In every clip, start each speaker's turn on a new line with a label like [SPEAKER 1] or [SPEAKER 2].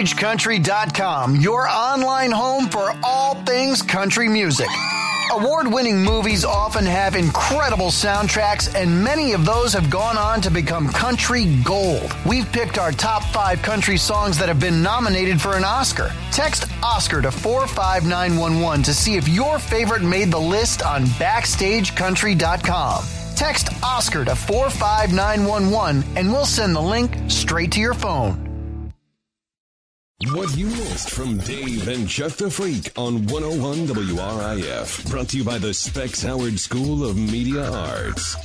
[SPEAKER 1] BackstageCountry.com, your online home for all things country music. Award winning movies often have incredible soundtracks, and many of those have gone on to become country gold. We've picked our top five country songs that have been nominated for an Oscar. Text Oscar to 45911 to see if your favorite made the list on BackstageCountry.com. Text Oscar to 45911 and we'll send the link straight to your phone.
[SPEAKER 2] What you missed from Dave and Chuck the Freak on 101 WRIF. Brought to you by the Specs Howard School of Media Arts.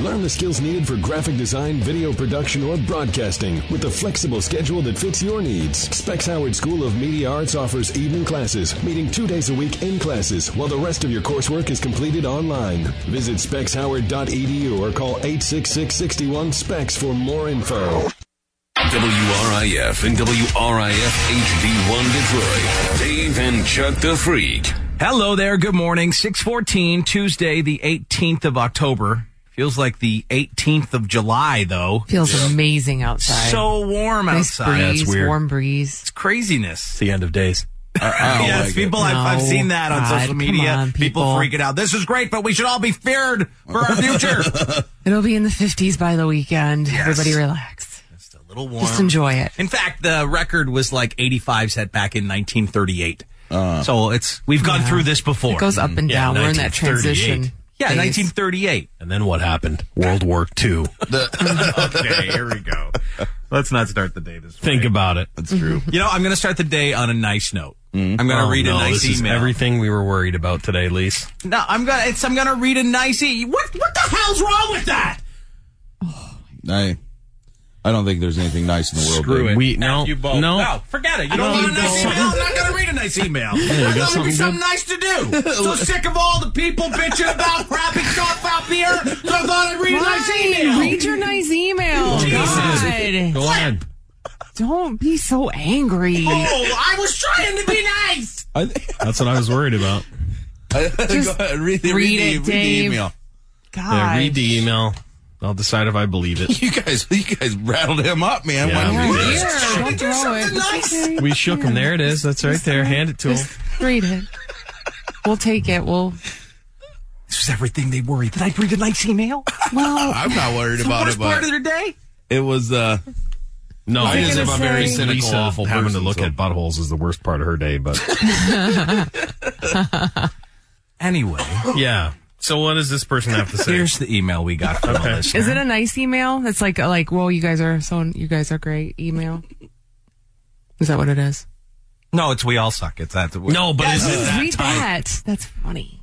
[SPEAKER 2] Learn the skills needed for graphic design, video production, or broadcasting with a flexible schedule that fits your needs. Specs Howard School of Media Arts offers evening classes, meeting two days a week in classes, while the rest of your coursework is completed online. Visit specshoward.edu E or call 866-61-SPECS for more info. WRIF and WRIF HD1 Detroit. Dave and Chuck the Freak.
[SPEAKER 3] Hello there. Good morning. 614, Tuesday, the 18th of October. Feels like the 18th of July, though.
[SPEAKER 4] Feels amazing outside.
[SPEAKER 3] So warm
[SPEAKER 4] nice
[SPEAKER 3] outside.
[SPEAKER 4] breeze,
[SPEAKER 3] That's weird.
[SPEAKER 4] warm breeze.
[SPEAKER 3] It's craziness.
[SPEAKER 5] the end of days.
[SPEAKER 3] yes, people, I've, I've
[SPEAKER 4] No,
[SPEAKER 3] seen that on
[SPEAKER 4] God,
[SPEAKER 3] social
[SPEAKER 4] come
[SPEAKER 3] media.
[SPEAKER 4] on,
[SPEAKER 3] people.
[SPEAKER 4] people.
[SPEAKER 3] freaking out. This is great, but we should all be feared for our future.
[SPEAKER 4] It'll be in the 50s by the weekend. Everybody relax.
[SPEAKER 3] Just a little warm.
[SPEAKER 4] Just enjoy it.
[SPEAKER 3] In fact, the record was like 85 set back in 1938. so it's we've gone through this before.
[SPEAKER 4] It goes up and
[SPEAKER 3] Uh. Yeah,
[SPEAKER 4] down. We're in that
[SPEAKER 3] 1938.
[SPEAKER 4] transition.
[SPEAKER 3] Yeah,
[SPEAKER 4] phase.
[SPEAKER 3] 1938.
[SPEAKER 5] And then what happened? World War II.
[SPEAKER 3] okay, here we go. Let's not start the day this way.
[SPEAKER 5] Think about it. That's true.
[SPEAKER 3] You know, I'm going to start the day on a nice note. I'm going to read a nice
[SPEAKER 5] Oh, this is
[SPEAKER 3] email.
[SPEAKER 5] everything we were worried about today, Lise.
[SPEAKER 3] no, I'm going. to It's I'm going to read a nice. E- what What the hell's wrong with that?
[SPEAKER 6] I, I don't think there's anything nice in the world.
[SPEAKER 5] Screw
[SPEAKER 6] babe.
[SPEAKER 5] it. We no
[SPEAKER 3] You both.
[SPEAKER 5] no.
[SPEAKER 4] Oh,
[SPEAKER 3] no, forget it. You don't want a nice email. I'm not going to read a nice email.
[SPEAKER 5] got
[SPEAKER 3] There's going to be
[SPEAKER 5] something
[SPEAKER 3] something nice to do. So sick of all the people bitching about crappy stuff out here. So I thought I'd read a nice
[SPEAKER 4] Fine,
[SPEAKER 3] email.
[SPEAKER 4] Read your nice
[SPEAKER 3] Oh,
[SPEAKER 4] email. God.
[SPEAKER 5] Go on.
[SPEAKER 4] Don't be so angry.
[SPEAKER 3] oh, I was trying to be nice.
[SPEAKER 6] I, think-
[SPEAKER 5] That's what I was worried about.
[SPEAKER 4] Just
[SPEAKER 6] Go ahead, read, the- read the-
[SPEAKER 4] read it,
[SPEAKER 6] read the
[SPEAKER 4] Dave.
[SPEAKER 6] email.
[SPEAKER 5] Yeah,
[SPEAKER 4] God.
[SPEAKER 5] read the email. I'll decide if I believe it.
[SPEAKER 6] You guys, you guys rattled him up, man.
[SPEAKER 5] Yeah,
[SPEAKER 6] Why don't you-
[SPEAKER 5] we did.
[SPEAKER 4] Here, don't
[SPEAKER 3] do
[SPEAKER 4] throw it.
[SPEAKER 3] something nice.
[SPEAKER 4] It's okay.
[SPEAKER 5] We shook him. There it is. That's right there. Hand it to him.
[SPEAKER 4] Read it. We'll take it. We'll.
[SPEAKER 3] This is everything they worried. Did I read a nice email?
[SPEAKER 4] Well,
[SPEAKER 6] I'm not worried about
[SPEAKER 3] Worst
[SPEAKER 6] it, but
[SPEAKER 3] part of their day.
[SPEAKER 6] it was. uh
[SPEAKER 5] No,
[SPEAKER 6] I just am a very
[SPEAKER 5] Lisa
[SPEAKER 6] cynical, awful
[SPEAKER 5] having
[SPEAKER 6] person,
[SPEAKER 5] to look
[SPEAKER 6] so-
[SPEAKER 5] at buttholes is the worst part of her day. But
[SPEAKER 3] Anyway,
[SPEAKER 5] yeah. So what does this person have to say?
[SPEAKER 3] here's the email we got from a listener.
[SPEAKER 4] is it a nice email? It's like uh, like whoa, you guys are so you guys are great. Email. Is that what it is?
[SPEAKER 3] No, it's we all suck. It's that.
[SPEAKER 5] no, but is it that
[SPEAKER 4] Read
[SPEAKER 5] type?
[SPEAKER 4] that. That's funny.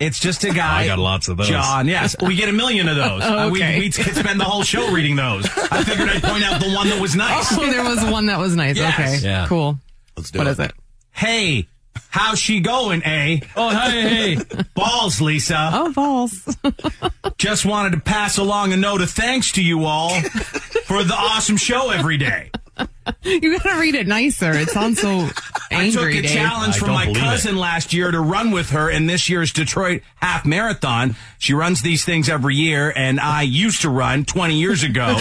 [SPEAKER 3] it's just a guy.
[SPEAKER 5] I got lots of those.
[SPEAKER 3] John, yes, we get a million of those. Uh, we-
[SPEAKER 4] Okay.
[SPEAKER 3] we, could spend the whole show reading those. I figured I'd point out the one that was nice.
[SPEAKER 4] Oh, there was one that was nice.
[SPEAKER 3] Yes.
[SPEAKER 4] Okay,
[SPEAKER 5] Yeah.
[SPEAKER 4] cool.
[SPEAKER 6] Let's do
[SPEAKER 4] What
[SPEAKER 6] it.
[SPEAKER 4] is it?
[SPEAKER 3] Hey, how's she going? Eh?
[SPEAKER 5] Oh hey hey.
[SPEAKER 3] balls, Lisa.
[SPEAKER 4] Oh, balls.
[SPEAKER 3] Just wanted to pass along a note of thanks to you all for the awesome show every day.
[SPEAKER 4] you gotta read it nicer. It sounds so angry.
[SPEAKER 3] I took a
[SPEAKER 4] Dave.
[SPEAKER 3] challenge
[SPEAKER 5] I
[SPEAKER 3] from
[SPEAKER 5] don't
[SPEAKER 3] my
[SPEAKER 5] believe
[SPEAKER 3] cousin last year to run with her in this year's Detroit half marathon. She runs these things every year, and I used to run 20 years ago.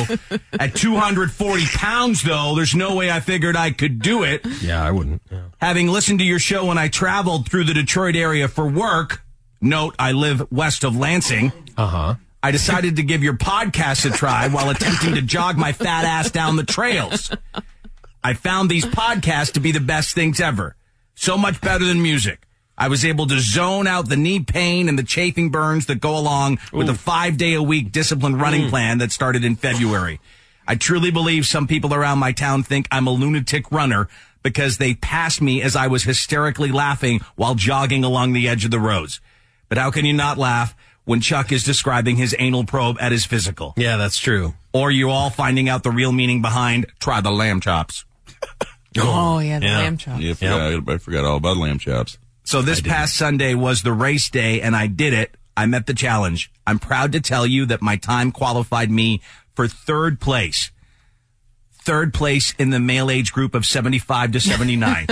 [SPEAKER 3] At 240 pounds, though, there's no way I figured I could do it.
[SPEAKER 5] Yeah, I wouldn't.
[SPEAKER 3] Having listened to your show when I traveled through the Detroit area for work, note I live west of Lansing.
[SPEAKER 5] Uh huh.
[SPEAKER 3] I decided to give your podcast a try while attempting to jog my fat ass down the trails. I found these podcasts to be the best things ever. So much better than music. I was able to zone out the knee pain and the chafing burns that go along with a five day a week disciplined running plan that started in February. I truly believe some people around my town think I'm a lunatic runner because they passed me as I was hysterically laughing while jogging along the edge of the roads. But how can you not laugh when Chuck is describing his anal probe at his physical?
[SPEAKER 5] Yeah, that's true.
[SPEAKER 3] Or you all finding out the real meaning behind try the lamb chops.
[SPEAKER 4] Oh yeah, the
[SPEAKER 5] Yeah.
[SPEAKER 4] lamb chop.
[SPEAKER 6] Yeah, I forgot, I forgot all about lamb chops.
[SPEAKER 3] So this past Sunday was the race day and I did it. I met the challenge. I'm proud to tell you that my time qualified me for third place. Third place in the male age group of 75 to 79.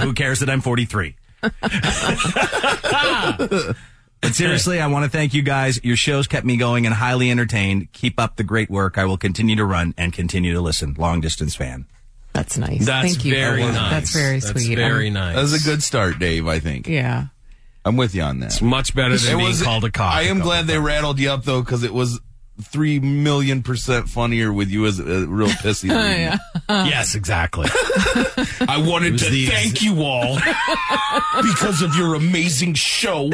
[SPEAKER 3] Who cares that I'm 43? but seriously, I want to thank you guys. Your shows kept me going and highly entertained. Keep up the great work. I will continue to run and continue to listen. Long distance fan.
[SPEAKER 4] That's nice.
[SPEAKER 5] That's
[SPEAKER 4] Thank you.
[SPEAKER 5] very
[SPEAKER 4] Owen.
[SPEAKER 5] nice.
[SPEAKER 4] That's very sweet.
[SPEAKER 5] very
[SPEAKER 4] I'm-
[SPEAKER 5] nice.
[SPEAKER 6] That was a good start, Dave. I think
[SPEAKER 4] Yeah.
[SPEAKER 6] I'm with you on that.
[SPEAKER 5] It's much better than
[SPEAKER 6] It
[SPEAKER 5] being
[SPEAKER 6] was-
[SPEAKER 5] called a cock.
[SPEAKER 6] I am glad they rattled you up though, because it was three million percent funnier with you as a real pissy. yeah.
[SPEAKER 5] yes, exactly.
[SPEAKER 6] I wanted
[SPEAKER 5] was
[SPEAKER 6] to
[SPEAKER 5] the ex-
[SPEAKER 6] thank you all because of your amazing show.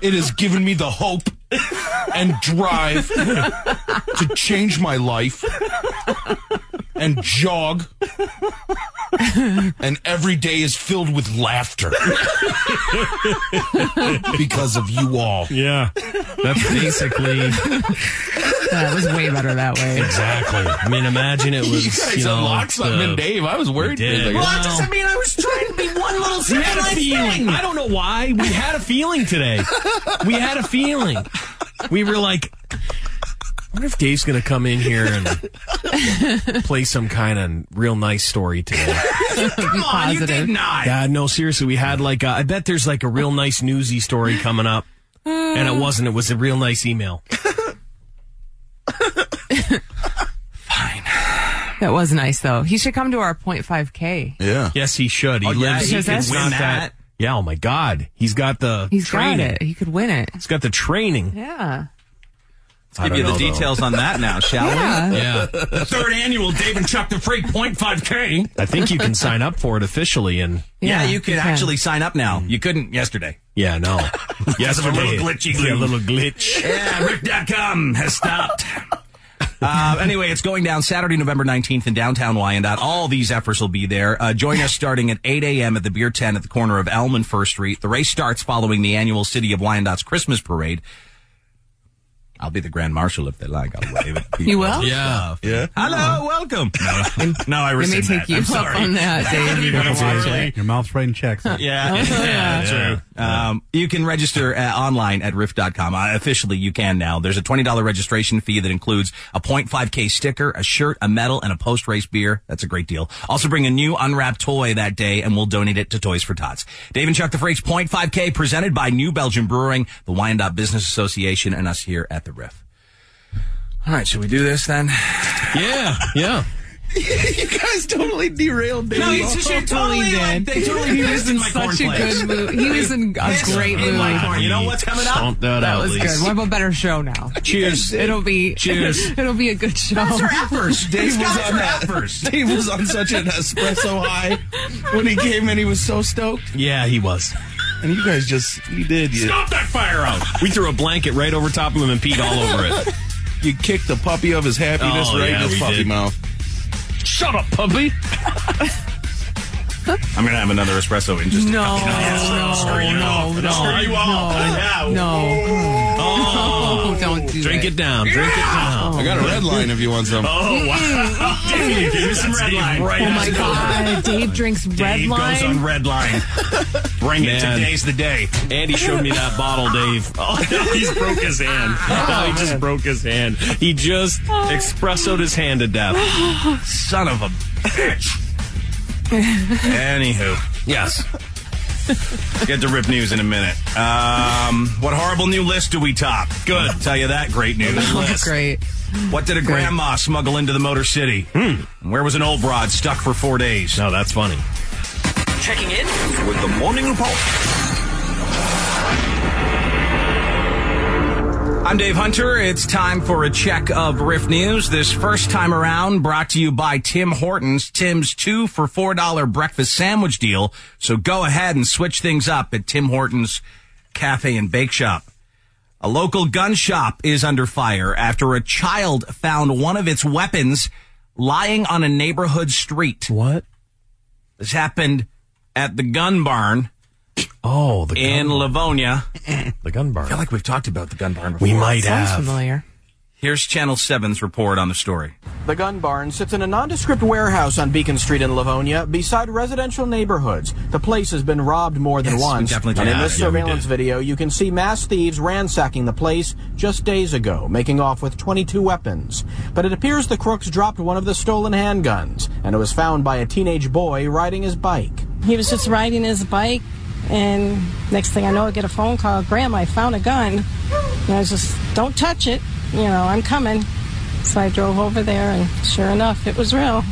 [SPEAKER 6] it has given me the hope and drive to change my life and jog. And every day is filled with laughter because of you all.
[SPEAKER 5] yeah, that's basically
[SPEAKER 4] That was way better that way.
[SPEAKER 5] exactly. I mean, imagine it was.
[SPEAKER 6] You guys
[SPEAKER 5] know,
[SPEAKER 6] unlocked something,
[SPEAKER 5] the-
[SPEAKER 6] Dave. I was worried.
[SPEAKER 5] We did.
[SPEAKER 6] for you.
[SPEAKER 5] Well, I
[SPEAKER 6] Wow.
[SPEAKER 5] just- I
[SPEAKER 3] mean, I was trying to be one little
[SPEAKER 5] We had a feeling. I don't know why. We had a feeling today. We had a feeling. We were like, I wonder if Dave's going to come in here and play some kind of real nice story today.
[SPEAKER 4] Be positive.
[SPEAKER 3] not.
[SPEAKER 5] Yeah, no, seriously. We had like, a, I bet there's like a real nice newsy story coming up.
[SPEAKER 4] Uh,
[SPEAKER 5] And it wasn't. It was a real nice email.
[SPEAKER 4] That was nice though. He should come to our 0.5K.
[SPEAKER 6] Yeah.
[SPEAKER 5] Yes, he should. He
[SPEAKER 3] Oh, yeah,
[SPEAKER 5] lives.
[SPEAKER 4] he
[SPEAKER 5] he
[SPEAKER 4] could
[SPEAKER 5] could
[SPEAKER 4] win
[SPEAKER 5] not
[SPEAKER 3] that.
[SPEAKER 5] Yeah. Oh my God. He's got the.
[SPEAKER 4] He's
[SPEAKER 5] training.
[SPEAKER 4] got it. He could win it.
[SPEAKER 5] He's got the training.
[SPEAKER 4] Yeah.
[SPEAKER 5] I
[SPEAKER 3] Give you
[SPEAKER 5] don't
[SPEAKER 3] the
[SPEAKER 5] know, though.
[SPEAKER 3] details on that now, shall
[SPEAKER 4] Yeah.
[SPEAKER 5] Yeah.
[SPEAKER 3] we? Third annual Dave and Chuck the Freak 0.5K.
[SPEAKER 5] I think you can sign up for it officially and
[SPEAKER 3] Yeah, you
[SPEAKER 4] he
[SPEAKER 3] can actually sign up now. You couldn't yesterday.
[SPEAKER 5] yeah, no.
[SPEAKER 3] Because of a little
[SPEAKER 5] Yesterday.
[SPEAKER 3] glitchy
[SPEAKER 5] Yeah,
[SPEAKER 3] glitch.
[SPEAKER 5] little glitch.
[SPEAKER 3] Yeah, Rick.com has stopped. Uh, anyway, it's going down Saturday, November 19th in downtown Wyandotte. All these efforts will be there. Uh, join us starting at 8 a.m. at the Beer Tent at the corner of Elm and First Street. The race starts following the annual City of Wyandotte's Christmas Parade. I'll be the Grand Marshal if they like. I'll wave at people.
[SPEAKER 4] You will?
[SPEAKER 5] Yeah.
[SPEAKER 6] Yeah.
[SPEAKER 3] Hello, welcome. No, no I
[SPEAKER 4] They may
[SPEAKER 3] rescind
[SPEAKER 4] take
[SPEAKER 3] that.
[SPEAKER 4] you
[SPEAKER 3] I'm
[SPEAKER 4] up
[SPEAKER 3] sorry.
[SPEAKER 4] on that, Dave. Oh,
[SPEAKER 3] You better watch it.
[SPEAKER 7] Your mouth's writing checks.
[SPEAKER 3] Yeah, yeah, true. Um, you can register uh, online at riff.com. Uh, officially, you can now. There's a $20 registration fee that includes a 0.5K sticker, a shirt, a medal, and a post race beer. That's a great deal. Also, bring a new unwrapped toy that day, and we'll donate it to Toys for Tots. Dave and Chuck the Freaks 0.5K presented by New Belgium Brewing, the Wyandotte Business Association, and us here at the Riff. All right, should we do this then?
[SPEAKER 5] Yeah. Yeah.
[SPEAKER 6] you guys totally derailed Dave.
[SPEAKER 4] totally did.
[SPEAKER 3] they totally used in my
[SPEAKER 4] Such a
[SPEAKER 3] cornflakes.
[SPEAKER 4] good movie. He was in a great
[SPEAKER 3] In my
[SPEAKER 4] movie.
[SPEAKER 3] corn- You know what's coming up?
[SPEAKER 5] Stomp that,
[SPEAKER 4] That
[SPEAKER 5] out,
[SPEAKER 4] was
[SPEAKER 5] Lise.
[SPEAKER 4] good. What about better show now?
[SPEAKER 5] Cheers.
[SPEAKER 4] It'll be
[SPEAKER 5] Cheers.
[SPEAKER 4] It'll be a good show.
[SPEAKER 3] Those are efforts. These
[SPEAKER 6] was
[SPEAKER 3] guys
[SPEAKER 6] on
[SPEAKER 3] are
[SPEAKER 6] that.
[SPEAKER 3] efforts.
[SPEAKER 6] Dave was on such an espresso high when he came in. He was so stoked,
[SPEAKER 5] Yeah, he was.
[SPEAKER 6] and you guys just you did you,
[SPEAKER 5] Stomp that fire out. We threw a blanket right over top of him and peed all over it.
[SPEAKER 6] you kicked the puppy of his happiness
[SPEAKER 5] Oh,
[SPEAKER 6] right
[SPEAKER 5] yeah,
[SPEAKER 6] in his
[SPEAKER 5] we
[SPEAKER 6] puppy
[SPEAKER 5] did.
[SPEAKER 6] mouth.
[SPEAKER 5] Shut up, puppy.
[SPEAKER 3] I'm gonna have another espresso in just
[SPEAKER 4] No,
[SPEAKER 5] Screw you
[SPEAKER 4] no,
[SPEAKER 5] all.
[SPEAKER 4] no,
[SPEAKER 5] Screw you all. Yeah.
[SPEAKER 4] no, no. Oh, don't do Oh.
[SPEAKER 5] Drink it down. Drink it down.
[SPEAKER 6] I got a red line if you want some.
[SPEAKER 5] Oh wow. Dave, give me some red line. Right
[SPEAKER 4] Oh my God, Dave drinks red line.
[SPEAKER 5] red line. Bring
[SPEAKER 3] it. Today's
[SPEAKER 5] the day. Andy showed me that bottle, Dave. Oh, he's broke his hand. Oh, he just broke his hand. He just expressoed his hand to death.
[SPEAKER 8] Oh,
[SPEAKER 3] son of a bitch. Anywho, yes. Get to rip news in a minute. Um, what horrible new list do we top? Good, tell you that great news.
[SPEAKER 4] That's great.
[SPEAKER 3] What did a grandma smuggle into the Motor City? And Where was an old broad stuck for four days?
[SPEAKER 5] Hmm. No, that's funny.
[SPEAKER 8] Checking in
[SPEAKER 3] With the morning report. I'm Dave Hunter. It's time for a check of Riff News. This first time around brought to you by Tim Hortons, Tim's two for $4 breakfast sandwich deal. So go ahead and switch things up at Tim Hortons Cafe and Bake Shop. A local gun shop is under fire after a child found one of its weapons lying on a neighborhood street.
[SPEAKER 5] What?
[SPEAKER 3] This happened at the gun barn
[SPEAKER 5] Oh, the
[SPEAKER 3] in
[SPEAKER 5] gun,
[SPEAKER 3] Livonia.
[SPEAKER 5] the gun bar.
[SPEAKER 3] like we've talked about the gun barn before.
[SPEAKER 5] We might
[SPEAKER 4] Sounds
[SPEAKER 5] have.
[SPEAKER 4] familiar.
[SPEAKER 3] Here's Channel 7's report on the story.
[SPEAKER 9] The gun barn sits in a nondescript warehouse on Beacon Street in Livonia beside residential neighborhoods. The place has been robbed more than
[SPEAKER 3] Yes, we
[SPEAKER 9] once.
[SPEAKER 3] definitely
[SPEAKER 9] and
[SPEAKER 3] did
[SPEAKER 9] in
[SPEAKER 3] that.
[SPEAKER 9] this
[SPEAKER 3] Yeah, we
[SPEAKER 9] surveillance video, you can see mass thieves ransacking the place just days ago, making off with 22 weapons. But it appears the crooks dropped one of the stolen handguns, and it was found by a teenage boy riding his bike.
[SPEAKER 10] He was just riding his bike, and next thing I know, I get a phone call. Grandma, I found a gun. And I was just, don't touch it. You know, I'm coming. So I drove over there, and sure enough, it was real.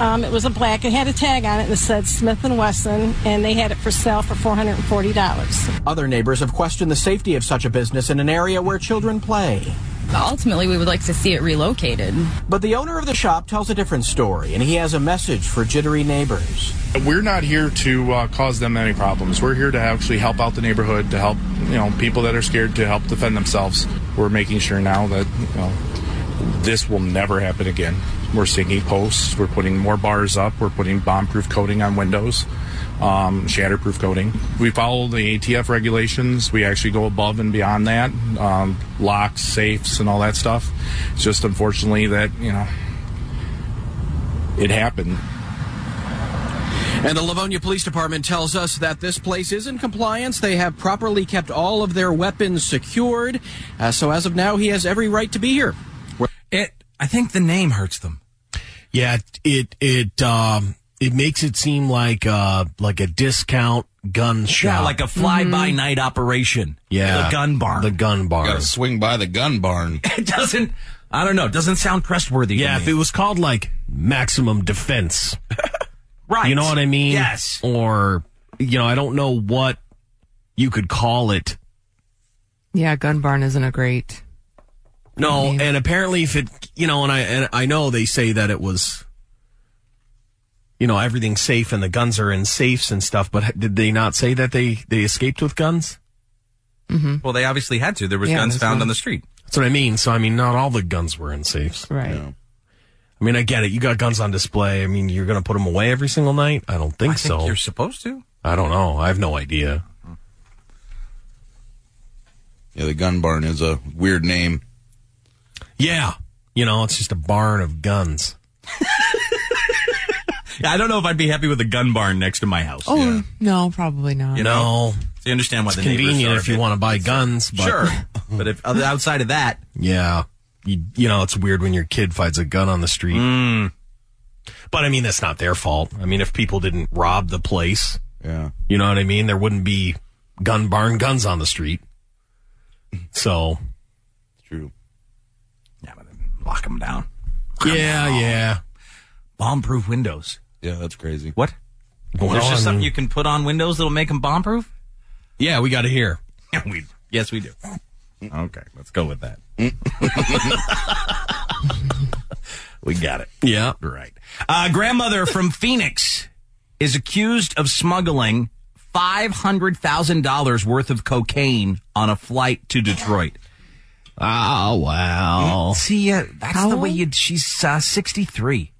[SPEAKER 10] Um, it was a black. It had a tag on it that said Smith and Wesson, and they had it for sale for four hundred and forty dollars.
[SPEAKER 9] Other neighbors have questioned the safety of such a business in an area where children play.
[SPEAKER 7] Ultimately, we would like to see it relocated.
[SPEAKER 9] But the owner of the shop tells a different story, and he has a message for jittery neighbors.
[SPEAKER 11] We're not here to uh, cause them any problems. We're here to actually help out the neighborhood, to help you know people that are scared to help defend themselves. We're making sure now that you know, this will never happen again. We're sinking posts. We're putting more bars up. We're putting bomb-proof coating on windows, um, shatterproof coating. We follow the ATF regulations. We actually go above and beyond that, um, locks, safes, and all that stuff. It's just unfortunately that you know it happened.
[SPEAKER 9] And the Livonia Police Department tells us that this place is in compliance. They have properly kept all of their weapons secured. Uh, so as of now, he has every right to be here.
[SPEAKER 3] It, I think the name hurts them.
[SPEAKER 5] Yeah, it it um, it makes it seem like uh, like a discount gun shop. Mm-hmm.
[SPEAKER 3] Yeah, like a fly by night operation.
[SPEAKER 5] Yeah.
[SPEAKER 3] The gun barn.
[SPEAKER 5] The gun barn.
[SPEAKER 6] Gotta swing by the gun barn.
[SPEAKER 3] It doesn't, I don't know, it doesn't sound trustworthy. to
[SPEAKER 5] Yeah,
[SPEAKER 3] me.
[SPEAKER 5] if it was called like maximum defense,
[SPEAKER 3] right.
[SPEAKER 5] you know what I mean?
[SPEAKER 3] Yes.
[SPEAKER 5] Or you know, I don't know what you could call it.
[SPEAKER 4] Yeah, gun barn isn't a great.
[SPEAKER 5] No, and apparently if it, you know, and I and I know they say that it was you know, everything's safe and the guns are in safes and stuff, but did they not say that they they escaped with guns?
[SPEAKER 3] Well, they obviously had to. There was
[SPEAKER 4] Mm-hmm. Yeah,
[SPEAKER 3] guns
[SPEAKER 4] that's
[SPEAKER 3] found
[SPEAKER 4] right.
[SPEAKER 3] on the street.
[SPEAKER 5] That's what I mean. So I mean, not all the guns were in safes.
[SPEAKER 4] Right.
[SPEAKER 5] I mean, I get it. You got guns on display. I mean, you're going to put them away every single night? I don't think
[SPEAKER 3] I think
[SPEAKER 5] so.
[SPEAKER 3] you're supposed to.
[SPEAKER 5] I don't know. I have no idea.
[SPEAKER 6] Yeah, the gun barn is a weird name.
[SPEAKER 5] Yeah. You know, it's just a barn of guns.
[SPEAKER 3] Yeah, I don't know if I'd be happy with a gun barn next to my house.
[SPEAKER 4] Oh, no, probably not.
[SPEAKER 3] You
[SPEAKER 5] You
[SPEAKER 3] know,
[SPEAKER 5] know,
[SPEAKER 3] so you understand why
[SPEAKER 5] it's
[SPEAKER 3] the neighbors
[SPEAKER 5] convenient
[SPEAKER 3] are
[SPEAKER 5] if you want to buy guns, but
[SPEAKER 3] Sure, but if other- outside of that,
[SPEAKER 5] yeah. You, you know, it's weird when your kid finds a gun on the street.
[SPEAKER 6] Mm.
[SPEAKER 5] But I mean, that's not their fault. I mean, if people didn't rob the place,
[SPEAKER 6] Yeah.
[SPEAKER 5] you know what I mean? There wouldn't be gun barn guns on the street. So,
[SPEAKER 6] True.
[SPEAKER 3] yeah, but then lock them down.
[SPEAKER 5] yeah, yeah.
[SPEAKER 3] Bomb-proof windows.
[SPEAKER 6] Yeah, that's crazy.
[SPEAKER 3] What?
[SPEAKER 5] Well,
[SPEAKER 3] There's just
[SPEAKER 5] I
[SPEAKER 3] something
[SPEAKER 5] mean-
[SPEAKER 3] you can put on windows that'll make them bomb-proof.
[SPEAKER 5] Yeah, we got to hear.
[SPEAKER 3] Yeah, we. Yes, we do. Okay, let's go with that. we got it.
[SPEAKER 5] Yeah.
[SPEAKER 3] Right. Uh, grandmother from Phoenix is accused of smuggling $500,000 worth of cocaine on a flight to Detroit.
[SPEAKER 5] Oh, wow.
[SPEAKER 3] See, uh, that's the way you. She's uh, 63.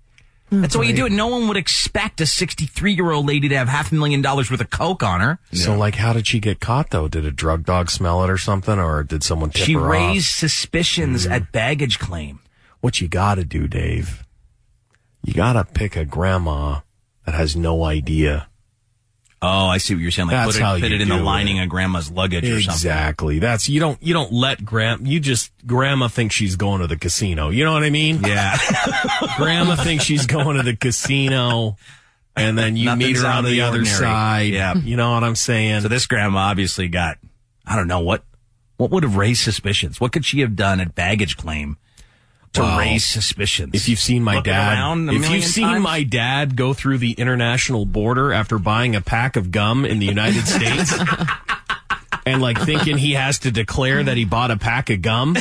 [SPEAKER 5] Hmm.
[SPEAKER 3] That's the way you do it. No one would expect a 63 year old lady to have half a million dollars worth of coke on her.
[SPEAKER 5] So, like, how did she get caught, though? Did a drug dog smell it or something, or did someone tip
[SPEAKER 3] She
[SPEAKER 5] her off? Hmm.
[SPEAKER 3] raised suspicions at baggage claim.
[SPEAKER 5] What you gotta do, Dave, you gotta pick a grandma that has no idea.
[SPEAKER 3] Oh, I see what you're saying. Like
[SPEAKER 5] That's
[SPEAKER 3] put it,
[SPEAKER 5] how
[SPEAKER 3] put
[SPEAKER 5] you
[SPEAKER 3] it in the
[SPEAKER 5] do
[SPEAKER 3] lining
[SPEAKER 5] it.
[SPEAKER 3] of grandma's luggage or something.
[SPEAKER 5] Exactly. That's, you don't, you don't let grand, you just, grandma thinks she's going to the casino. You know what I mean?
[SPEAKER 3] Yeah.
[SPEAKER 5] grandma thinks she's going to the casino. And then you meet
[SPEAKER 3] Nothing's
[SPEAKER 5] her on
[SPEAKER 3] out of
[SPEAKER 5] the,
[SPEAKER 3] the
[SPEAKER 5] other
[SPEAKER 3] ordinary.
[SPEAKER 5] side.
[SPEAKER 3] Yeah.
[SPEAKER 5] You know what I'm saying?
[SPEAKER 3] so this grandma obviously got I don't know what what would have raised suspicions. What could she have done at baggage claim to
[SPEAKER 5] Well,
[SPEAKER 3] raise suspicions?
[SPEAKER 5] If you've seen my
[SPEAKER 3] Looking
[SPEAKER 5] dad,
[SPEAKER 3] around a
[SPEAKER 5] if
[SPEAKER 3] million
[SPEAKER 5] you've seen
[SPEAKER 3] times?
[SPEAKER 5] my dad go through the international border after buying a pack of gum in the United States and like thinking he has to declare that he bought a pack of gum.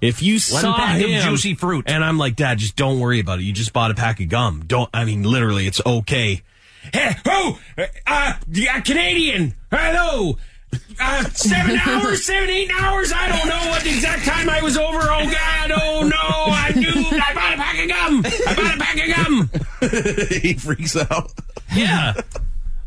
[SPEAKER 5] If you saw
[SPEAKER 3] bag of
[SPEAKER 5] him,
[SPEAKER 3] juicy fruit.
[SPEAKER 5] and I'm like, Dad, just don't worry about it. You just bought a pack of gum. Don't. I mean, literally, it's okay. Hey, oh, uh, yeah, Canadian. Hello. Uh, seven hours, seven, eight hours. I don't know what the exact time I was over. Oh God, oh no! I knew I bought a pack of gum. I bought a pack of gum.
[SPEAKER 6] he freaks out.
[SPEAKER 5] Yeah.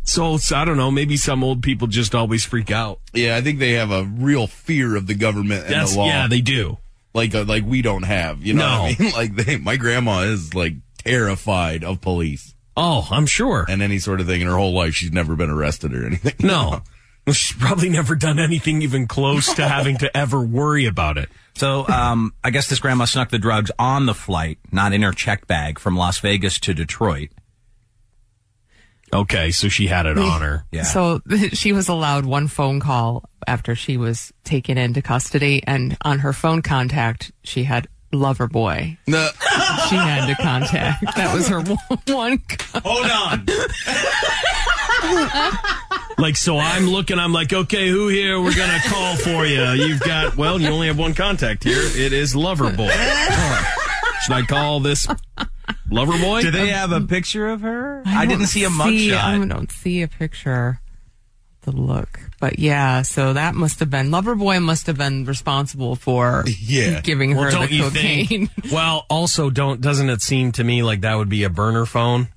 [SPEAKER 5] So, so I don't know. Maybe some old people just always freak out.
[SPEAKER 6] Yeah, I think they have a real fear of the government and
[SPEAKER 5] That's
[SPEAKER 6] the law.
[SPEAKER 5] yeah, they do.
[SPEAKER 6] like uh, like we don't have. You know
[SPEAKER 5] No.
[SPEAKER 6] what I mean? Like they, my grandma is like terrified of police
[SPEAKER 5] Oh, I'm sure.
[SPEAKER 6] and any sort of thing in her whole life. She's never been arrested or anything.
[SPEAKER 5] No. Well, She's probably never done anything even close to having to ever worry about it.
[SPEAKER 3] So um, I guess this grandma snuck the drugs on the flight, not in her check bag from Las Vegas to Detroit.
[SPEAKER 5] Okay, so she had it on her.
[SPEAKER 4] So she was allowed one phone call after she was taken into custody, and on her phone contact, she had lover boy. She had to contact. That was her one.
[SPEAKER 5] Hold on. Like, so I'm looking, I'm like, okay, who here? We're going to call for you. You've got, well, you only have one contact here. It is Loverboy. Should I call this Loverboy?
[SPEAKER 3] Do they have a picture of her?
[SPEAKER 4] I
[SPEAKER 3] I, didn't
[SPEAKER 4] don't
[SPEAKER 3] see a
[SPEAKER 4] see-
[SPEAKER 3] mugshot.
[SPEAKER 4] I don't see a picture. The look, but yeah. So that must have been Loverboy must have been responsible for giving
[SPEAKER 5] Well,
[SPEAKER 4] her
[SPEAKER 5] don't
[SPEAKER 4] the
[SPEAKER 5] you
[SPEAKER 4] cocaine.
[SPEAKER 5] Think, well, also don't doesn't it seem to me like that would be a burner phone?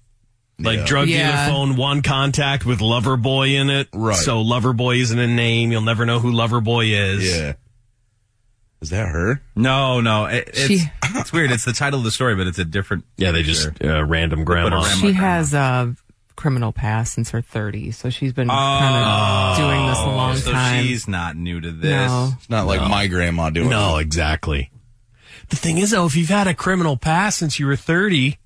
[SPEAKER 5] Like
[SPEAKER 4] Yeah.
[SPEAKER 5] drug
[SPEAKER 4] Yeah.
[SPEAKER 5] dealer phone, one contact with lover boy in it. Right. So lover boy isn't a name. You'll never know who lover boy is. Yeah.
[SPEAKER 3] Is that her? No, no. It, it's, it's weird. It's the title of the story, but it's a different.
[SPEAKER 5] Yeah, they just uh, random grandma.
[SPEAKER 4] She has a criminal past since her 30s, so she's been kind of doing this a long
[SPEAKER 3] Oh, so
[SPEAKER 4] time.
[SPEAKER 3] she's not new to this.
[SPEAKER 4] No.
[SPEAKER 6] It's not like my grandma doing
[SPEAKER 5] No,
[SPEAKER 6] it.
[SPEAKER 5] exactly. The thing is, though, if you've had a criminal past since you were thirty,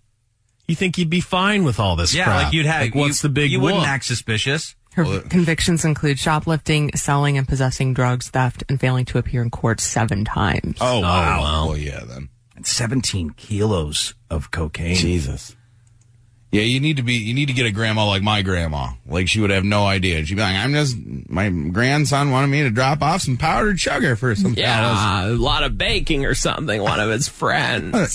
[SPEAKER 5] you think you'd be fine with all this
[SPEAKER 3] Yeah,
[SPEAKER 5] crap.
[SPEAKER 3] like you'd have.
[SPEAKER 5] what's
[SPEAKER 3] you,
[SPEAKER 5] the big
[SPEAKER 3] You wouldn't
[SPEAKER 5] whoop?
[SPEAKER 3] act suspicious.
[SPEAKER 4] Her convictions include shoplifting, selling and possessing drugs, theft, and failing to appear in court seven times.
[SPEAKER 3] Oh, wow.
[SPEAKER 6] Well, yeah, then.
[SPEAKER 3] And 17 kilos of cocaine.
[SPEAKER 6] Jesus. Yeah, you need to be. You need to get a grandma like my grandma. Like she would have no idea. She'd be like, "I'm just my grandson wanted me to drop off some powdered sugar for some
[SPEAKER 5] Yeah,
[SPEAKER 6] fellas."
[SPEAKER 5] a lot of baking or something. One of his friends.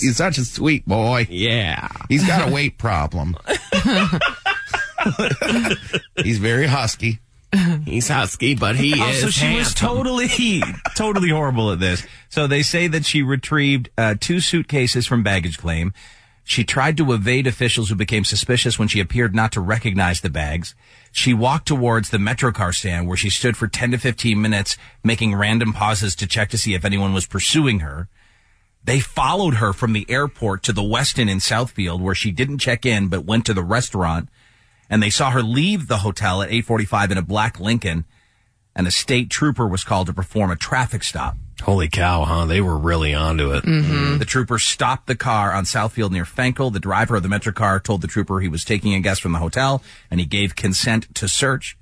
[SPEAKER 6] He's such a sweet boy.
[SPEAKER 5] Yeah,
[SPEAKER 6] he's got a weight problem. he's very husky.
[SPEAKER 5] He's husky, but
[SPEAKER 3] also, Oh, she was totally, totally horrible at this. So they say that she retrieved uh, two suitcases from baggage claim. She tried to evade officials who became suspicious when she appeared not to recognize the bags. She walked towards the MetroCar stand where she stood for 10 to 15 minutes, making random pauses to check to see if anyone was pursuing her. They followed her from the airport to the Westin in Southfield where she didn't check in but went to the restaurant and they saw her leave the hotel at 8:45 in a black Lincoln and a state trooper was called to perform a traffic stop. Mm-hmm.
[SPEAKER 5] Holy cow, huh? They were really onto it.
[SPEAKER 3] The trooper stopped the car on Southfield near Fenkel. The driver of the Metro car told the trooper he was taking a guest from the hotel and he gave consent to search.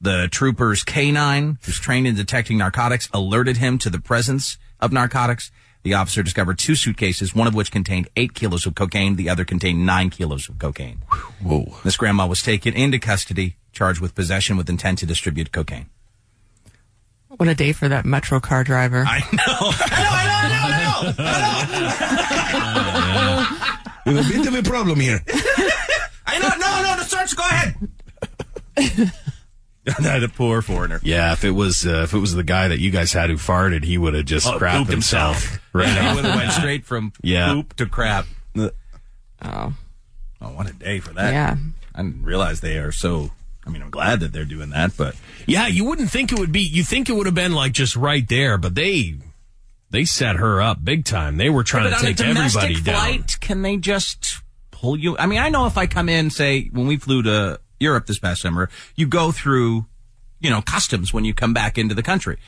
[SPEAKER 3] The trooper's canine, who's trained in detecting narcotics, alerted him to the presence of narcotics. The officer discovered two suitcases, one of which contained eight kilos of cocaine, the other contained nine kilos of cocaine. Whoa. This grandma was taken into custody, charged with possession with intent to distribute cocaine.
[SPEAKER 4] What a day for that Metro car driver.
[SPEAKER 3] I know.
[SPEAKER 6] With a bit of a problem here.
[SPEAKER 3] I know, no, no, the search, go ahead. the poor foreigner.
[SPEAKER 5] Yeah, if it was uh, if it was the guy that you guys had who farted, he would have just
[SPEAKER 3] Oh,
[SPEAKER 5] crapped
[SPEAKER 3] pooped
[SPEAKER 5] himself. Right
[SPEAKER 3] Yeah,
[SPEAKER 5] off
[SPEAKER 3] he would have
[SPEAKER 5] the
[SPEAKER 3] went
[SPEAKER 5] bat.
[SPEAKER 3] straight from
[SPEAKER 5] Yeah.
[SPEAKER 3] poop to crap. Oh.
[SPEAKER 4] Oh,
[SPEAKER 3] what a day for that.
[SPEAKER 4] Yeah.
[SPEAKER 3] I didn't realize they are so. I mean, I'm glad that they're doing that, but
[SPEAKER 5] Yeah, you wouldn't think it would be. You think it would have been like just right there, but they they set her up big time. They were trying
[SPEAKER 3] But
[SPEAKER 5] to take
[SPEAKER 3] on a domestic
[SPEAKER 5] everybody down.
[SPEAKER 3] flight, Can they just pull you? I mean, I know if I come in, say when we flew to Europe this past summer, you go through, you know, customs when you come back into the country.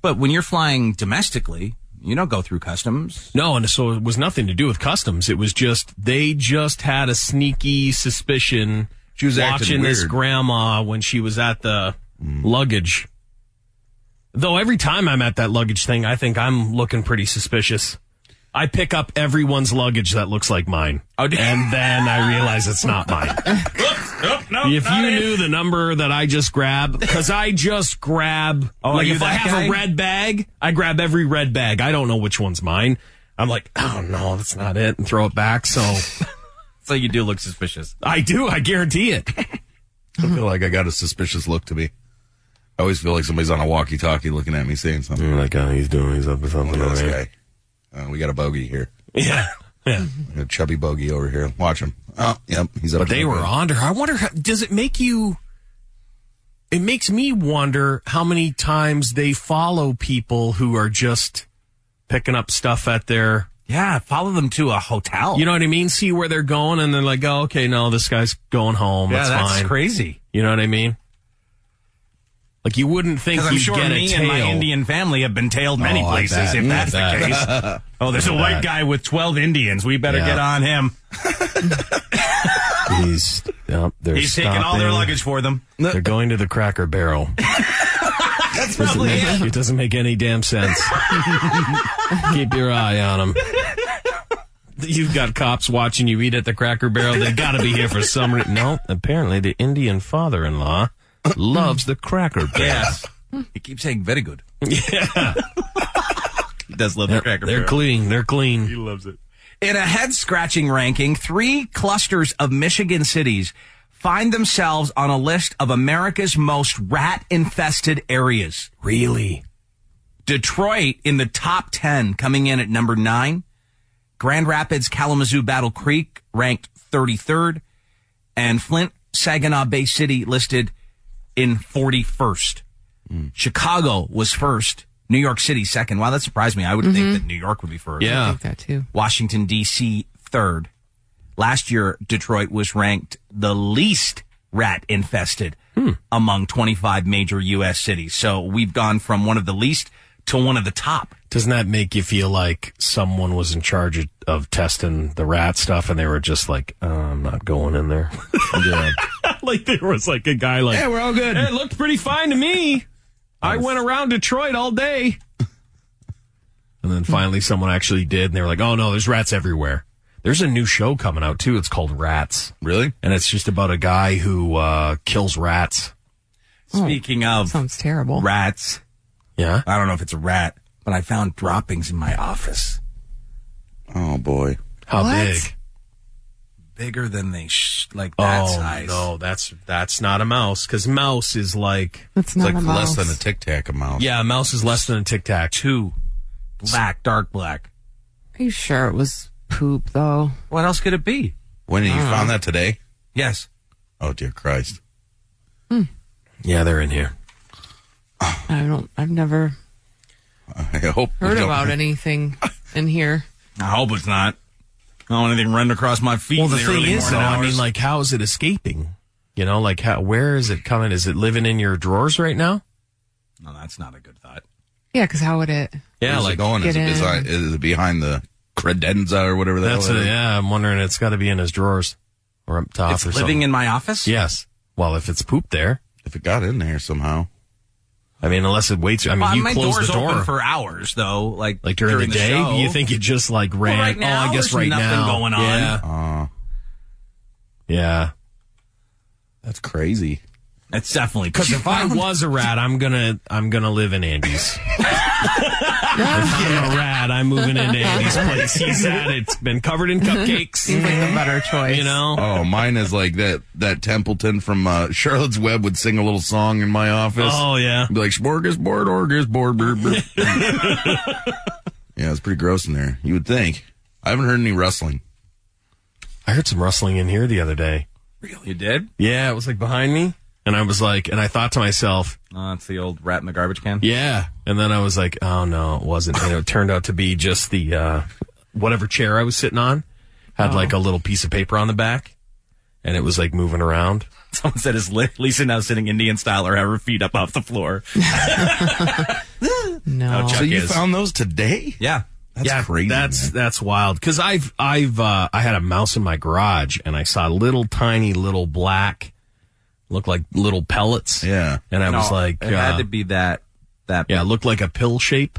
[SPEAKER 3] But when you're flying domestically, you don't go through customs.
[SPEAKER 5] No, and so it was nothing to do with customs. It was just they just had a sneaky suspicion.
[SPEAKER 6] She was acting
[SPEAKER 5] watching this
[SPEAKER 6] weird.
[SPEAKER 5] grandma when she was at the luggage. Though every time I'm at that luggage thing, I think I'm looking pretty suspicious. I pick up everyone's luggage that looks like mine,
[SPEAKER 6] Oh,
[SPEAKER 5] and then I realize it's not mine. if you knew the number that I just grab, because I just grab
[SPEAKER 3] Oh, are
[SPEAKER 5] like
[SPEAKER 3] you
[SPEAKER 5] if I
[SPEAKER 3] that
[SPEAKER 5] have
[SPEAKER 3] guy?
[SPEAKER 5] a red bag, I grab every red bag. I don't know which one's mine. I'm like, oh no, that's not it, and throw it back. So
[SPEAKER 3] So you do look suspicious.
[SPEAKER 5] I do. I guarantee it.
[SPEAKER 6] I feel like I got a suspicious look to me. I always feel like somebody's on a walkie-talkie looking at me, saying something. like, oh, he's doing, he's up to something. Look at this guy. Uh, we got a bogey here.
[SPEAKER 5] Yeah. Yeah.
[SPEAKER 6] A chubby bogey over here. Watch him. Oh, yep. He's up.
[SPEAKER 5] But
[SPEAKER 6] to
[SPEAKER 5] they were
[SPEAKER 6] something.
[SPEAKER 5] on to her. I wonder, how, does it make you? It makes me wonder how many times they follow people who are just picking up stuff at their.
[SPEAKER 3] Yeah, follow them to a hotel.
[SPEAKER 5] You know what I mean? See where they're going, and they're like, "Oh, okay, no, this guy's going home.
[SPEAKER 3] yeah,
[SPEAKER 5] that's,
[SPEAKER 3] that's
[SPEAKER 5] fine."
[SPEAKER 3] crazy.
[SPEAKER 5] You know what I mean? Like you wouldn't think
[SPEAKER 3] Because
[SPEAKER 5] you
[SPEAKER 3] I'm sure
[SPEAKER 5] get a
[SPEAKER 3] me
[SPEAKER 5] tail.
[SPEAKER 3] and my Indian family have been tailed many
[SPEAKER 5] Oh, I
[SPEAKER 3] places.
[SPEAKER 5] bet.
[SPEAKER 3] If
[SPEAKER 5] Mm, I
[SPEAKER 3] that's the
[SPEAKER 5] bet.
[SPEAKER 3] case, oh, there's a
[SPEAKER 5] I
[SPEAKER 3] white
[SPEAKER 5] bet.
[SPEAKER 3] guy with twelve Indians. We better
[SPEAKER 5] Yeah.
[SPEAKER 3] get on him.
[SPEAKER 5] He's Nope, they're
[SPEAKER 3] He's taking all their
[SPEAKER 5] stopping.
[SPEAKER 3] luggage for them.
[SPEAKER 5] They're going to the Cracker Barrel.
[SPEAKER 3] That's
[SPEAKER 5] Doesn't
[SPEAKER 3] probably
[SPEAKER 5] make-
[SPEAKER 3] it.
[SPEAKER 5] it doesn't make any damn sense. Keep your eye on them. You've got cops watching you eat at the Cracker Barrel. They got to be here for some reason. No, apparently the Indian father-in-law loves the Cracker Barrel.
[SPEAKER 3] Yes. He keeps saying very good.
[SPEAKER 5] Yeah.
[SPEAKER 3] he does love the Cracker
[SPEAKER 5] They're
[SPEAKER 3] Barrel.
[SPEAKER 5] clean. They're clean.
[SPEAKER 11] He loves it.
[SPEAKER 3] Mm. In a head scratching ranking, three clusters of Michigan cities find themselves on a list of America's most rat infested areas. Really? Detroit in the top 10, coming in at number nine. Grand Rapids, Kalamazoo, Battle Creek ranked 33rd. And Flint, Saginaw Bay City listed in 41st. Chicago was first. New York City second. Wow, that surprised me. I would think
[SPEAKER 4] Mhm.
[SPEAKER 3] that New York would be first.
[SPEAKER 4] Yeah. I think that too.
[SPEAKER 3] Washington D.C. third. Last year, Detroit was ranked the least rat infested
[SPEAKER 5] Hmm.
[SPEAKER 3] among 25 major U.S. cities. So we've gone from one of the least to one of the top.
[SPEAKER 5] Doesn't that make you feel like someone was in charge of, of testing the rat stuff and they were just like, uh, I'm not going in there? yeah. like there was like a guy like,
[SPEAKER 6] Yeah, we're all good.
[SPEAKER 5] "Hey, It looked pretty fine to me. I went around Detroit all day. And then finally someone actually did and they were like, oh no, there's rats everywhere. There's a new show coming out too. It's called Rats.
[SPEAKER 6] Really?
[SPEAKER 5] And it's just about a guy who uh, kills rats.
[SPEAKER 3] Speaking of
[SPEAKER 4] sounds terrible.
[SPEAKER 3] Rats.
[SPEAKER 5] Yeah.
[SPEAKER 3] I don't know if it's a rat, but I found droppings in my office.
[SPEAKER 6] Oh boy.
[SPEAKER 5] How
[SPEAKER 3] What?
[SPEAKER 5] big?
[SPEAKER 3] Bigger than they sh- like that
[SPEAKER 5] oh,
[SPEAKER 3] size.
[SPEAKER 5] No, that's that's not a mouse because mouse is like
[SPEAKER 4] That's not a mouse.
[SPEAKER 6] Tic Tac amount.
[SPEAKER 5] yeah, a mouse is less than a tic tac.
[SPEAKER 3] Two. Black, dark black.
[SPEAKER 4] Are you sure it was poop though?
[SPEAKER 3] What else could it be?
[SPEAKER 6] When you found that today?
[SPEAKER 3] Yes.
[SPEAKER 6] Oh dear Christ.
[SPEAKER 5] Yeah, they're in here.
[SPEAKER 4] I don't. I've never
[SPEAKER 6] I hope we
[SPEAKER 4] heard
[SPEAKER 6] don't-
[SPEAKER 4] about anything in here.
[SPEAKER 3] I hope it's not. I don't want anything running across my feet.
[SPEAKER 5] Well, the
[SPEAKER 3] in
[SPEAKER 5] thing
[SPEAKER 3] early
[SPEAKER 5] is, though,
[SPEAKER 3] morning
[SPEAKER 5] I mean,
[SPEAKER 3] hours.
[SPEAKER 5] like, how is it escaping? You know, like, how, where is it coming? Is it living in your drawers right now?
[SPEAKER 3] no, that's not a good thought.
[SPEAKER 4] Yeah, because how would it?
[SPEAKER 5] Yeah,
[SPEAKER 6] Where's it
[SPEAKER 5] like
[SPEAKER 6] going? Is
[SPEAKER 4] Get
[SPEAKER 6] it,
[SPEAKER 4] in.
[SPEAKER 6] design, is it behind the credenza or whatever the
[SPEAKER 5] that's
[SPEAKER 6] hell
[SPEAKER 5] a,
[SPEAKER 6] it is?
[SPEAKER 5] yeah. I'm wondering. It's got to be in his drawers or up top
[SPEAKER 3] It's
[SPEAKER 5] or
[SPEAKER 3] living
[SPEAKER 5] something.
[SPEAKER 3] in my office.
[SPEAKER 5] yes. Well, if it's poop there,
[SPEAKER 6] If it got in there somehow.
[SPEAKER 5] I mean, unless it waits. I mean,
[SPEAKER 3] Well,
[SPEAKER 5] you
[SPEAKER 3] my
[SPEAKER 5] close
[SPEAKER 3] door's
[SPEAKER 5] the door
[SPEAKER 3] open for hours though. Like
[SPEAKER 5] like during, the, day.
[SPEAKER 3] show.
[SPEAKER 5] You think it just like
[SPEAKER 3] Well,
[SPEAKER 5] ran?
[SPEAKER 3] right now,
[SPEAKER 5] oh, I guess
[SPEAKER 3] there's
[SPEAKER 5] right
[SPEAKER 3] nothing
[SPEAKER 5] now
[SPEAKER 3] going on.
[SPEAKER 5] Yeah,
[SPEAKER 6] Uh,
[SPEAKER 5] yeah.
[SPEAKER 6] that's crazy.
[SPEAKER 3] that's definitely
[SPEAKER 5] Because if I was a rat, I'm gonna I'm gonna live in Andy's. if I'm a rat, I'm moving into Andy's place. He's at it. It's been covered in cupcakes.
[SPEAKER 4] Seems like the better choice.
[SPEAKER 5] You know.
[SPEAKER 6] Oh, mine is like that that Templeton from uh, Charlotte's Web would sing a little song in my office.
[SPEAKER 5] Oh yeah.
[SPEAKER 6] Be like, smorgasbord, orgasbord, brr, brr." Yeah, it's pretty gross in there. You would think. I haven't heard any rustling.
[SPEAKER 5] I heard some rustling in here the other day.
[SPEAKER 3] really you did,
[SPEAKER 5] Yeah, it was like behind me, and I was like, and I thought to myself,
[SPEAKER 3] uh, it's the old rat in the garbage can.
[SPEAKER 5] yeah, and then I was like, oh no, it wasn't. And it turned out to be just the uh, whatever chair I was sitting on had
[SPEAKER 3] Oh.
[SPEAKER 5] like a little piece of paper on the back, and it was like moving around.
[SPEAKER 3] Someone said is Li- Lisa now sitting Indian style or have her feet up off the floor.
[SPEAKER 5] Oh,
[SPEAKER 4] No.
[SPEAKER 3] Chuck
[SPEAKER 6] So you
[SPEAKER 3] is.
[SPEAKER 6] found those today?
[SPEAKER 3] Yeah.
[SPEAKER 6] That's
[SPEAKER 5] yeah,
[SPEAKER 6] crazy.
[SPEAKER 5] That's
[SPEAKER 6] man.
[SPEAKER 5] that's wild. Because I've I've uh, I had a mouse in my garage, and I saw little tiny little black, look like little pellets.
[SPEAKER 6] yeah.
[SPEAKER 5] and I was
[SPEAKER 3] No,
[SPEAKER 5] like,
[SPEAKER 3] it had
[SPEAKER 5] uh,
[SPEAKER 3] to be that that
[SPEAKER 5] yeah, it looked like a pill shape.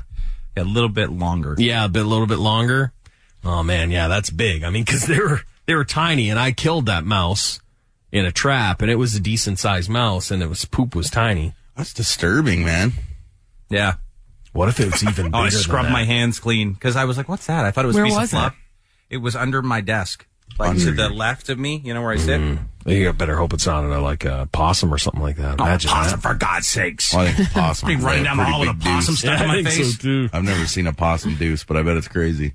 [SPEAKER 3] a little bit longer.
[SPEAKER 5] Yeah, a bit, a little bit longer. Oh man, yeah, that's big. I mean, because they were they were tiny, and I killed that mouse in a trap, and it was a decent sized mouse, and it was poop was tiny.
[SPEAKER 6] That's disturbing, man.
[SPEAKER 3] Yeah.
[SPEAKER 5] What if it was even bigger?
[SPEAKER 3] Oh, I
[SPEAKER 5] than
[SPEAKER 3] scrubbed
[SPEAKER 5] that?
[SPEAKER 3] my hands clean because I was like, "What's that?" I thought it was
[SPEAKER 4] Where
[SPEAKER 3] a piece
[SPEAKER 4] was it?
[SPEAKER 3] of fluff. It? was under my desk, like to the left of me. You know where I sit.
[SPEAKER 5] You better hope it's not uh, like a possum or something like that. Imagine
[SPEAKER 3] Oh, possum,
[SPEAKER 5] that.
[SPEAKER 3] for God's sakes!
[SPEAKER 6] Well, I think possum.
[SPEAKER 3] Be
[SPEAKER 6] is
[SPEAKER 3] running
[SPEAKER 6] a
[SPEAKER 3] down the
[SPEAKER 6] pretty
[SPEAKER 3] hall with a
[SPEAKER 6] big
[SPEAKER 3] possum
[SPEAKER 6] deuce.
[SPEAKER 3] stuck in my face.
[SPEAKER 5] too.
[SPEAKER 6] I've never seen a possum deuce, but I bet it's crazy.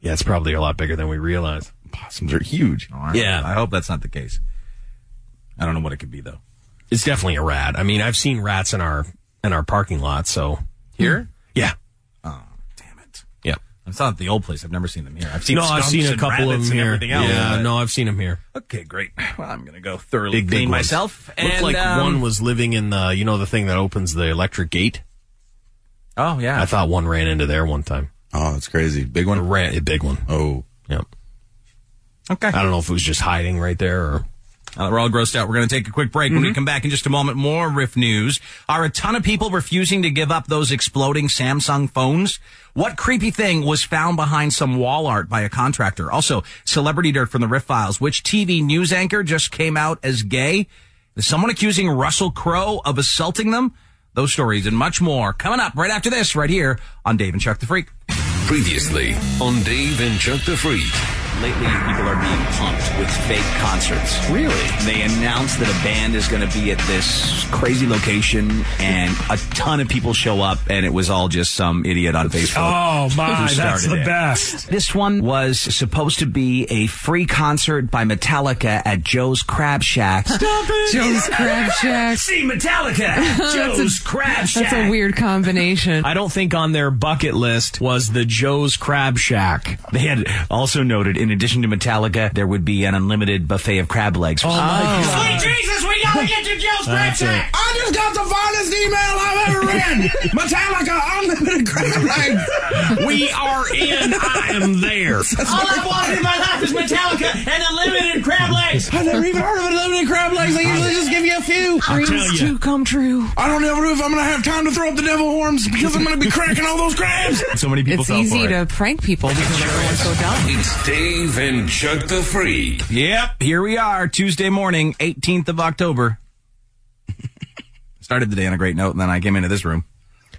[SPEAKER 5] Yeah, it's probably a lot bigger than we realize.
[SPEAKER 6] Possums are huge.
[SPEAKER 5] Yeah.
[SPEAKER 3] I hope that's not the case. I don't know what it could be though.
[SPEAKER 5] It's definitely a rat. I mean, I've seen rats in our in our parking lot. So Hmm.
[SPEAKER 3] Here?
[SPEAKER 5] yeah,
[SPEAKER 3] Oh, damn it!
[SPEAKER 5] yeah.
[SPEAKER 3] I'm not at the old place. I've never seen them here. I've seen
[SPEAKER 5] no, I've
[SPEAKER 3] skunks
[SPEAKER 5] seen a
[SPEAKER 3] and
[SPEAKER 5] couple of
[SPEAKER 3] rabbits
[SPEAKER 5] them
[SPEAKER 3] and
[SPEAKER 5] here.
[SPEAKER 3] everything else.
[SPEAKER 5] yeah,
[SPEAKER 3] but-
[SPEAKER 5] no, I've seen them here.
[SPEAKER 3] Okay, great. Well, I'm gonna go thoroughly
[SPEAKER 5] Big, big
[SPEAKER 3] clean
[SPEAKER 5] ones.
[SPEAKER 3] myself.
[SPEAKER 5] Looked
[SPEAKER 3] and,
[SPEAKER 5] like
[SPEAKER 3] um,
[SPEAKER 5] one was living in the you know the thing that opens the electric gate.
[SPEAKER 3] Oh yeah.
[SPEAKER 5] I thought one ran into there one time.
[SPEAKER 6] Oh, it's crazy. Big
[SPEAKER 5] A
[SPEAKER 6] one.
[SPEAKER 5] ran a big one.
[SPEAKER 6] Oh,
[SPEAKER 5] Yeah.
[SPEAKER 3] okay.
[SPEAKER 5] I don't know if it was just hiding right there or
[SPEAKER 3] Uh, we're all grossed out. We're going to take a quick break. When we come back in just a moment, more riff news. Are a ton of people refusing to give up those exploding Samsung phones? What creepy thing was found behind some wall art by a contractor? Also, celebrity dirt from the Riff Files. Which TV news anchor just came out as gay? Is someone accusing Russell Crowe of assaulting them? Those stories and much more coming up right after this, right here on Dave and Chuck the Freak.
[SPEAKER 2] Previously on Dave and Chuck the Freak.
[SPEAKER 12] Lately, people are being pumped with fake concerts. Really? They announce that a band is going to be at this crazy location, and a ton of people show up, and it was all just some idiot on Facebook.
[SPEAKER 13] Oh, my,
[SPEAKER 12] who
[SPEAKER 13] that's
[SPEAKER 12] started
[SPEAKER 13] the
[SPEAKER 12] it.
[SPEAKER 13] best.
[SPEAKER 12] This one was supposed to be a free concert by Metallica at Joe's Crab Shack.
[SPEAKER 4] Joe's Crab Shack.
[SPEAKER 3] See Metallica.
[SPEAKER 5] Joe's Crab
[SPEAKER 4] That's
[SPEAKER 5] Shack.
[SPEAKER 4] a weird combination.
[SPEAKER 5] I don't think on their bucket list was the Joe's Crab Shack.
[SPEAKER 12] They had also noted, in addition to Metallica, there would be an unlimited buffet of crab legs. Oh,
[SPEAKER 13] Sweet
[SPEAKER 5] Jesus,
[SPEAKER 13] we gotta get to Joe's crab
[SPEAKER 12] That's
[SPEAKER 13] shack.
[SPEAKER 12] it.
[SPEAKER 13] I just got the finest email I've ever read. Metallica unlimited crab legs.
[SPEAKER 5] We are in. I am there.
[SPEAKER 13] All I've wanted in my life is Metallica and unlimited crab legs. I've never even heard of unlimited crab legs. They usually just give you a few.
[SPEAKER 5] I'll Dreams tell ya. to
[SPEAKER 13] come true. I don't know if I'm gonna have time to throw up the devil horns because I'm gonna be cracking all those crabs.
[SPEAKER 3] So many
[SPEAKER 4] It's easy to prank people because everyone's so dumb.
[SPEAKER 2] It's Dave and Chuck the Freak.
[SPEAKER 3] Yep, here we are, Tuesday morning, 18th of October. Started the day on a great note, and then I came into this room.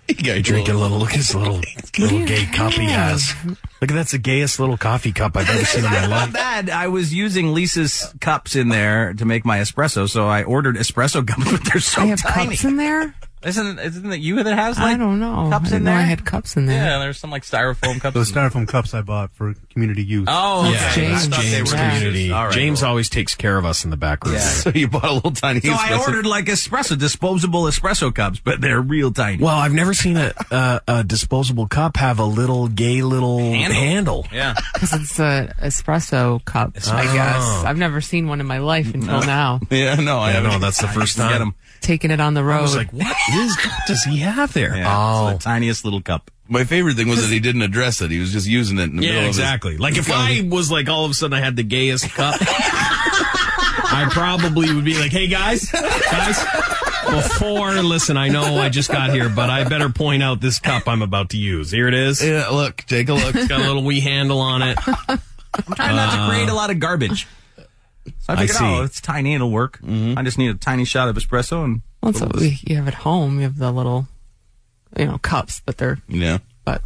[SPEAKER 3] You
[SPEAKER 5] got drinking a little. Look at his little little
[SPEAKER 3] you
[SPEAKER 5] gay cup he
[SPEAKER 3] have?
[SPEAKER 5] has. Look at that's the gayest little coffee cup I've ever seen in my life.
[SPEAKER 3] Not bad. I was using Lisa's cups in there to make my espresso, so I ordered espresso cups, but they're so
[SPEAKER 4] I have
[SPEAKER 3] tiny.
[SPEAKER 4] cups in there.
[SPEAKER 3] Isn't isn't it you that has
[SPEAKER 4] I don't know.
[SPEAKER 3] cups
[SPEAKER 4] I didn't
[SPEAKER 3] in
[SPEAKER 4] know I
[SPEAKER 3] there?
[SPEAKER 4] had cups in there.
[SPEAKER 3] Yeah, there's some like styrofoam cups.
[SPEAKER 14] Those styrofoam cups I bought for community use.
[SPEAKER 3] Oh, okay.
[SPEAKER 5] Yeah,
[SPEAKER 3] I
[SPEAKER 5] James,
[SPEAKER 3] thought they
[SPEAKER 5] James
[SPEAKER 3] were
[SPEAKER 5] community.
[SPEAKER 3] juices. All right,
[SPEAKER 5] James
[SPEAKER 3] cool.
[SPEAKER 5] always takes care of us in the back room.
[SPEAKER 3] Yeah. So
[SPEAKER 5] you bought a little tiny.
[SPEAKER 3] So I ordered like espresso, disposable espresso cups, but they're real tiny.
[SPEAKER 5] Well, I've never seen a, a, a disposable cup have a little gay little handle.
[SPEAKER 3] Yeah.
[SPEAKER 4] Because it's a espresso cup, I
[SPEAKER 5] Oh.
[SPEAKER 4] guess. I've never seen one in my life until now.
[SPEAKER 5] Yeah, no, I know that's the first time.
[SPEAKER 4] Taking it on the road.
[SPEAKER 5] I was like, what is? What does he have there? oh,
[SPEAKER 3] the tiniest little cup.
[SPEAKER 6] My favorite thing was that he didn't address it. He was just using it in the middle
[SPEAKER 5] yeah,
[SPEAKER 6] of his-
[SPEAKER 5] exactly. Like if I was like all of a sudden I had the gayest cup, I probably would be like, "Hey guys, guys." Before, listen, I know I just got here, but I better point out this cup I'm about to use. Here it is.
[SPEAKER 6] Yeah, look, take a look.
[SPEAKER 5] It's got a little wee handle on it.
[SPEAKER 3] I'm trying not
[SPEAKER 5] Uh,
[SPEAKER 3] to create a lot of garbage. So I
[SPEAKER 5] I
[SPEAKER 3] figured,
[SPEAKER 5] see. Mm-hmm.
[SPEAKER 3] oh, it's tiny, it'll work. I just need a tiny shot of espresso and
[SPEAKER 4] well, that's what we, you have at home. You have the little, you know, cups, but they're
[SPEAKER 6] Yeah.
[SPEAKER 4] But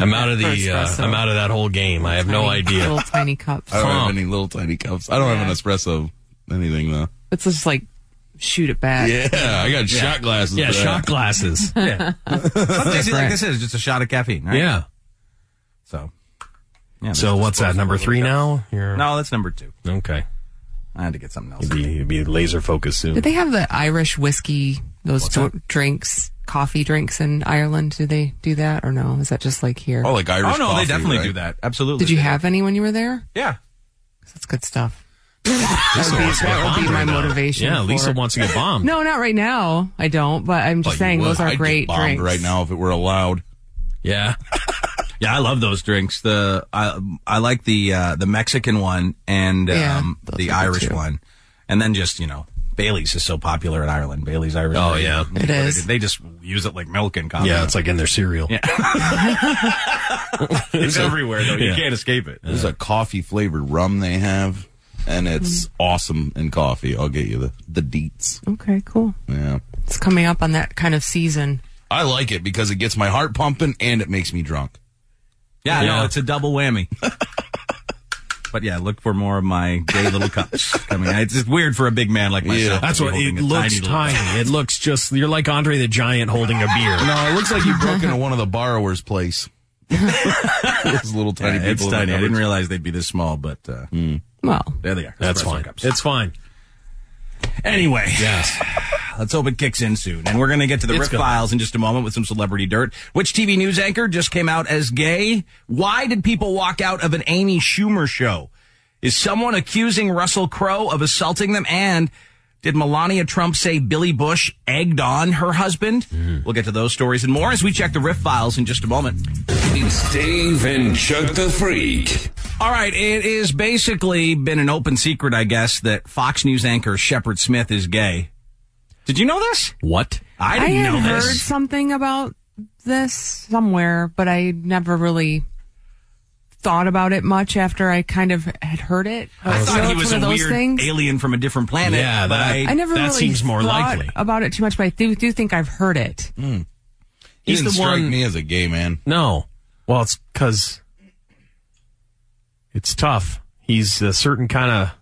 [SPEAKER 5] I'm out of
[SPEAKER 4] For
[SPEAKER 5] the. Uh,
[SPEAKER 4] espresso.
[SPEAKER 5] I'm out of that whole game. I have no
[SPEAKER 4] tiny-
[SPEAKER 5] idea.
[SPEAKER 4] Little tiny cups.
[SPEAKER 6] I don't have any little tiny cups. I don't have an espresso anything though.
[SPEAKER 4] It's just like shoot it back.
[SPEAKER 6] Yeah, I got
[SPEAKER 3] Yeah.
[SPEAKER 6] shot glasses.
[SPEAKER 3] Yeah,
[SPEAKER 6] for that.
[SPEAKER 3] shot
[SPEAKER 5] glasses.
[SPEAKER 3] Yeah. Sometimes it's like
[SPEAKER 5] Right.
[SPEAKER 3] this is just a shot of caffeine, right?
[SPEAKER 5] Yeah.
[SPEAKER 3] So. Yeah,
[SPEAKER 5] so what's that number three now? You're-
[SPEAKER 3] No, Oh, that's number two.
[SPEAKER 5] Okay.
[SPEAKER 3] I had to get something else.
[SPEAKER 5] You'd be, you'd be laser focused soon.
[SPEAKER 4] Did they have the Irish whiskey, those dr- drinks, coffee drinks in Ireland? Do they do that or no? Is that just like here?
[SPEAKER 3] Oh no, they definitely do that. Absolutely.
[SPEAKER 4] Did you have any when you were there?
[SPEAKER 3] Yeah.
[SPEAKER 4] That's good stuff.
[SPEAKER 5] Lisa
[SPEAKER 4] That would be-
[SPEAKER 5] wants to get
[SPEAKER 4] that would be
[SPEAKER 5] bombed
[SPEAKER 4] my
[SPEAKER 5] right now.
[SPEAKER 4] motivation
[SPEAKER 5] Yeah, Lisa
[SPEAKER 4] for-
[SPEAKER 5] wants to get bombed.
[SPEAKER 4] No, not right now. I don't, but I'm just
[SPEAKER 6] You
[SPEAKER 4] saying
[SPEAKER 6] would.
[SPEAKER 4] those are
[SPEAKER 6] I'd get
[SPEAKER 4] great
[SPEAKER 6] bombed
[SPEAKER 4] drinks.
[SPEAKER 6] right now if it were allowed.
[SPEAKER 5] Yeah.
[SPEAKER 3] Yeah, I love those drinks. The I I like the uh, the Mexican one and
[SPEAKER 4] Yeah,
[SPEAKER 3] um, the Irish one, and then just you know Bailey's is so popular in Ireland. Bailey's Irish.
[SPEAKER 5] Oh,
[SPEAKER 3] ale.
[SPEAKER 5] yeah. It
[SPEAKER 3] They-
[SPEAKER 5] is.
[SPEAKER 3] They just use it like milk and coffee.
[SPEAKER 5] Yeah, it's like in their cereal.
[SPEAKER 3] Yeah. it's everywhere though. You
[SPEAKER 6] Yeah.
[SPEAKER 3] can't escape it.
[SPEAKER 6] There's a coffee flavored rum they have, and it's
[SPEAKER 4] Mm-hmm.
[SPEAKER 6] awesome in coffee. I'll get you the the deets.
[SPEAKER 4] Okay, cool.
[SPEAKER 6] Yeah,
[SPEAKER 4] It's coming up on that kind of season.
[SPEAKER 6] I like it because it gets my heart pumping and it makes me drunk.
[SPEAKER 3] Yeah,
[SPEAKER 6] Yeah.
[SPEAKER 3] no, it's a double whammy. but yeah, look for more of my gay little cups coming. It's just weird for a big man like myself.
[SPEAKER 5] That's
[SPEAKER 3] to be
[SPEAKER 5] what it
[SPEAKER 3] holding a
[SPEAKER 5] looks
[SPEAKER 3] little cup.
[SPEAKER 5] tiny. It looks just you're like Andre the Giant holding a beer.
[SPEAKER 6] No, it looks like you broke into one of the borrowers' place. Those little tiny
[SPEAKER 3] Yeah, it's
[SPEAKER 6] people. in
[SPEAKER 3] tiny.
[SPEAKER 6] my
[SPEAKER 3] I didn't
[SPEAKER 6] cupboards.
[SPEAKER 3] realize they'd be this small, but uh,
[SPEAKER 5] Hmm.
[SPEAKER 4] well,
[SPEAKER 3] there they are.
[SPEAKER 5] That's
[SPEAKER 3] Espresso
[SPEAKER 5] fine.
[SPEAKER 3] cups.
[SPEAKER 5] It's fine.
[SPEAKER 3] Anyway,
[SPEAKER 5] yes.
[SPEAKER 3] Let's hope it kicks in soon. And we're going to get to the
[SPEAKER 5] It's
[SPEAKER 3] Riff
[SPEAKER 5] gonna.
[SPEAKER 3] Files in just a moment with some celebrity dirt. Which TV news anchor just came out as gay? Why did people walk out of an Amy Schumer show? Is someone accusing Russell Crowe of assaulting them? And did Melania Trump say Billy Bush egged on her husband?
[SPEAKER 5] Hmm.
[SPEAKER 3] We'll get to those stories and more as we check the Riff Files in just a moment.
[SPEAKER 2] It's Dave and Chuck the Freak.
[SPEAKER 3] All right, it has basically been an open secret, I guess, that Fox News anchor Shepard Smith is gay. Did you know this? What? I didn't
[SPEAKER 4] had
[SPEAKER 3] know
[SPEAKER 4] heard
[SPEAKER 3] this.
[SPEAKER 4] something about this somewhere, but I never really thought about it much after I kind of had heard it.
[SPEAKER 3] I
[SPEAKER 4] Oh, So
[SPEAKER 3] thought he
[SPEAKER 4] it's
[SPEAKER 3] was
[SPEAKER 4] one
[SPEAKER 3] a
[SPEAKER 4] of those
[SPEAKER 3] weird
[SPEAKER 4] things.
[SPEAKER 3] alien from a different planet.
[SPEAKER 5] Yeah,
[SPEAKER 3] but
[SPEAKER 5] Uh, that-
[SPEAKER 3] I,
[SPEAKER 4] I never
[SPEAKER 5] that
[SPEAKER 4] really
[SPEAKER 5] seems more
[SPEAKER 4] thought
[SPEAKER 5] likely.
[SPEAKER 4] about it too much, but I do, do think I've heard it.
[SPEAKER 6] He
[SPEAKER 5] He's
[SPEAKER 6] didn't
[SPEAKER 5] the
[SPEAKER 6] strike
[SPEAKER 5] one-
[SPEAKER 6] me as a gay man.
[SPEAKER 5] No. Well, it's because it's tough. He's a certain kind of.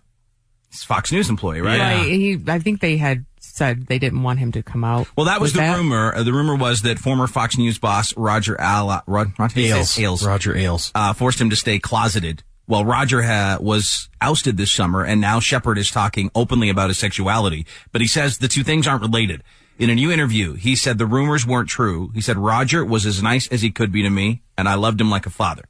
[SPEAKER 3] He's Fox News employee, right?
[SPEAKER 4] Right? He, I think they had said they didn't want him to come out.
[SPEAKER 3] Well, that was
[SPEAKER 4] with
[SPEAKER 3] the rumor. Uh, the rumor was that former Fox News boss Roger Al- Rod- Roger
[SPEAKER 5] Ailes.
[SPEAKER 3] Ailes,
[SPEAKER 5] Roger Ailes
[SPEAKER 3] uh, forced him to stay closeted. Well, Roger ha- was ousted this summer, and now Shepard is talking openly about his sexuality. But he says the two things aren't related. In a new interview, he said the rumors weren't true. He said Roger was as nice as he could be to me, and I loved him like a father.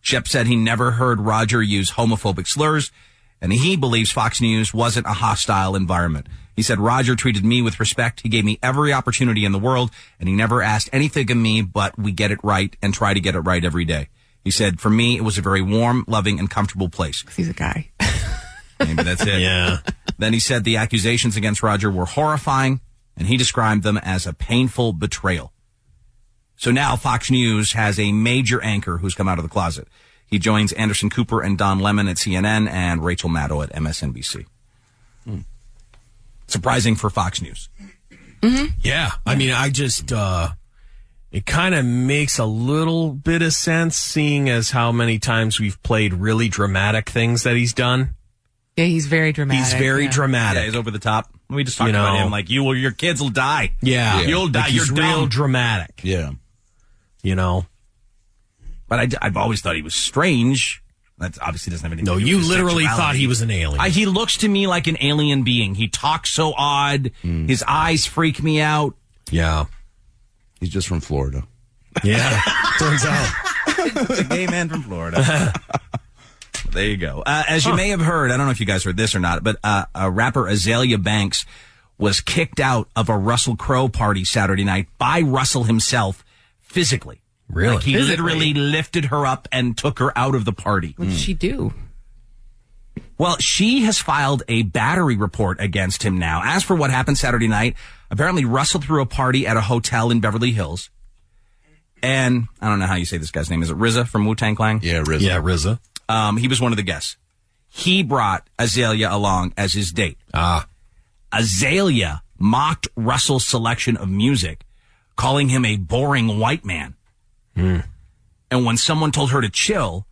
[SPEAKER 3] Shep said he never heard Roger use homophobic slurs, and he believes Fox News wasn't a hostile environment. He said Roger treated me with respect. He gave me every opportunity in the world, and he never asked anything of me, but we get it right and try to get it right every day. He said, for me, it was a very warm, loving, and comfortable place.
[SPEAKER 4] He's a guy.
[SPEAKER 3] Maybe that's it. yeah. Then he said the accusations against Roger were horrifying, and he described them as a painful betrayal. So now Fox News has a major anchor who's come out of the closet. He joins Anderson Cooper and Don Lemon at CNN and Rachel Maddow at MSNBC.
[SPEAKER 5] Hmm.
[SPEAKER 3] Surprising for Fox News.
[SPEAKER 4] Mm-hmm.
[SPEAKER 5] Yeah. I mean, I just, uh, it kind of makes a little bit of sense seeing as how many times we've played really dramatic things that he's done.
[SPEAKER 4] Yeah, he's very dramatic.
[SPEAKER 5] He's very
[SPEAKER 4] yeah.
[SPEAKER 5] dramatic.
[SPEAKER 3] Yeah, he's over the top. We just talked
[SPEAKER 5] You
[SPEAKER 3] about
[SPEAKER 5] know.
[SPEAKER 3] him like you will, your kids will die.
[SPEAKER 5] Yeah. Yeah.
[SPEAKER 3] you'll die.
[SPEAKER 5] Like,
[SPEAKER 3] you're
[SPEAKER 5] he's real
[SPEAKER 3] dumb.
[SPEAKER 5] dramatic.
[SPEAKER 6] Yeah.
[SPEAKER 5] You know?
[SPEAKER 3] But I, have always thought he was strange. That obviously doesn't have anything.
[SPEAKER 5] No,
[SPEAKER 3] to do
[SPEAKER 5] you
[SPEAKER 3] with his
[SPEAKER 5] literally
[SPEAKER 3] sexuality.
[SPEAKER 5] thought he was an alien.
[SPEAKER 3] I, he looks to me like an alien being. He talks so odd. His eyes freak me out.
[SPEAKER 5] Hmm. Yeah.
[SPEAKER 6] He's just from Florida.
[SPEAKER 5] Yeah. turns out.
[SPEAKER 3] It's a gay man from Florida. there you go. Uh, as you may have heard, I don't know if you guys heard this or not, but uh, uh, rapper Azalea Banks was kicked out of a Russell Crowe party Saturday night by Russell himself physically.
[SPEAKER 5] Really?
[SPEAKER 3] Like he
[SPEAKER 5] Physically?
[SPEAKER 3] literally lifted her up and took her out of the party.
[SPEAKER 4] What did she do?
[SPEAKER 3] Well, she has filed a battery report against him now. As for what happened Saturday night, apparently Russell threw a party at a hotel in Beverly Hills. And I don't know how you say this guy's name. Is it Rizza from Wu Tang Clan?
[SPEAKER 6] Yeah, RZA.
[SPEAKER 5] Yeah, RZA.
[SPEAKER 3] Um, he was one of the guests. He brought Azalea along as his date.
[SPEAKER 5] Ah.
[SPEAKER 3] Azalea mocked Russell's selection of music, calling him a boring white man.
[SPEAKER 5] Hmm.
[SPEAKER 3] And when someone told her to chill,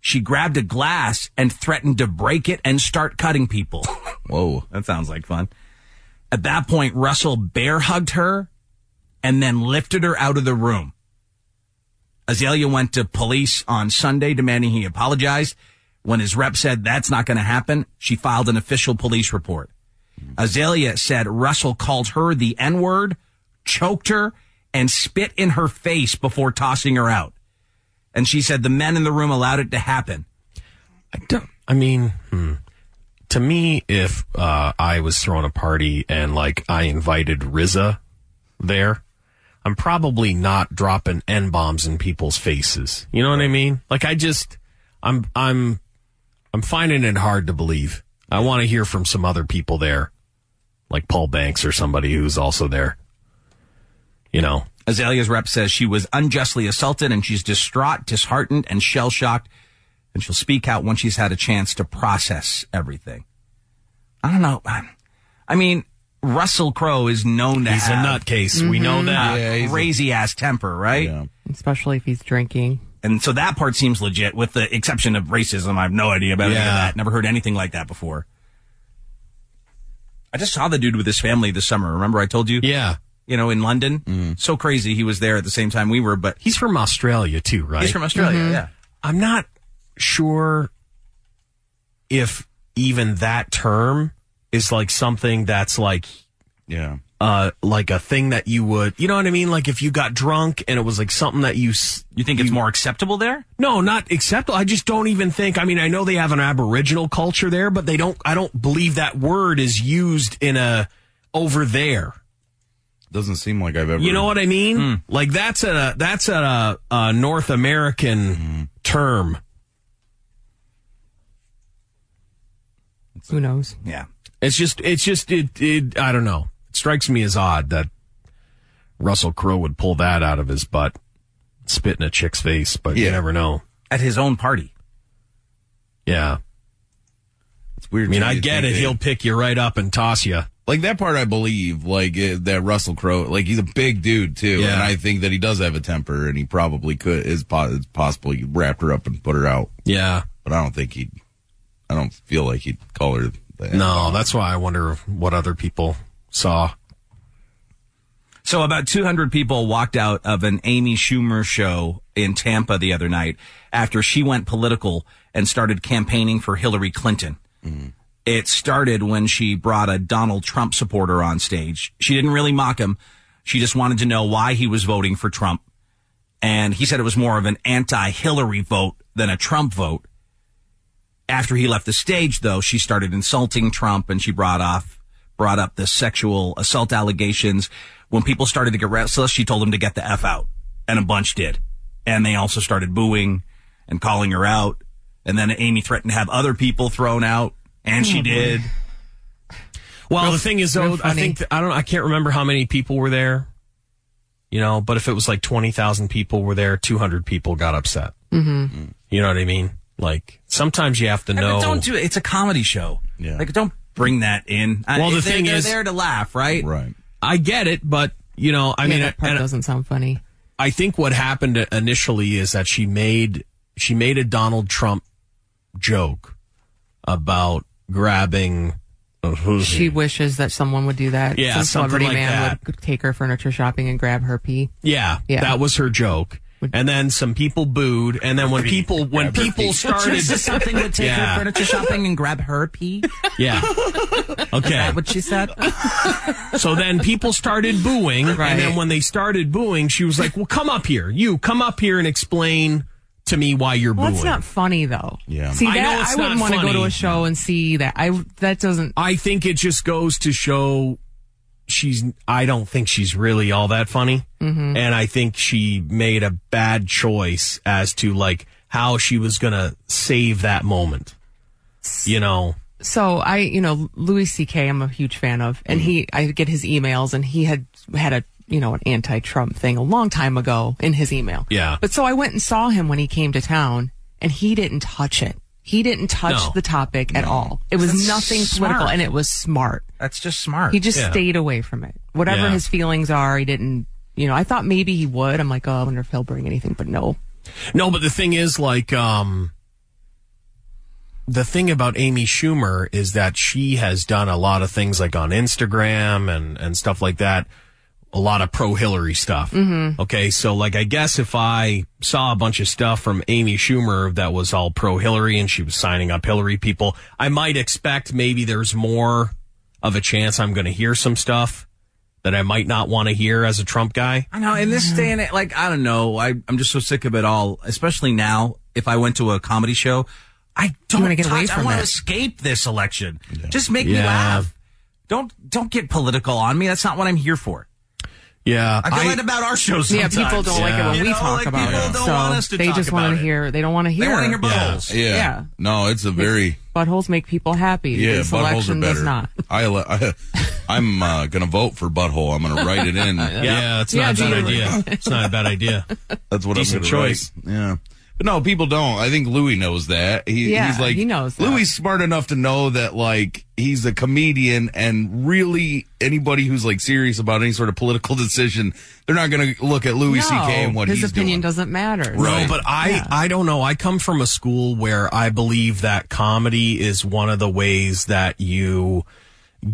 [SPEAKER 3] she grabbed a glass and threatened to break it and start cutting people.
[SPEAKER 6] Whoa.
[SPEAKER 3] That sounds like fun. At that point, Russell bear hugged her and then lifted her out of the room. Azalea went to police on Sunday demanding he apologize. When his rep said that's not going to happen, she filed an official police report. Azalea said Russell called her the N word, choked her, and spit in her face before tossing her out. And she said the men in the room allowed it to happen.
[SPEAKER 5] I don't. I mean, hmm. to me, if uh, I was throwing a party and like I invited RZA there, I'm probably not dropping n bombs in people's faces. You know what I mean? Like I just, I'm, I'm, I'm finding it hard to believe. I want to hear from some other people there, like Paul Banks or somebody who's also there. You know,
[SPEAKER 3] Azalea's rep says she was unjustly assaulted and she's distraught, disheartened, and shell shocked. And she'll speak out once she's had a chance to process everything. I don't know. I I mean, Russell Crowe is known to
[SPEAKER 5] He's a
[SPEAKER 3] have
[SPEAKER 5] nutcase. We know Mhm. that.
[SPEAKER 3] a
[SPEAKER 5] Yeah, he's a-
[SPEAKER 3] crazy ass temper, right?
[SPEAKER 4] Mm-hmm. Especially if he's drinking.
[SPEAKER 3] And so that part seems legit, with the exception of racism. I have no idea about any of
[SPEAKER 5] Yeah.
[SPEAKER 3] that. Never heard anything like that before. I just saw the dude with his family this summer. Remember I told you?
[SPEAKER 5] Yeah.
[SPEAKER 3] You know, in London.
[SPEAKER 5] Mm-hmm.
[SPEAKER 3] So crazy he was there at the same time we were, but
[SPEAKER 5] he's from Australia too, right? Mm-hmm.
[SPEAKER 3] He's from Australia, yeah.
[SPEAKER 5] I'm not sure if even that term is like something that's like
[SPEAKER 6] yeah
[SPEAKER 5] uh like a thing that you would you know what I mean like if you got drunk and it was like something that you
[SPEAKER 3] you think it's more acceptable there
[SPEAKER 5] no not acceptable I just don't even think I mean I know they have an aboriginal culture there but they don't I don't believe that word is used in a over there
[SPEAKER 6] Doesn't seem like I've ever.
[SPEAKER 5] you know what I mean?
[SPEAKER 6] Hmm.
[SPEAKER 5] Like that's a that's a, a North American term.
[SPEAKER 4] Who knows?
[SPEAKER 3] Yeah.
[SPEAKER 5] It's just, it's just, it, it, I don't know. It strikes me as odd that Russell Crowe would pull that out of his butt, spit in a chick's face, but you never know.
[SPEAKER 15] At his own party.
[SPEAKER 5] Yeah.
[SPEAKER 3] It's weird.
[SPEAKER 5] I mean,
[SPEAKER 6] too,
[SPEAKER 5] I
[SPEAKER 6] you
[SPEAKER 5] get it.
[SPEAKER 6] think they-
[SPEAKER 5] He'll pick you right up and toss you.
[SPEAKER 6] Like that part, I believe. Like uh, that Russell Crowe. Like he's a big dude too,
[SPEAKER 5] Yeah.
[SPEAKER 6] and I think that he does have a temper, and he probably could is po- it's possible he wrapped her up and put her out.
[SPEAKER 5] Yeah,
[SPEAKER 6] but I don't think he. I don't feel like he'd call her. The
[SPEAKER 5] No, that's why I wonder what other people saw.
[SPEAKER 3] So about 200 people walked out of an Amy Schumer show in Tampa the other night after she went political and started campaigning for Hillary Clinton.
[SPEAKER 5] Mm-hmm.
[SPEAKER 3] It started when she brought a Donald Trump supporter on stage. She didn't really mock him. She just wanted to know why he was voting for Trump. And he said it was more of an anti-Hillary vote than a Trump vote. After he left the stage, though, she started insulting Trump and she brought off, brought up the sexual assault allegations. When people started to get restless, she told them to get the F out. And a bunch did. And they also started booing and calling her out. And then Amy threatened to have other people thrown out. And she
[SPEAKER 5] Oh, boy.
[SPEAKER 3] did.
[SPEAKER 5] Well, the thing is, though, I think th- I don't. I can't remember how many people were there. You know, but if it was like twenty thousand people were there, two hundred people got upset.
[SPEAKER 8] Mm-hmm.
[SPEAKER 5] You know what I mean? Like sometimes you have to know.
[SPEAKER 3] don't do it. It's a comedy show.
[SPEAKER 6] Yeah.
[SPEAKER 3] Like, don't bring that in. I-
[SPEAKER 5] Well, the
[SPEAKER 3] they're-
[SPEAKER 5] thing
[SPEAKER 3] they're
[SPEAKER 5] is-
[SPEAKER 3] there to laugh, right?
[SPEAKER 6] Right.
[SPEAKER 5] I get it, but you know, I
[SPEAKER 4] Yeah,
[SPEAKER 5] mean,
[SPEAKER 4] that part
[SPEAKER 5] and-
[SPEAKER 4] doesn't sound funny.
[SPEAKER 5] I think what happened initially is that she made she made a Donald Trump joke about grabbing. uh,
[SPEAKER 4] She wishes that someone would do that.
[SPEAKER 5] Yeah,
[SPEAKER 4] Some
[SPEAKER 5] something
[SPEAKER 4] celebrity
[SPEAKER 5] like
[SPEAKER 4] man
[SPEAKER 5] that.
[SPEAKER 4] would take her furniture shopping and grab her pee.
[SPEAKER 5] Yeah,
[SPEAKER 4] Yeah.
[SPEAKER 5] that was her joke. And then some people booed, and then when people when people started
[SPEAKER 3] something would take her furniture shopping and grab her pee.
[SPEAKER 5] Yeah. Okay.
[SPEAKER 3] what she said?
[SPEAKER 5] So then people started booing, and then when they started booing, she was like, "Well, come up here, you come up here and explain to me why you're
[SPEAKER 4] Well,
[SPEAKER 5] booing."
[SPEAKER 4] that's not funny though.
[SPEAKER 5] Yeah.
[SPEAKER 4] See
[SPEAKER 5] I know
[SPEAKER 4] that
[SPEAKER 5] it's
[SPEAKER 4] I, wouldn't
[SPEAKER 5] not
[SPEAKER 4] want to go to
[SPEAKER 5] funny.
[SPEAKER 4] a show and see that. I that doesn't.
[SPEAKER 5] I think it just goes to show she's. I don't think she's really all that funny,
[SPEAKER 4] Mm-hmm.
[SPEAKER 8] Mhm.
[SPEAKER 5] and I think she made a bad choice as to like how she was gonna save that moment. You know.
[SPEAKER 4] So I, you know, Louis C.K. I'm a huge fan of, and he
[SPEAKER 3] Mm-hmm.
[SPEAKER 4] I get his emails, and he had had a you know an anti-Trump thing a long time ago in his email.
[SPEAKER 5] Yeah.
[SPEAKER 4] But so I went and saw him when he came to town, and he didn't touch it. He didn't touch
[SPEAKER 3] No.
[SPEAKER 4] the topic at all. It was
[SPEAKER 3] That's
[SPEAKER 4] nothing
[SPEAKER 3] smart.
[SPEAKER 4] political, and it was smart.
[SPEAKER 3] That's just smart.
[SPEAKER 4] He just
[SPEAKER 3] Yeah.
[SPEAKER 4] stayed away from it. Whatever
[SPEAKER 3] Yeah.
[SPEAKER 4] his feelings are, he didn't. You know, I thought maybe he would. I'm like, oh, I wonder if he'll bring anything, but no.
[SPEAKER 5] No, but the thing is, like, um, the thing about Amy Schumer is that she has done a lot of things, like on Instagram and and stuff like that. A lot of pro Hillary stuff.
[SPEAKER 8] Mhm.
[SPEAKER 5] Okay, so like, I guess if I saw a bunch of stuff from Amy Schumer that was all pro Hillary and she was signing up Hillary people, I might expect maybe there's more of a chance I'm going to hear some stuff that I might not want to hear as a Trump guy.
[SPEAKER 3] I know. In this day and age, like I don't know, I, I'm just so sick of it all. Especially now, if I went to a comedy show, I don't
[SPEAKER 4] wanna get
[SPEAKER 3] touch-
[SPEAKER 4] away
[SPEAKER 3] I
[SPEAKER 4] from
[SPEAKER 3] want to
[SPEAKER 4] it.
[SPEAKER 3] escape this election. Just make me
[SPEAKER 5] Yeah.
[SPEAKER 3] laugh. Don't don't get political on me. That's not what I'm here for.
[SPEAKER 5] Yeah,
[SPEAKER 3] I feel that about our show
[SPEAKER 4] Yeah,
[SPEAKER 3] sometimes.
[SPEAKER 4] people don't like it when
[SPEAKER 3] You
[SPEAKER 4] we
[SPEAKER 3] know,
[SPEAKER 4] talk
[SPEAKER 3] like,
[SPEAKER 4] about
[SPEAKER 3] people
[SPEAKER 4] it.
[SPEAKER 3] don't
[SPEAKER 4] so
[SPEAKER 3] want us to
[SPEAKER 4] they
[SPEAKER 3] talk
[SPEAKER 4] just want
[SPEAKER 3] about
[SPEAKER 4] to
[SPEAKER 3] it.
[SPEAKER 4] hear. They don't want to hear.
[SPEAKER 3] wanna hear
[SPEAKER 4] bottles.
[SPEAKER 3] buttholes.
[SPEAKER 6] Yeah.
[SPEAKER 4] yeah.
[SPEAKER 6] No, it's a very
[SPEAKER 4] Buttholes make people happy.
[SPEAKER 6] yeah.
[SPEAKER 4] This
[SPEAKER 6] Buttholes are
[SPEAKER 4] election
[SPEAKER 6] better.
[SPEAKER 4] does not.
[SPEAKER 6] I, li- I I'm uh, gonna vote for butthole. I'm gonna write it in.
[SPEAKER 5] Yeah, it's not a bad idea. It's not a bad idea.
[SPEAKER 6] That's what
[SPEAKER 5] Decent
[SPEAKER 6] I'm gonna write.
[SPEAKER 5] choice.
[SPEAKER 6] Yeah. But no, people don't. I think Louis knows that. He,
[SPEAKER 4] Yeah,
[SPEAKER 6] he's like
[SPEAKER 4] he knows that.
[SPEAKER 6] Louis smart enough to know that like he's a comedian and really anybody who's like serious about any sort of political decision, they're not gonna look at Louis
[SPEAKER 4] no,
[SPEAKER 6] CK and what
[SPEAKER 4] his
[SPEAKER 6] he's doing.
[SPEAKER 4] opinion doesn't matter.
[SPEAKER 5] No, but I I don't know. I come from a school where I believe that comedy is one of the ways that you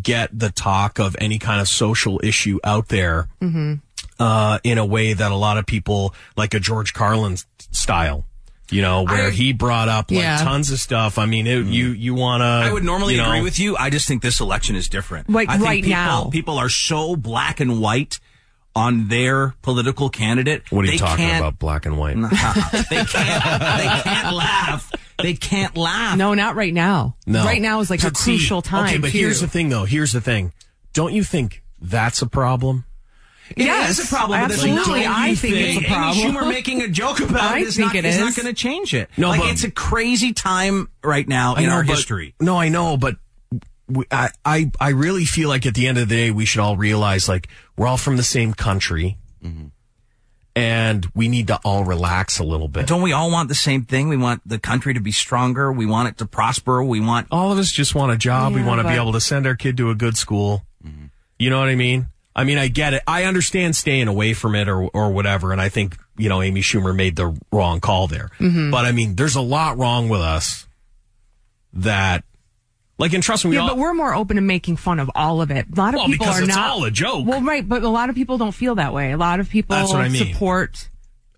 [SPEAKER 5] get the talk of any kind of social issue out there
[SPEAKER 8] Mm-hmm.
[SPEAKER 5] uh, in a way that a lot of people like a George Carlin s- style. You know, where
[SPEAKER 3] I-
[SPEAKER 5] he brought up like
[SPEAKER 3] Yeah.
[SPEAKER 5] tons of stuff. I mean, it, you you want to.
[SPEAKER 3] I would normally agree with you. I just think this election is different.
[SPEAKER 5] Like,
[SPEAKER 3] I think
[SPEAKER 5] right
[SPEAKER 3] people,
[SPEAKER 5] now.
[SPEAKER 3] people are so black and white on their political candidate.
[SPEAKER 5] What are you
[SPEAKER 3] They
[SPEAKER 5] talking
[SPEAKER 3] can't-
[SPEAKER 5] about, black and white?
[SPEAKER 3] They can't laugh.
[SPEAKER 4] No, not right now.
[SPEAKER 5] No.
[SPEAKER 4] Right now is like a
[SPEAKER 5] But see,
[SPEAKER 4] crucial time.
[SPEAKER 5] Okay, but here's
[SPEAKER 4] too.
[SPEAKER 5] the thing, though. Here's the thing. Don't you think that's a problem?
[SPEAKER 3] It
[SPEAKER 4] Yes,
[SPEAKER 3] is a problem. with this
[SPEAKER 4] absolutely.
[SPEAKER 3] election.
[SPEAKER 4] I think it's a problem.
[SPEAKER 3] Amy Schumer making a joke about
[SPEAKER 4] I
[SPEAKER 3] it is
[SPEAKER 4] think
[SPEAKER 3] not,
[SPEAKER 4] it
[SPEAKER 3] is not
[SPEAKER 4] is.
[SPEAKER 3] going to change it.
[SPEAKER 5] No,
[SPEAKER 3] like
[SPEAKER 5] but-
[SPEAKER 3] it's a crazy time right now
[SPEAKER 5] I
[SPEAKER 3] in
[SPEAKER 5] know,
[SPEAKER 3] our
[SPEAKER 5] but-
[SPEAKER 3] history.
[SPEAKER 5] No, I know, but we- I, I, I really feel like at the end of the day, we should all realize like we're all from the same country
[SPEAKER 3] Mm-hmm.
[SPEAKER 5] and we need to all relax a little bit.
[SPEAKER 3] Don't we all want the same thing? We want the country to be stronger. We want it to prosper. We want
[SPEAKER 5] all of us just want a job. we
[SPEAKER 3] Yeah,
[SPEAKER 5] want to
[SPEAKER 3] but-
[SPEAKER 5] be able to send our kid to a good school.
[SPEAKER 3] Mm-hmm.
[SPEAKER 5] You know what I mean? I mean, I get it. I understand staying away from it or, or whatever. And I think, you know, Amy Schumer made the wrong call there.
[SPEAKER 4] Mm-hmm.
[SPEAKER 8] Mhm.
[SPEAKER 5] But I mean, there's a lot wrong with us that, like, and trust me, we
[SPEAKER 4] yeah,
[SPEAKER 5] all,
[SPEAKER 4] but we're more open to making fun of all of it. A lot of
[SPEAKER 5] Well,
[SPEAKER 4] people
[SPEAKER 5] because
[SPEAKER 4] are
[SPEAKER 5] it's
[SPEAKER 4] not
[SPEAKER 5] all a joke.
[SPEAKER 4] Well, right, but a lot of people don't feel that way. A lot of people
[SPEAKER 5] That's what I mean.
[SPEAKER 4] support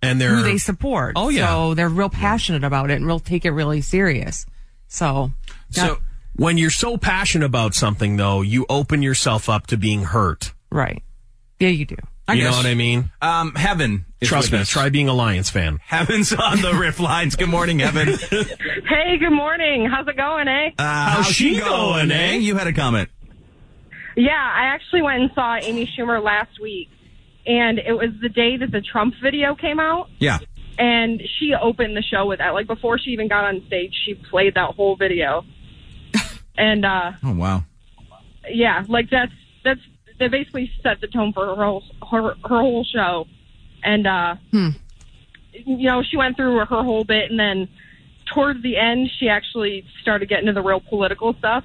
[SPEAKER 5] and they're,
[SPEAKER 4] who they support.
[SPEAKER 5] Oh, yeah.
[SPEAKER 4] so they're real passionate about it and real take it really serious. So,
[SPEAKER 5] So when you're so passionate about something, though, you open yourself up to being hurt.
[SPEAKER 4] Right. yeah, you do.
[SPEAKER 3] I
[SPEAKER 5] you know
[SPEAKER 3] guess.
[SPEAKER 5] what I mean?
[SPEAKER 3] Um, heaven. is
[SPEAKER 5] Trust me.
[SPEAKER 3] witness.
[SPEAKER 5] Try being a Lions fan.
[SPEAKER 3] Heaven's on the riff lines. Good morning, Heaven.
[SPEAKER 16] Hey, good morning. How's it going, eh?
[SPEAKER 3] Uh, how's she going, eh? You had a comment.
[SPEAKER 16] Yeah, I actually went and saw Amy Schumer last week, and it was the day that the Trump video came out,
[SPEAKER 3] Yeah.
[SPEAKER 16] and she opened the show with that. Like before she even got on stage, she played that whole video, and uh,
[SPEAKER 3] Oh wow.
[SPEAKER 16] yeah, like that's that's that basically set the tone for her whole her, her whole show, and uh, you know she went through her whole bit, and then towards the end she actually started getting to the real political stuff,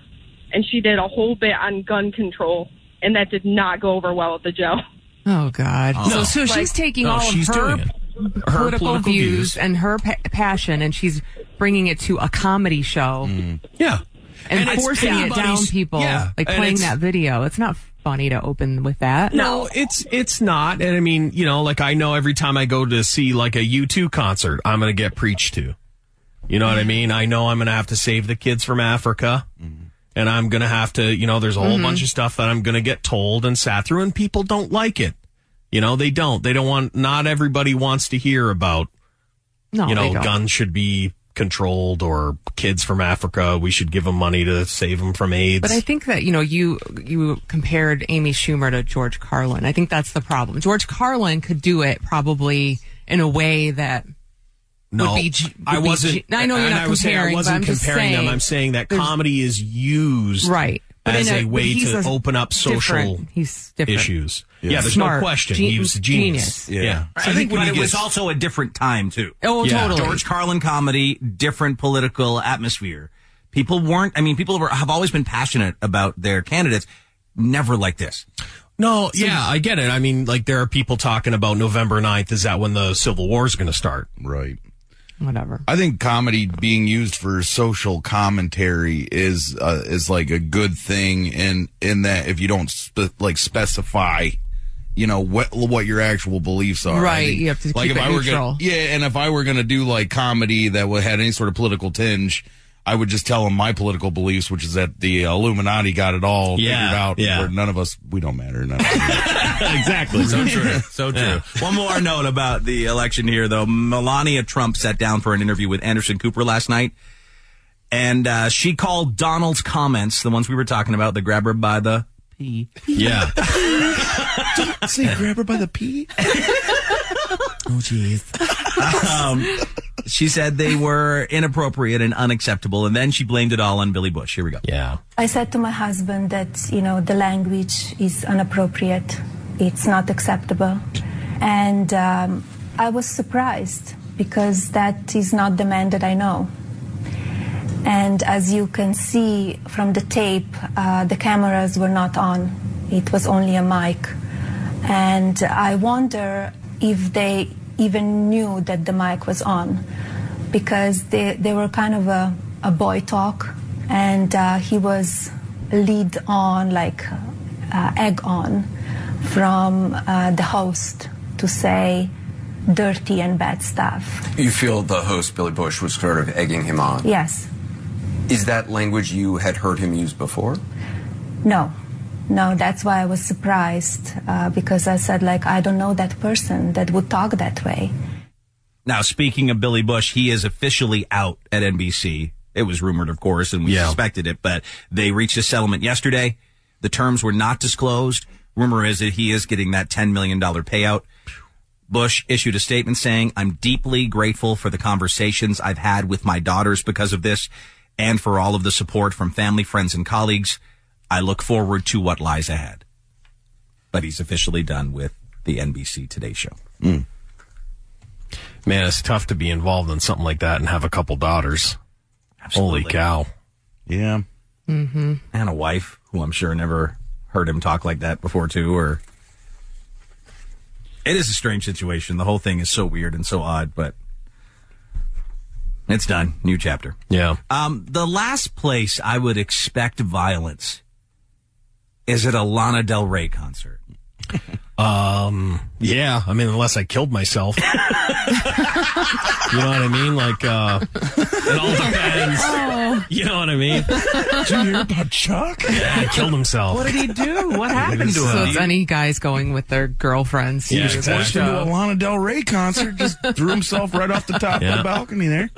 [SPEAKER 16] and she did a whole bit on gun control, and that did not go over well at the Joe.
[SPEAKER 4] Oh God!
[SPEAKER 16] No.
[SPEAKER 4] So, so
[SPEAKER 16] Like-
[SPEAKER 4] she's taking
[SPEAKER 5] oh,
[SPEAKER 16] No,
[SPEAKER 4] all
[SPEAKER 16] she's
[SPEAKER 4] of her,
[SPEAKER 16] doing
[SPEAKER 4] political,
[SPEAKER 5] political
[SPEAKER 4] views,
[SPEAKER 5] views.
[SPEAKER 4] and her pa- passion, and she's bringing it to a comedy show.
[SPEAKER 5] Yeah,
[SPEAKER 4] and,
[SPEAKER 5] And it's
[SPEAKER 4] forcing it down
[SPEAKER 5] anybody's-
[SPEAKER 4] people,
[SPEAKER 5] yeah,
[SPEAKER 4] like
[SPEAKER 5] and
[SPEAKER 4] playing
[SPEAKER 5] it's-
[SPEAKER 4] that video. It's not funny to open with that.
[SPEAKER 5] No, it's it's not. And I mean, you know, like I know every time I go to see like a U2 concert, I'm going to get preached to. You know what I mean? I know I'm going to have to save the kids from Africa. And I'm going to have to, you know, there's a whole
[SPEAKER 8] Mhm.
[SPEAKER 5] bunch of stuff that I'm going to get told and sat through and people don't like it. You know, they don't. They don't want not everybody wants to hear about
[SPEAKER 8] No,
[SPEAKER 5] you
[SPEAKER 8] they
[SPEAKER 5] know,
[SPEAKER 8] don't.
[SPEAKER 5] guns should be controlled or kids from Africa, we should give them money to save them from AIDS.
[SPEAKER 4] But I think that you know you you compared Amy Schumer to George Carlin. I think that's the problem. George Carlin could do it probably in a way that
[SPEAKER 5] No,
[SPEAKER 4] would be. g-
[SPEAKER 5] I
[SPEAKER 4] would be
[SPEAKER 5] wasn't.
[SPEAKER 4] g- I know you're
[SPEAKER 5] and
[SPEAKER 4] not
[SPEAKER 5] I was saying
[SPEAKER 4] comparing.
[SPEAKER 5] I wasn't
[SPEAKER 4] but I'm just
[SPEAKER 5] comparing
[SPEAKER 4] saying,
[SPEAKER 5] them. I'm saying that
[SPEAKER 4] there's-
[SPEAKER 5] comedy is used
[SPEAKER 4] right But
[SPEAKER 5] as
[SPEAKER 4] in
[SPEAKER 5] a,
[SPEAKER 4] but
[SPEAKER 5] way
[SPEAKER 4] he's
[SPEAKER 5] to
[SPEAKER 4] a
[SPEAKER 5] open up social
[SPEAKER 4] different- he's different.
[SPEAKER 5] issues.
[SPEAKER 3] Yeah.
[SPEAKER 5] Yeah, there's
[SPEAKER 3] Smart.
[SPEAKER 5] no question.
[SPEAKER 3] Gen-
[SPEAKER 5] he was a genius.
[SPEAKER 3] genius. I think but it was also a different time too.
[SPEAKER 5] Oh, Yeah. totally.
[SPEAKER 3] George Carlin comedy, different political atmosphere. People weren't. I mean, people were, have always been passionate about their candidates. Never like this.
[SPEAKER 5] No, yeah, I get it. I mean, like there are people talking about November 9th. Is that when the Civil War is going to start?
[SPEAKER 6] Right.
[SPEAKER 4] Whatever.
[SPEAKER 6] I think comedy being used for social commentary is uh, is like a good thing in in that if you don't spe- like specify, you know what what your actual beliefs are. I
[SPEAKER 4] Right,
[SPEAKER 6] think-
[SPEAKER 4] you have to
[SPEAKER 6] like
[SPEAKER 4] keep
[SPEAKER 6] if
[SPEAKER 4] it
[SPEAKER 6] I were
[SPEAKER 4] neutral.
[SPEAKER 6] gonna, yeah, and if I were gonna do like comedy that would had any sort of political tinge. I would just tell them my political beliefs, which is that the Illuminati got it all
[SPEAKER 5] Yeah,
[SPEAKER 6] figured out.
[SPEAKER 5] yeah.
[SPEAKER 6] where none of us, we don't matter. None of us.
[SPEAKER 5] exactly.
[SPEAKER 3] So true. So true. One more note about the election here, though. Melania Trump sat down for an interview with Anderson Cooper last night, and uh, she called Donald's comments, the ones we were talking about, the grab her by the pee.
[SPEAKER 5] Yeah.
[SPEAKER 8] Don't say grab her by the pee.
[SPEAKER 3] Oh, jeez. um, she said they were inappropriate and unacceptable, and then she blamed it all on Billy Bush. Here we go.
[SPEAKER 5] Yeah.
[SPEAKER 17] I said to my husband that, you know, the language is inappropriate, it's not acceptable. And um, I was surprised because that is not the man that I know. And as you can see from the tape, uh, the cameras were not on, it was only a mic. And I wonder if they even knew that the mic was on because they, they were kind of a, a boy talk and uh, he was lead on like uh, egg on from uh, the host to say dirty and bad stuff
[SPEAKER 9] You feel the host, Billy Bush, was sort of egging him on.
[SPEAKER 17] yes
[SPEAKER 9] Is that language you had heard him use before?
[SPEAKER 17] No, no, that's why I was surprised uh, because I said, like, I don't know that person that would talk that way.
[SPEAKER 3] Now, speaking of Billy Bush, he is officially out at NBC. It was rumored, of course, and we suspected it, but they reached a settlement yesterday. The terms were not disclosed. Rumor is that he is getting that $10 million payout. Bush issued a statement saying, I'm deeply grateful for the conversations I've had with my daughters because of this and for all of the support from family, friends, and colleagues. I look forward to what lies ahead. But he's officially done with the NBC Today show.
[SPEAKER 5] Man, it's tough to be involved in something like that and have a couple daughters. Holy cow.
[SPEAKER 6] Yeah.
[SPEAKER 4] Mm-hmm.
[SPEAKER 3] And a wife who I'm sure never heard him talk like that before, too, or. It is a strange situation. The whole thing is so weird and so odd, but it's done. New chapter.
[SPEAKER 5] Yeah.
[SPEAKER 3] Um, the last place I would expect violence is at a Lana Del Rey concert.
[SPEAKER 5] Um, yeah. I mean, unless I killed myself. you know what I mean? Like, uh, it all depends.
[SPEAKER 8] Oh.
[SPEAKER 5] You know what I mean? Did you hear about Chuck? Yeah, he killed himself.
[SPEAKER 4] What did he do? What happened
[SPEAKER 5] to
[SPEAKER 4] So
[SPEAKER 5] him?
[SPEAKER 4] it's any guys going with their girlfriends.
[SPEAKER 6] He
[SPEAKER 4] to
[SPEAKER 6] was
[SPEAKER 4] the
[SPEAKER 6] forced to do
[SPEAKER 4] show.
[SPEAKER 6] a Lana Del Rey concert, just threw himself right off the top of
[SPEAKER 3] Yeah.
[SPEAKER 6] the balcony there.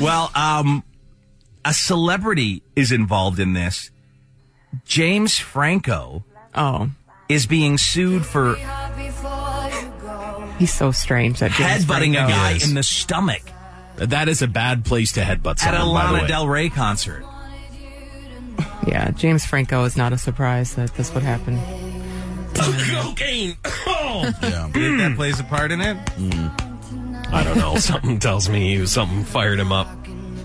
[SPEAKER 3] Well, um, a celebrity is involved in this. James Franco.
[SPEAKER 4] Oh.
[SPEAKER 3] Is being sued for
[SPEAKER 4] He's so strange that James
[SPEAKER 3] headbutting a
[SPEAKER 4] Franco-
[SPEAKER 3] guy in the stomach
[SPEAKER 5] That is a bad place to headbutt
[SPEAKER 3] at
[SPEAKER 5] someone.
[SPEAKER 3] a
[SPEAKER 5] by the
[SPEAKER 3] Lana
[SPEAKER 5] way.
[SPEAKER 3] Del Rey concert.
[SPEAKER 4] Yeah, James Franco is not a surprise that this would happen.
[SPEAKER 5] Cocaine. Oh.
[SPEAKER 6] Yeah.
[SPEAKER 3] Think that plays a part in it?
[SPEAKER 5] Hmm. I don't know. Something tells me he- something fired him up.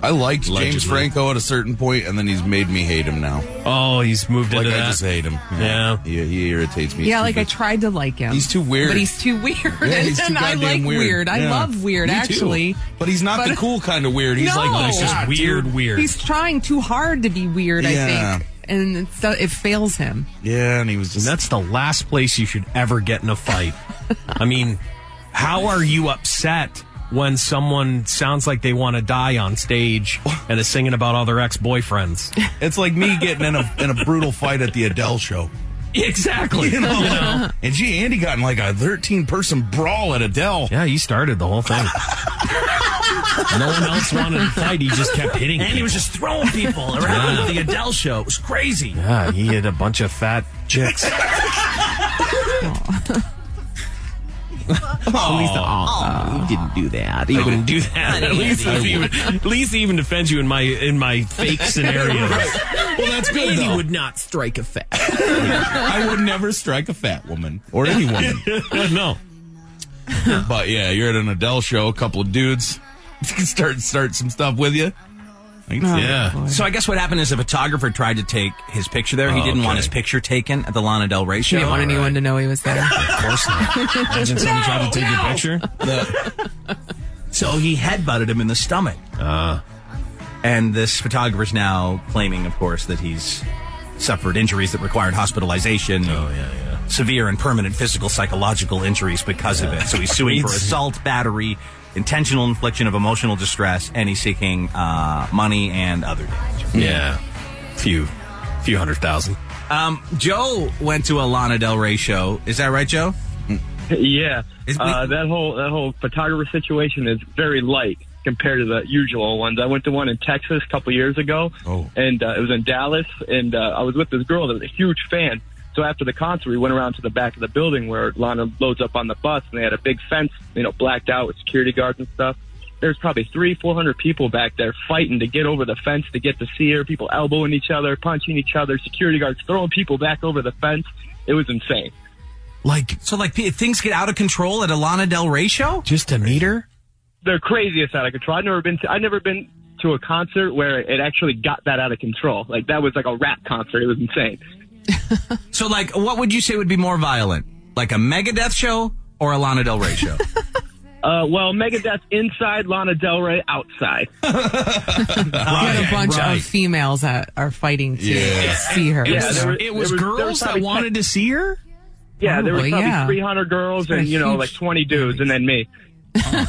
[SPEAKER 6] I liked James
[SPEAKER 5] Allegedly.
[SPEAKER 6] Franco at a certain point, and then he's made me hate him now.
[SPEAKER 5] Oh, he's moved
[SPEAKER 6] like
[SPEAKER 5] into
[SPEAKER 6] I
[SPEAKER 5] that?
[SPEAKER 6] just hate him. Yeah, he, he irritates me.
[SPEAKER 4] Yeah,
[SPEAKER 6] It's
[SPEAKER 4] like I
[SPEAKER 6] ridiculous.
[SPEAKER 4] tried to like him.
[SPEAKER 6] He's too weird.
[SPEAKER 4] But he's too weird.
[SPEAKER 6] Yeah, he's too
[SPEAKER 4] and I
[SPEAKER 6] goddamn
[SPEAKER 4] like weird. I
[SPEAKER 6] Yeah.
[SPEAKER 4] love weird,
[SPEAKER 6] Me too.
[SPEAKER 4] actually.
[SPEAKER 6] But he's not the
[SPEAKER 4] But-
[SPEAKER 6] cool kind of weird. He's
[SPEAKER 4] No.
[SPEAKER 6] like
[SPEAKER 4] He's just
[SPEAKER 5] weird, weird.
[SPEAKER 4] He's trying too hard to be weird,
[SPEAKER 5] Yeah.
[SPEAKER 4] I think. And it's, it fails him.
[SPEAKER 6] Yeah, and he was just.
[SPEAKER 5] that's the last place you should ever get in a fight. I mean, how are you upset when someone sounds like they want to die on stage and is singing about all their ex boyfriends?
[SPEAKER 6] It's like me getting in a in a brutal fight at the Adele show.
[SPEAKER 5] Exactly.
[SPEAKER 6] You know? And gee, Andy got in like a 13 person brawl at Adele.
[SPEAKER 5] Yeah, he started the whole thing. no one else wanted to fight. He just kept hitting.
[SPEAKER 3] And he was
[SPEAKER 5] people.
[SPEAKER 3] just throwing people around
[SPEAKER 5] Yeah.
[SPEAKER 3] at the Adele show. It was crazy.
[SPEAKER 5] Yeah, he hit a bunch of fat chicks.
[SPEAKER 8] Aw.
[SPEAKER 5] uh, he didn't do that. He wouldn't do that. At least, if he would, at least he even defends you in my in my fake scenario.
[SPEAKER 8] well,
[SPEAKER 5] that's good,
[SPEAKER 8] Andy
[SPEAKER 5] though.
[SPEAKER 8] would not strike a fat.
[SPEAKER 6] I would never strike a fat woman or any woman.
[SPEAKER 5] no.
[SPEAKER 6] But yeah, you're at an Adele show, a couple of dudes start start some stuff with you. I can see it.
[SPEAKER 3] So I guess what happened is a photographer tried to take his picture there. He
[SPEAKER 6] Oh,
[SPEAKER 3] didn't want
[SPEAKER 6] okay.
[SPEAKER 3] his picture taken at the Lana Del Rey
[SPEAKER 4] She
[SPEAKER 3] show.
[SPEAKER 4] didn't want anyone to know he was there.
[SPEAKER 3] Of course not. Imagine someone tried to take your picture. so he headbutted him in the stomach. Uh. And this photographer's now claiming, of course, that he's suffered injuries that required hospitalization. Oh, yeah, yeah. Severe and permanent physical, psychological injuries because of it. So he's suing for
[SPEAKER 5] He's-
[SPEAKER 3] assault, battery, intentional infliction of emotional distress, and he's seeking uh, money and other damage.
[SPEAKER 5] Yeah. Few, few hundred thousand.
[SPEAKER 3] Um, Joe went to a Lana Del Rey show. Is that right, Joe?
[SPEAKER 18] Yeah,
[SPEAKER 3] Is-
[SPEAKER 18] uh, that whole that whole photographer situation is very light compared to the usual ones. I went to one in Texas a couple years ago,
[SPEAKER 5] Oh.
[SPEAKER 18] and uh, it was in Dallas, and uh, I was with this girl that was a huge fan. So after the concert, we went around to the back of the building where Lana loads up on the bus, and they had a big fence, you know, blacked out with security guards and stuff. There's probably three, four hundred people back there fighting to get over the fence to get to see her. People elbowing each other, punching each other, security guards throwing people back over the fence. It was insane.
[SPEAKER 5] Like
[SPEAKER 3] so, like p- things get out of control at a Lana Del Rey show.
[SPEAKER 5] Just a meter.
[SPEAKER 18] they're craziest out of control. I've never been to I've never been to a concert where it actually got that out of control. Like that was like a rap concert. It was insane.
[SPEAKER 3] So, like, what would you say would be more violent, like a Megadeth show or a Lana Del Rey show?
[SPEAKER 18] Uh, well, Megadeth inside, Lana Del Rey outside.
[SPEAKER 4] He had a bunch
[SPEAKER 18] right.
[SPEAKER 4] of females that are fighting to
[SPEAKER 18] Yeah.
[SPEAKER 4] see her.
[SPEAKER 18] It was-
[SPEAKER 4] So-
[SPEAKER 18] it was There was- girls there was that probably- wanted
[SPEAKER 5] to see her.
[SPEAKER 18] Yeah, there was
[SPEAKER 4] Probably,
[SPEAKER 18] probably
[SPEAKER 4] Oh, yeah.
[SPEAKER 18] 300 girls
[SPEAKER 4] It's been
[SPEAKER 18] and
[SPEAKER 4] a
[SPEAKER 18] you know
[SPEAKER 4] huge-
[SPEAKER 18] like 20 dudes and then me.
[SPEAKER 3] How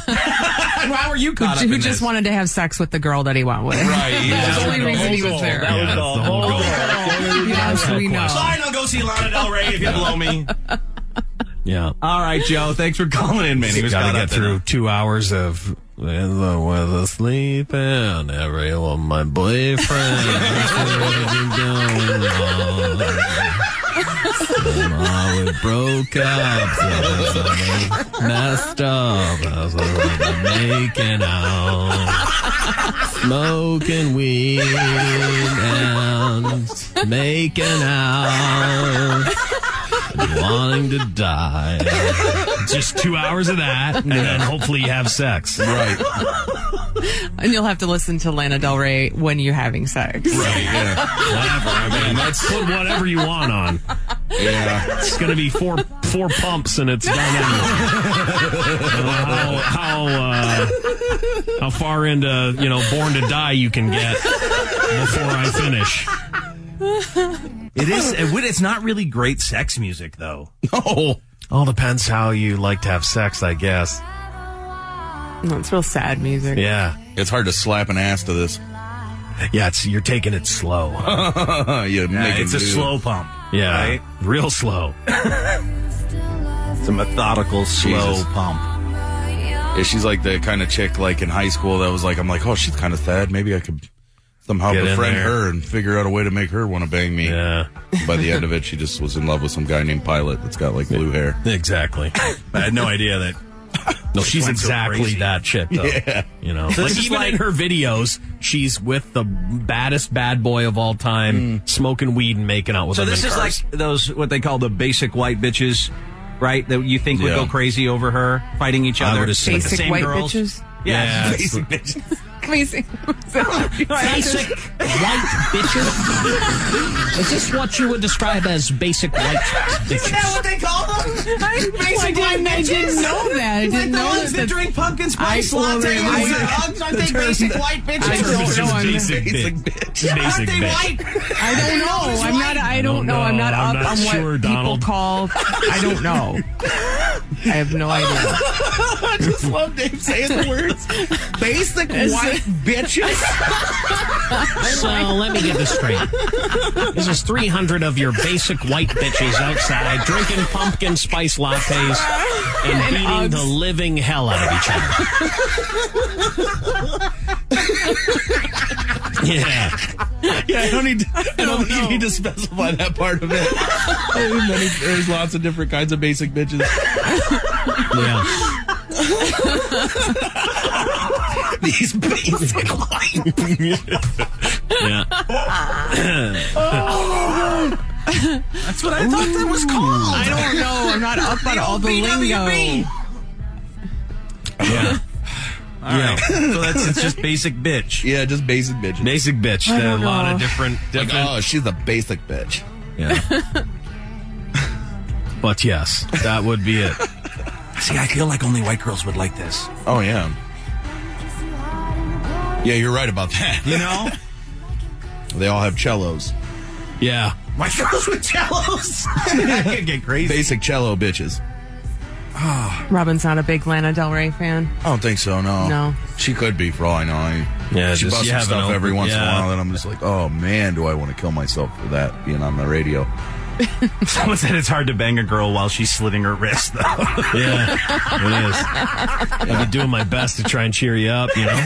[SPEAKER 3] are you
[SPEAKER 4] Who, who just wanted to have sex with the girl that he went with.
[SPEAKER 18] Right, yeah.
[SPEAKER 4] That's the only reason he was there.
[SPEAKER 18] That was all.
[SPEAKER 4] Yes, we know.
[SPEAKER 3] Fine, I'll go see Lana Del Rey if you blow me.
[SPEAKER 5] Yeah.
[SPEAKER 3] All right, Joe. Thanks for calling in, man. He was
[SPEAKER 5] got
[SPEAKER 3] caught
[SPEAKER 5] to
[SPEAKER 3] up
[SPEAKER 5] get
[SPEAKER 3] in
[SPEAKER 5] through two hours of in the weather sleeping. Everyone, my boyfriend. That's what you're doing. And I was broke up. so that's what I messed up. That's what I'm making out. Smoking weed and making out, and wanting to die. Just two hours of that, and then hopefully you have sex. Right.
[SPEAKER 4] And you'll have to listen to Lana Del Rey when you're having sex.
[SPEAKER 5] Right, yeah. Whatever. I mean, let's put whatever you want on. Yeah. It's going to be four four pumps and it's done anyway. I don't know how how, uh, how far into, you know, Born to Die you can get before I finish.
[SPEAKER 3] It is. It would, it's not really great sex music, though.
[SPEAKER 5] No. All depends how you like to have sex, I guess.
[SPEAKER 4] No, it's real sad music.
[SPEAKER 5] Yeah.
[SPEAKER 6] It's hard to slap an ass to this.
[SPEAKER 5] Yeah, it's you're taking it slow.
[SPEAKER 6] you
[SPEAKER 3] Yeah,
[SPEAKER 6] make
[SPEAKER 3] it's
[SPEAKER 6] it
[SPEAKER 3] a
[SPEAKER 6] do.
[SPEAKER 3] slow pump.
[SPEAKER 5] Yeah.
[SPEAKER 3] Right?
[SPEAKER 5] Real slow.
[SPEAKER 3] It's a methodical, slow
[SPEAKER 6] Jesus.
[SPEAKER 3] pump.
[SPEAKER 6] Yeah, she's like the kind of chick like in high school that was like, I'm like, oh, she's kind of sad. Maybe I could somehow
[SPEAKER 5] Get in
[SPEAKER 6] befriend
[SPEAKER 5] there.
[SPEAKER 6] her and figure out a way to make her want to bang me.
[SPEAKER 5] Yeah.
[SPEAKER 6] By the end of it, she just was in love with some guy named Pilot that's got like blue hair.
[SPEAKER 5] Exactly.
[SPEAKER 3] I had no idea that.
[SPEAKER 5] No, she's
[SPEAKER 3] went so
[SPEAKER 5] exactly
[SPEAKER 3] crazy.
[SPEAKER 5] that chick, though.
[SPEAKER 3] Yeah.
[SPEAKER 5] You know,
[SPEAKER 3] This
[SPEAKER 5] like
[SPEAKER 3] is
[SPEAKER 5] even
[SPEAKER 3] like-
[SPEAKER 5] in her videos, she's with the baddest bad boy of all time, smoking weed and making out with.
[SPEAKER 12] So
[SPEAKER 5] him
[SPEAKER 12] this
[SPEAKER 5] in
[SPEAKER 12] is
[SPEAKER 5] cars.
[SPEAKER 12] like those what they call the basic white bitches, right? That you think would
[SPEAKER 5] Yeah.
[SPEAKER 12] go crazy over her fighting each
[SPEAKER 5] I
[SPEAKER 12] other.
[SPEAKER 5] would assume
[SPEAKER 12] Like the
[SPEAKER 5] Basic
[SPEAKER 12] same
[SPEAKER 5] white
[SPEAKER 12] girls.
[SPEAKER 4] bitches?
[SPEAKER 12] Yeah,
[SPEAKER 5] Yeah.
[SPEAKER 12] basic
[SPEAKER 6] bitches.
[SPEAKER 4] Amazing.
[SPEAKER 5] Basic white bitches. Is this what you would describe as basic white
[SPEAKER 13] Isn't that what they call them?
[SPEAKER 4] I
[SPEAKER 13] Basically,
[SPEAKER 4] didn't- I didn't know that. I
[SPEAKER 13] It's
[SPEAKER 4] didn't
[SPEAKER 13] like
[SPEAKER 4] know
[SPEAKER 13] the ones
[SPEAKER 4] that
[SPEAKER 13] that,
[SPEAKER 4] the-
[SPEAKER 13] drink pumpkin spice
[SPEAKER 4] I totally
[SPEAKER 13] lattes and
[SPEAKER 4] remember
[SPEAKER 13] their hugs. Aren't they
[SPEAKER 4] the term-
[SPEAKER 13] basic white
[SPEAKER 4] I
[SPEAKER 13] bitches?
[SPEAKER 4] don't know. I'm-
[SPEAKER 5] Basic bitch.
[SPEAKER 13] Yeah,
[SPEAKER 5] Basic
[SPEAKER 13] aren't they
[SPEAKER 5] bitch.
[SPEAKER 13] white?
[SPEAKER 4] I don't know. I'm not. I don't know. I'm not
[SPEAKER 5] know. I'm
[SPEAKER 4] up
[SPEAKER 5] not
[SPEAKER 4] on what
[SPEAKER 5] sure,
[SPEAKER 4] people
[SPEAKER 5] Donald.
[SPEAKER 4] call. I don't know. I have no idea.
[SPEAKER 13] I just love Dave saying the words basic
[SPEAKER 4] Is
[SPEAKER 13] white bitches.
[SPEAKER 5] So let me get this straight. This is 300 of your basic white bitches outside drinking pumpkin spice lattes and,
[SPEAKER 13] And
[SPEAKER 5] beating
[SPEAKER 13] Uggs.
[SPEAKER 5] the living hell out of each other. Yeah.
[SPEAKER 6] Yeah, I don't need. I don't, think you need to specify that part of it. There's many- There's lots of different kinds of basic bitches.
[SPEAKER 5] Yeah.
[SPEAKER 13] These basic white
[SPEAKER 5] Yeah.
[SPEAKER 13] Oh, That's what I thought that was called.
[SPEAKER 4] I don't know. I'm not up on
[SPEAKER 13] The
[SPEAKER 4] all the lingo.
[SPEAKER 13] OBWB.
[SPEAKER 3] Yeah.
[SPEAKER 6] Yeah.
[SPEAKER 3] so that's it's just basic bitch.
[SPEAKER 6] Yeah, just basic bitch.
[SPEAKER 3] Basic bitch.
[SPEAKER 5] I
[SPEAKER 3] There are a
[SPEAKER 5] don't
[SPEAKER 3] lot of
[SPEAKER 5] know.
[SPEAKER 3] different.
[SPEAKER 6] Like,
[SPEAKER 3] different
[SPEAKER 6] oh, she's a basic bitch.
[SPEAKER 5] Yeah. But yes, that would be it.
[SPEAKER 3] See, I feel like only white girls would like this.
[SPEAKER 6] Oh yeah. Yeah, you're right about that.
[SPEAKER 3] You know?
[SPEAKER 6] they all have cellos.
[SPEAKER 5] Yeah.
[SPEAKER 13] White girls with cellos.
[SPEAKER 6] could get crazy. Basic cello bitches.
[SPEAKER 4] Ah. Robin's not a big Lana Del Rey fan.
[SPEAKER 6] I don't think so. No.
[SPEAKER 4] No.
[SPEAKER 6] She could be for all I know. I,
[SPEAKER 5] Yeah,
[SPEAKER 6] she busts
[SPEAKER 5] just- you
[SPEAKER 6] some
[SPEAKER 5] have an
[SPEAKER 6] stuff
[SPEAKER 5] open-
[SPEAKER 6] every once in a
[SPEAKER 5] yeah.
[SPEAKER 6] while, and I'm just like, oh man, do I want to kill myself for that being on the radio?
[SPEAKER 3] Someone said it's hard to bang a girl while she's slitting her wrist, though.
[SPEAKER 5] Yeah, it is. I've been doing my best to try and cheer you up, you know?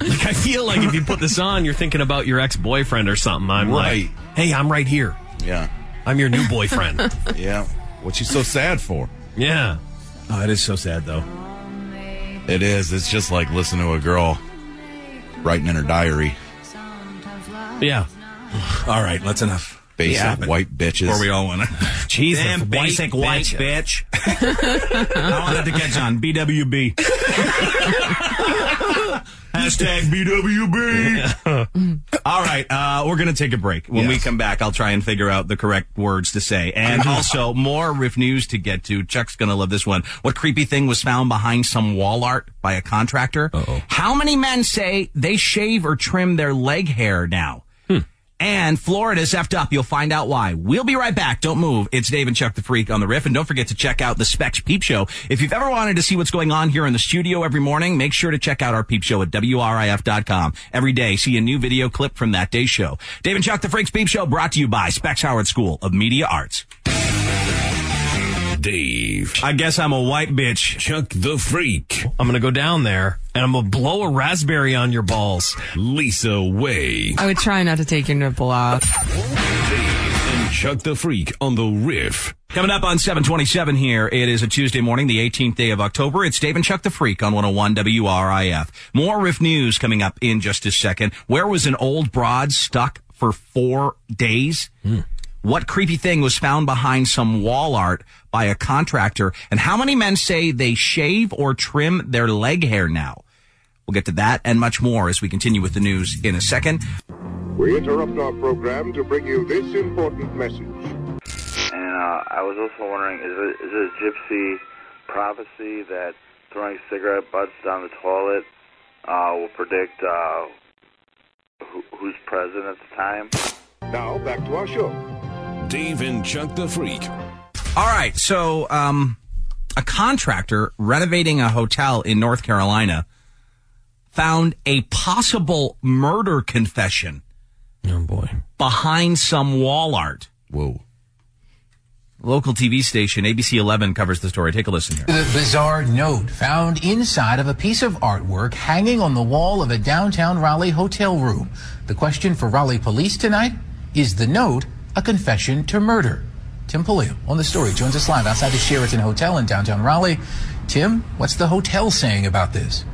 [SPEAKER 5] like, I feel like if you put this on, you're thinking about your ex boyfriend or something. I'm
[SPEAKER 6] Right.
[SPEAKER 5] like, hey, I'm right here.
[SPEAKER 6] Yeah.
[SPEAKER 5] I'm your new boyfriend.
[SPEAKER 6] Yeah. What you so sad for?
[SPEAKER 5] yeah.
[SPEAKER 3] Oh, it is so sad, though.
[SPEAKER 6] It is. It's just like listening to a girl writing in her diary.
[SPEAKER 5] Yeah.
[SPEAKER 3] All right, that's enough.
[SPEAKER 6] Basic
[SPEAKER 3] Yeah.
[SPEAKER 6] white bitches.
[SPEAKER 3] Or we all want to.
[SPEAKER 5] Jesus.
[SPEAKER 3] Damn
[SPEAKER 5] white
[SPEAKER 3] basic white bitch. I wanted to catch on. BWB. Hashtag BWB. All right, uh, we're going to take a break. When we come back, I'll try and figure out the correct words to say. And also, more riff news to get to. Chuck's going to love this one. What creepy thing was found behind some wall art by a contractor? Uh-oh. How many men say they shave or trim their leg hair now? And Florida's effed up. You'll find out why. We'll be right back. Don't move. It's Dave and Chuck the Freak on the Riff. And don't forget to check out the Specs Peep Show. If you've ever wanted to see what's going on here in the studio every morning, make sure to check out our Peep Show at WRIF.com. Every day, see a new video clip from that day's show. Dave and Chuck the Freak's Peep Show brought to you by Specs Howard School of Media Arts.
[SPEAKER 2] Dave.
[SPEAKER 3] I guess I'm a white bitch.
[SPEAKER 2] Chuck the Freak.
[SPEAKER 5] I'm going to go down there and I'm going to blow a raspberry on your balls.
[SPEAKER 2] Lisa Way.
[SPEAKER 4] I would try not to take your nipple off.
[SPEAKER 2] And
[SPEAKER 19] Chuck the Freak on the Riff.
[SPEAKER 3] Coming up on 727 here, it is a Tuesday morning, the 18th day of October. It's Dave and Chuck the Freak on 101 WRIF. More Riff News coming up in just a second. Where was an old broad stuck for four days? What creepy thing was found behind some wall art by a contractor? And how many men say they shave or trim their leg hair now? We'll get to that and much more as we continue with the news in a second.
[SPEAKER 11] We interrupt our program to bring you this important message.
[SPEAKER 20] And uh, I was also wondering, is it is it a gypsy prophecy that throwing cigarette butts down the toilet uh, will predict uh, who, who's president at the time?
[SPEAKER 11] Now back to our show.
[SPEAKER 19] Dave and Chuck the Freak.
[SPEAKER 3] All right, so um, a contractor renovating a hotel in North Carolina found a possible murder confession. Oh boy! Behind some wall art. Whoa! Local TV station ABC 11 covers the story. Take a listen here.
[SPEAKER 21] The bizarre note found inside of a piece of artwork hanging on the wall of a downtown Raleigh hotel room. The question for Raleigh police tonight is the note a confession to murder? Tim Polio on the story joins us live outside the Sheraton Hotel in downtown Raleigh. Tim, what's the hotel saying about this?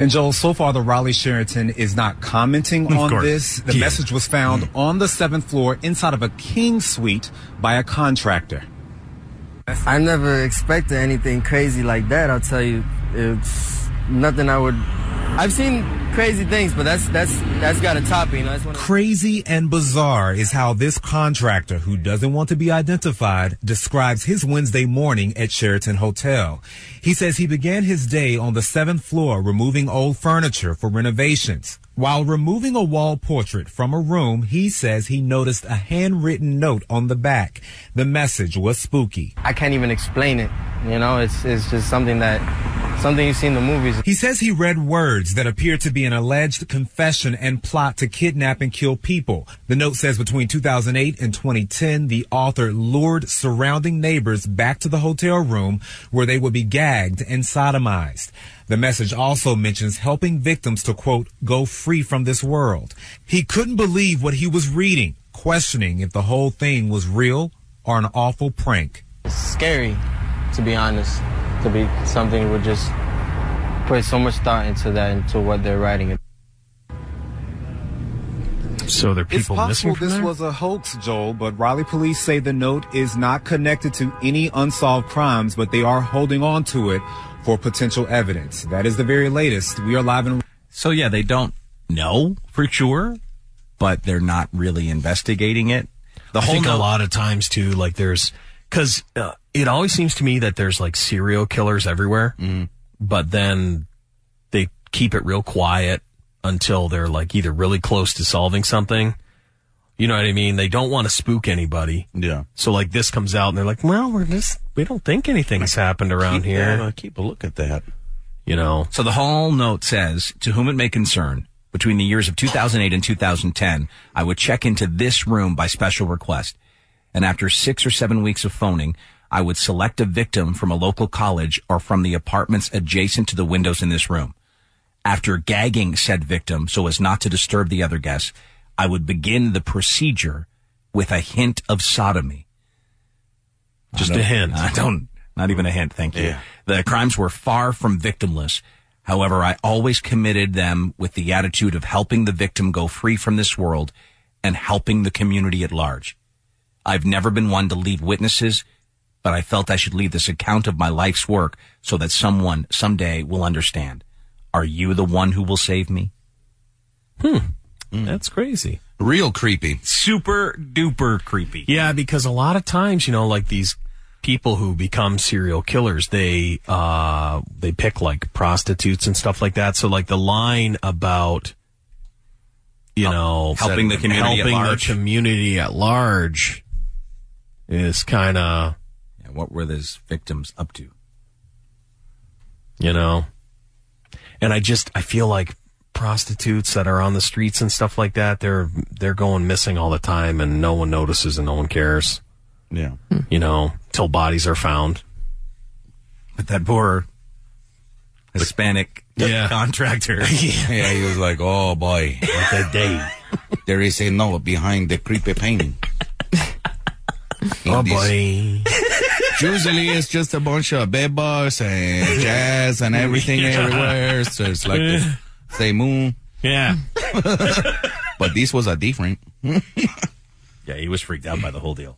[SPEAKER 17] And Joel, so far the Raleigh Sheraton is not commenting on
[SPEAKER 22] course.
[SPEAKER 17] this. The
[SPEAKER 22] Yeah. Mm.
[SPEAKER 17] message was found on the seventh floor inside of a king suite by a contractor.
[SPEAKER 23] I never expected anything crazy like that. I'll tell you, it's nothing I would. I've seen crazy things, but that's that's that's got a top. You know, that's one of
[SPEAKER 22] Crazy and bizarre is how this contractor, who doesn't want to be identified, describes his Wednesday morning at Sheraton Hotel. He says he began his day on the seventh floor removing old furniture for renovations. While removing a wall portrait from a room, he says he noticed a handwritten note on the back. The message was spooky.
[SPEAKER 23] I can't even explain it. You know, it's it's just something that something you see in the movies.
[SPEAKER 22] He says he read words that appear to be an alleged confession and plot to kidnap and kill people. The note says between 2008 and 2010, the author lured surrounding neighbors back to the hotel room where they would be gagged and sodomized. The message also mentions helping victims to quote, go free from this world. He couldn't believe what he was reading, questioning if the whole thing was real or an awful prank.
[SPEAKER 23] It's scary, to be honest. To be something that would just put so much thought into that, into what they're writing.
[SPEAKER 5] So there are
[SPEAKER 17] It's
[SPEAKER 5] people
[SPEAKER 17] possible
[SPEAKER 5] missing from
[SPEAKER 17] this
[SPEAKER 5] there?
[SPEAKER 17] was a hoax, Joel, but Raleigh police say the note is not connected to any unsolved crimes, but they are holding on to it for potential evidence. That is the very latest. We are live in.
[SPEAKER 3] So yeah, they don't know for sure, but they're not really investigating it. The
[SPEAKER 5] I
[SPEAKER 3] whole
[SPEAKER 5] think a
[SPEAKER 3] note-
[SPEAKER 5] lot of times too, like there's because uh, it always seems to me that there's like serial killers everywhere,
[SPEAKER 3] Mm-hmm.
[SPEAKER 5] but then they keep it real quiet until they're like either really close to solving something. You know what I mean? They don't want to spook anybody.
[SPEAKER 6] Yeah.
[SPEAKER 5] So like this comes out and they're like, well, we're just we don't think anything's happened around
[SPEAKER 3] Keep
[SPEAKER 5] here.
[SPEAKER 3] that, uh,
[SPEAKER 5] keep a look at that. You know.
[SPEAKER 3] So the whole note says, to whom it may concern, between the years of 2008 and 2010, I would check into this room by special request. And after six or seven weeks of phoning, I would select a victim from a local college or from the apartments adjacent to the windows in this room. After gagging said victim so as not to disturb the other guests, I would begin the procedure with a hint of sodomy.
[SPEAKER 5] Just
[SPEAKER 3] I don't-
[SPEAKER 5] a hint.
[SPEAKER 3] I don't, not even a hint. Thank you.
[SPEAKER 5] Yeah.
[SPEAKER 3] The crimes were far from victimless. However, I always committed them with the attitude of helping the victim go free from this world and helping the community at large. I've never been one to lead witnesses, but I felt I should leave this account of my life's work so that someone someday will understand. Are you the one who will save me?
[SPEAKER 5] Hmm.
[SPEAKER 3] Mm.
[SPEAKER 5] That's crazy.
[SPEAKER 6] Real creepy.
[SPEAKER 3] Super duper creepy.
[SPEAKER 5] Yeah, because a lot of times, you know, like these people who become serial killers, they uh they pick like prostitutes and stuff like that. So like the line about you know
[SPEAKER 3] helping the community at
[SPEAKER 5] helping
[SPEAKER 3] large.
[SPEAKER 5] the community at large is kind of
[SPEAKER 3] what were those victims up to?
[SPEAKER 5] You know. And I just I feel like prostitutes that are on the streets and stuff like that, they're they're going missing all the time and no one notices and no one cares.
[SPEAKER 6] Yeah.
[SPEAKER 5] You know, till bodies are found.
[SPEAKER 3] But that poor Hispanic
[SPEAKER 5] Yeah.
[SPEAKER 3] contractor.
[SPEAKER 6] yeah, he was like, oh boy,
[SPEAKER 5] what a day.
[SPEAKER 6] There is a note behind the creepy painting.
[SPEAKER 5] Oh,
[SPEAKER 6] boy. Usually it's just a bunch of bebas and jazz and everything
[SPEAKER 5] Yeah.
[SPEAKER 6] everywhere. So it's like the same moon.
[SPEAKER 5] Yeah.
[SPEAKER 6] but this was a different.
[SPEAKER 3] Yeah, he was freaked out by the whole deal.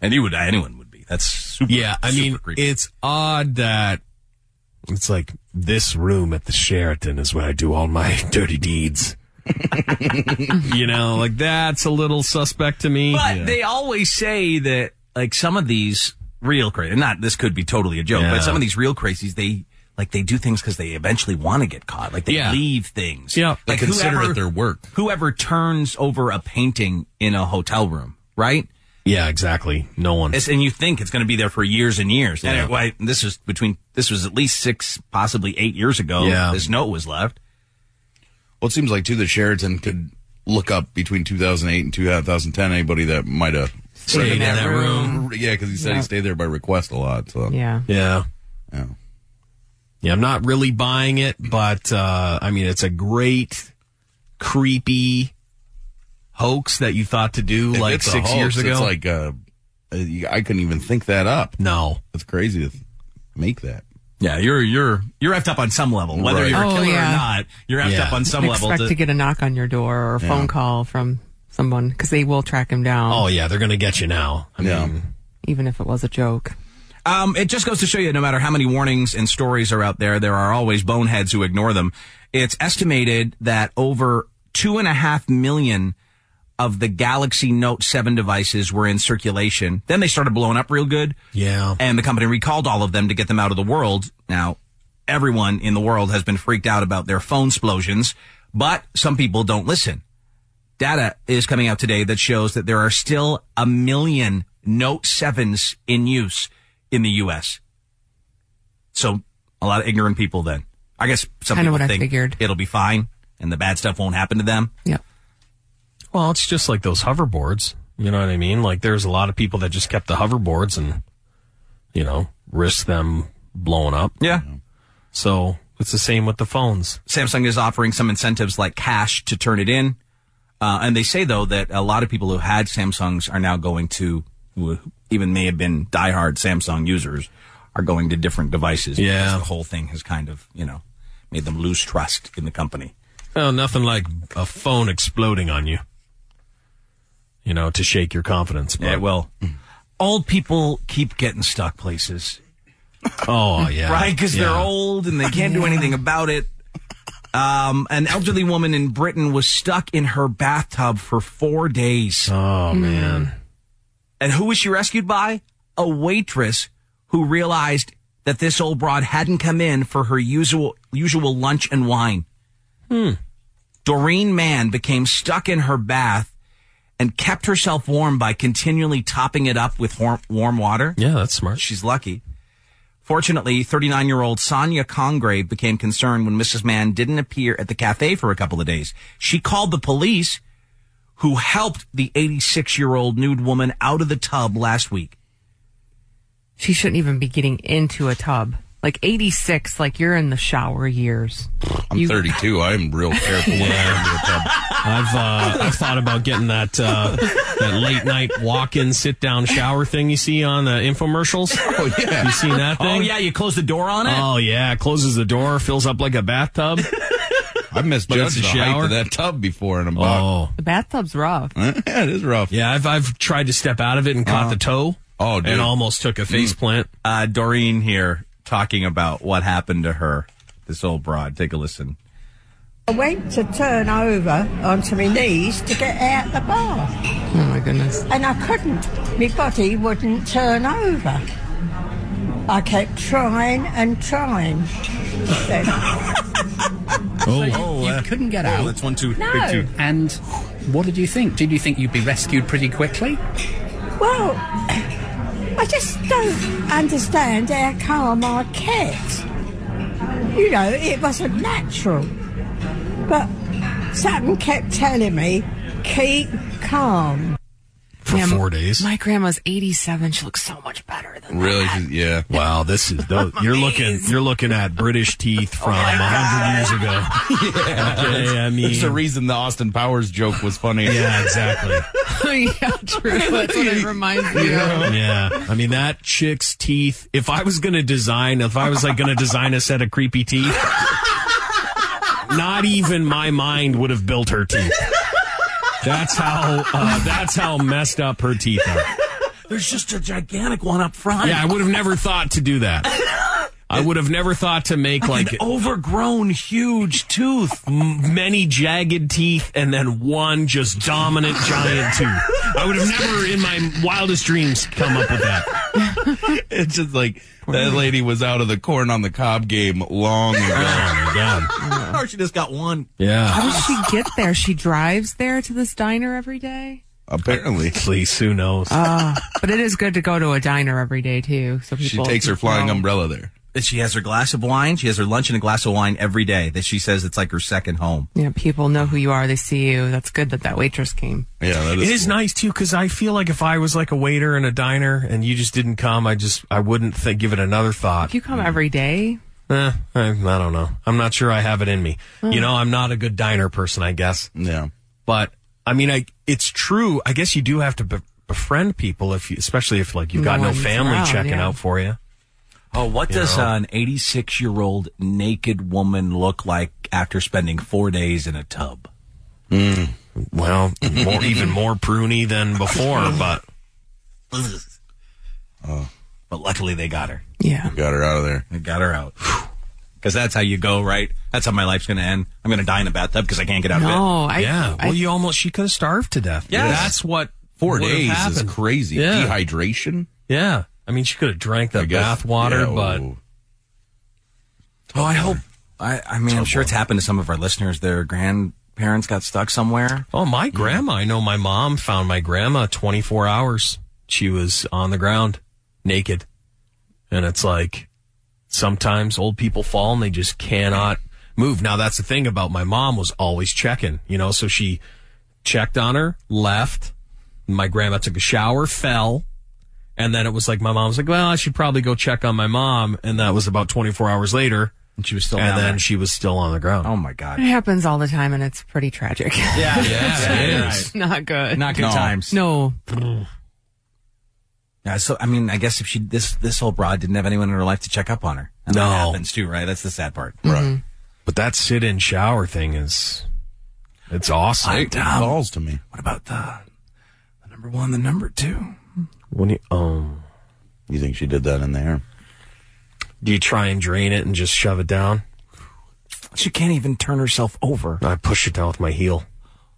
[SPEAKER 3] And he would, anyone would be. That's super.
[SPEAKER 5] Yeah, I
[SPEAKER 3] super
[SPEAKER 5] mean,
[SPEAKER 3] creepy.
[SPEAKER 5] it's odd that it's like this room at the Sheraton is where I do all my dirty deeds. you know, like that's a little suspect to me.
[SPEAKER 3] But
[SPEAKER 5] Yeah.
[SPEAKER 3] they always say that like some of these real crazies, not this could be totally a joke,
[SPEAKER 5] Yeah.
[SPEAKER 3] but some of these real crazies, they like they do things because they eventually want to get caught. Like they
[SPEAKER 5] Yeah.
[SPEAKER 3] leave things.
[SPEAKER 5] Yeah.
[SPEAKER 3] like
[SPEAKER 5] They consider it their
[SPEAKER 3] work. Whoever turns over a painting in a hotel room, right?
[SPEAKER 5] Yeah, exactly. No one.
[SPEAKER 3] It's, and you think it's going to be there for years and years. And
[SPEAKER 5] Yeah.
[SPEAKER 3] it- why- this is between this was at least six, possibly eight years ago.
[SPEAKER 6] Yeah.
[SPEAKER 3] this note was left.
[SPEAKER 6] Well, it seems like, too, that Sheraton could look up between 2008 and 2010 anybody that might have
[SPEAKER 4] Stayed in that room.
[SPEAKER 6] Yeah, because he said
[SPEAKER 4] Yeah.
[SPEAKER 6] he stayed there by request a lot. So
[SPEAKER 4] Yeah.
[SPEAKER 5] Yeah. Yeah, I'm not really buying it, but uh, I mean, it's a great, creepy hoax that you thought to do
[SPEAKER 6] If
[SPEAKER 5] like
[SPEAKER 6] it's a
[SPEAKER 5] six
[SPEAKER 6] hoax,
[SPEAKER 5] years ago.
[SPEAKER 6] It's like uh, uh, you- I couldn't even think that up.
[SPEAKER 5] No,
[SPEAKER 6] it's crazy to th- make that.
[SPEAKER 3] Yeah, you're you're you're effed up on some level, whether
[SPEAKER 6] Right.
[SPEAKER 3] you're a
[SPEAKER 6] Oh,
[SPEAKER 3] killer
[SPEAKER 4] yeah.
[SPEAKER 3] or not. You're effed
[SPEAKER 6] Yeah.
[SPEAKER 3] up on some
[SPEAKER 4] Didn't
[SPEAKER 3] level.
[SPEAKER 4] expect to, get a knock on your door or a
[SPEAKER 3] Yeah.
[SPEAKER 4] phone call from someone because they will track him down.
[SPEAKER 5] oh yeah, they're gonna get you now. I mean,
[SPEAKER 4] even if it was a joke.
[SPEAKER 3] Um, it just goes to show you, no matter how many warnings and stories are out there, there are always boneheads who ignore them. It's estimated that over two and a half million of the Galaxy Note 7 devices were in circulation. Then they started blowing up real good.
[SPEAKER 5] Yeah.
[SPEAKER 3] And the company recalled all of them to get them out of the world. Now, everyone in the world has been freaked out about their phone explosions, but some people don't listen. Data is coming out today that shows that there are still a million Note 7s in use in the U.S. So a lot of ignorant people then. I guess some
[SPEAKER 4] Kinda
[SPEAKER 3] people
[SPEAKER 4] what I
[SPEAKER 3] think
[SPEAKER 4] figured.
[SPEAKER 3] it'll be fine and the bad stuff won't happen to them.
[SPEAKER 5] well, it's just like those hoverboards. You know what I mean? Like, there's a lot of people that just kept the hoverboards and, you know, risk them blowing up.
[SPEAKER 3] Yeah.
[SPEAKER 5] So it's the same with the phones.
[SPEAKER 3] Samsung is offering some incentives like cash to turn it in. Uh, and they say though that a lot of people who had Samsungs are now going to, who even may have been diehard Samsung users, are going to different devices. because
[SPEAKER 5] Yeah.
[SPEAKER 3] the whole thing has kind of you know made them lose trust in the company.
[SPEAKER 5] Well, nothing like a phone exploding on you. You know, to shake your confidence. But.
[SPEAKER 3] Yeah, well, old people keep getting stuck places.
[SPEAKER 5] Oh yeah,
[SPEAKER 3] Right? Because they're
[SPEAKER 5] Yeah.
[SPEAKER 3] old and they can't do anything about it. Um, an elderly woman in Britain was stuck in her bathtub for four days.
[SPEAKER 5] Oh, man.
[SPEAKER 3] And who was she rescued by? A waitress who realized that this old broad hadn't come in for her usual, usual lunch and wine.
[SPEAKER 13] Hmm.
[SPEAKER 3] Doreen Mann became stuck in her bath and kept herself warm by continually topping it up with warm, warm water.
[SPEAKER 5] Yeah, that's smart.
[SPEAKER 3] She's lucky. Fortunately, 39 year old Sonia Congrave became concerned when Mrs. Mann didn't appear at the cafe for a couple of days. She called the police, who helped the 86 year old nude woman out of the tub last week.
[SPEAKER 4] She shouldn't even be getting into a tub. Like 86, like you're in the shower years.
[SPEAKER 6] I'm 32. I'm real careful. when I
[SPEAKER 5] Yeah.
[SPEAKER 6] go to the tub.
[SPEAKER 5] I've uh, I've thought about getting that uh, that late night walk in sit down shower thing you see on the infomercials. Oh
[SPEAKER 6] yeah,
[SPEAKER 5] you seen that
[SPEAKER 3] Oh,
[SPEAKER 5] thing?
[SPEAKER 3] yeah, you closed the door on it?
[SPEAKER 5] Oh yeah, closes the door, fills up like a bathtub.
[SPEAKER 6] I misjudged the height of that tub before in a
[SPEAKER 5] Oh.
[SPEAKER 6] box.
[SPEAKER 4] The bathtub's rough.
[SPEAKER 6] yeah, it is rough.
[SPEAKER 5] Yeah, I've I've tried to step out of it and caught the toe.
[SPEAKER 6] Oh,
[SPEAKER 5] dude. And almost took a face plant.
[SPEAKER 3] Uh, Doreen here talking about what happened to her, this old broad. Take a listen.
[SPEAKER 1] I went to turn over onto my knees to get out the bath,
[SPEAKER 4] Oh my goodness.
[SPEAKER 1] and I couldn't. My body wouldn't turn over. I kept trying and trying. Then-
[SPEAKER 7] Oh, you, couldn't get out.
[SPEAKER 3] that's one, two,
[SPEAKER 1] No. big two.
[SPEAKER 7] And what did you think? Did you think you'd be rescued pretty quickly?
[SPEAKER 1] well, I just don't understand how calm I kept. You know, it wasn't natural. But something kept telling me, keep calm.
[SPEAKER 5] for
[SPEAKER 4] Yeah,
[SPEAKER 5] four days.
[SPEAKER 4] My grandma's 87. She looks so much better than
[SPEAKER 5] Really? Yeah. Wow. This is those, you're looking you're looking at British teeth from a hundred years ago. Okay, I mean,
[SPEAKER 6] There's a reason the Austin Powers joke was funny.
[SPEAKER 5] Yeah, exactly.
[SPEAKER 4] yeah, true. That's what it reminds me of.
[SPEAKER 5] yeah. I mean, that chick's teeth. If I was going to design, if I was like going to design a set of creepy teeth, not even my mind would have built her teeth. That's how, uh, that's how messed up her teeth are.
[SPEAKER 13] There's just a gigantic one up front.
[SPEAKER 5] Yeah. I would have never thought to do that. I would have never thought to make like
[SPEAKER 13] an overgrown, huge tooth.
[SPEAKER 5] m- many jagged teeth and then one just dominant giant tooth. I would have never in my wildest dreams come up with that.
[SPEAKER 6] It's just like that lady was out of the corn on the cob game long ago.
[SPEAKER 12] or she just got one.
[SPEAKER 4] How does she get there? She drives there to this diner every day.
[SPEAKER 6] Apparently.
[SPEAKER 5] Please, who knows?
[SPEAKER 4] Uh, but it is good to go to a diner every day too. So people know.
[SPEAKER 6] umbrella there.
[SPEAKER 12] She has her glass of wine. She has her lunch and a glass of wine every day. That she says it's like her second home.
[SPEAKER 4] Yeah, people know who you are. They see you. That's good that that waitress came.
[SPEAKER 6] Yeah, that
[SPEAKER 5] It is nice too because I feel like if I was like a waiter in a diner and you just didn't come, I just I wouldn't think, give it another thought.
[SPEAKER 4] If you come
[SPEAKER 12] Mm.
[SPEAKER 4] every day,
[SPEAKER 5] Eh, I, I don't know. I'm not sure I have it in me. You know, I'm not a good diner person, I guess.
[SPEAKER 6] Yeah.
[SPEAKER 5] But I mean, I it's true. I guess you do have to be- befriend people if you, especially if like you've got
[SPEAKER 12] No
[SPEAKER 5] no,
[SPEAKER 12] one's
[SPEAKER 5] family
[SPEAKER 12] around,
[SPEAKER 5] checking
[SPEAKER 12] yeah.
[SPEAKER 5] out for you.
[SPEAKER 12] Oh, what
[SPEAKER 5] You
[SPEAKER 12] does
[SPEAKER 5] know?
[SPEAKER 12] uh, an 86 year old naked woman look like after spending four days in a tub?
[SPEAKER 5] Well, more even more pruny than before, but
[SPEAKER 12] But luckily they got her.
[SPEAKER 4] Yeah.
[SPEAKER 6] Got her out of there.
[SPEAKER 12] They got her out. Because that's how you go, right? That's how my life's going to end. I'm going to die in a bathtub because I can't get out
[SPEAKER 4] No,
[SPEAKER 12] of it.
[SPEAKER 4] I-
[SPEAKER 5] yeah. well, you almost she could have starved to death.
[SPEAKER 12] Yes.
[SPEAKER 5] that's what
[SPEAKER 6] Four
[SPEAKER 5] would have
[SPEAKER 6] days is
[SPEAKER 5] happened.
[SPEAKER 6] crazy.
[SPEAKER 5] Yeah.
[SPEAKER 6] Dehydration.
[SPEAKER 5] Yeah. I mean, she could have drank the
[SPEAKER 6] guess-
[SPEAKER 5] bath water,
[SPEAKER 6] yeah,
[SPEAKER 5] but
[SPEAKER 12] Oh, I hope. I, I mean, I'm sure it's happened to some of our listeners. Their grandparents got stuck somewhere.
[SPEAKER 5] oh, my grandma. I know my mom found my grandma 24 hours. She was on the ground naked. And it's like sometimes old people fall and they just cannot move. Now, that's the thing about my mom was always checking, you know, so she checked on her, left. My grandma took a shower, fell. And then it was like my mom was like, well, I should probably go check on my mom. And that was about 24 hours later. And she was still And
[SPEAKER 12] down
[SPEAKER 5] then
[SPEAKER 12] there.
[SPEAKER 5] she was still on the ground. Oh
[SPEAKER 12] my God.
[SPEAKER 4] it happens all the time, and it's pretty tragic.
[SPEAKER 12] Yeah, yeah,
[SPEAKER 5] it is.
[SPEAKER 4] not good.
[SPEAKER 12] Not good No. times.
[SPEAKER 4] No.
[SPEAKER 12] Yeah, so I mean, I guess if she this this old broad didn't have anyone in her life to check up on her, and that happens too, right? That's the sad part.
[SPEAKER 5] Right. But that sit in shower thing is it's awesome.
[SPEAKER 12] It calls
[SPEAKER 6] to me.
[SPEAKER 12] um, What about the the number one, the number two?
[SPEAKER 5] When you oh
[SPEAKER 6] You think she did that in there?
[SPEAKER 5] Do you try and drain it and just shove it down?
[SPEAKER 12] She can't even turn herself over.
[SPEAKER 5] I push it down with my heel.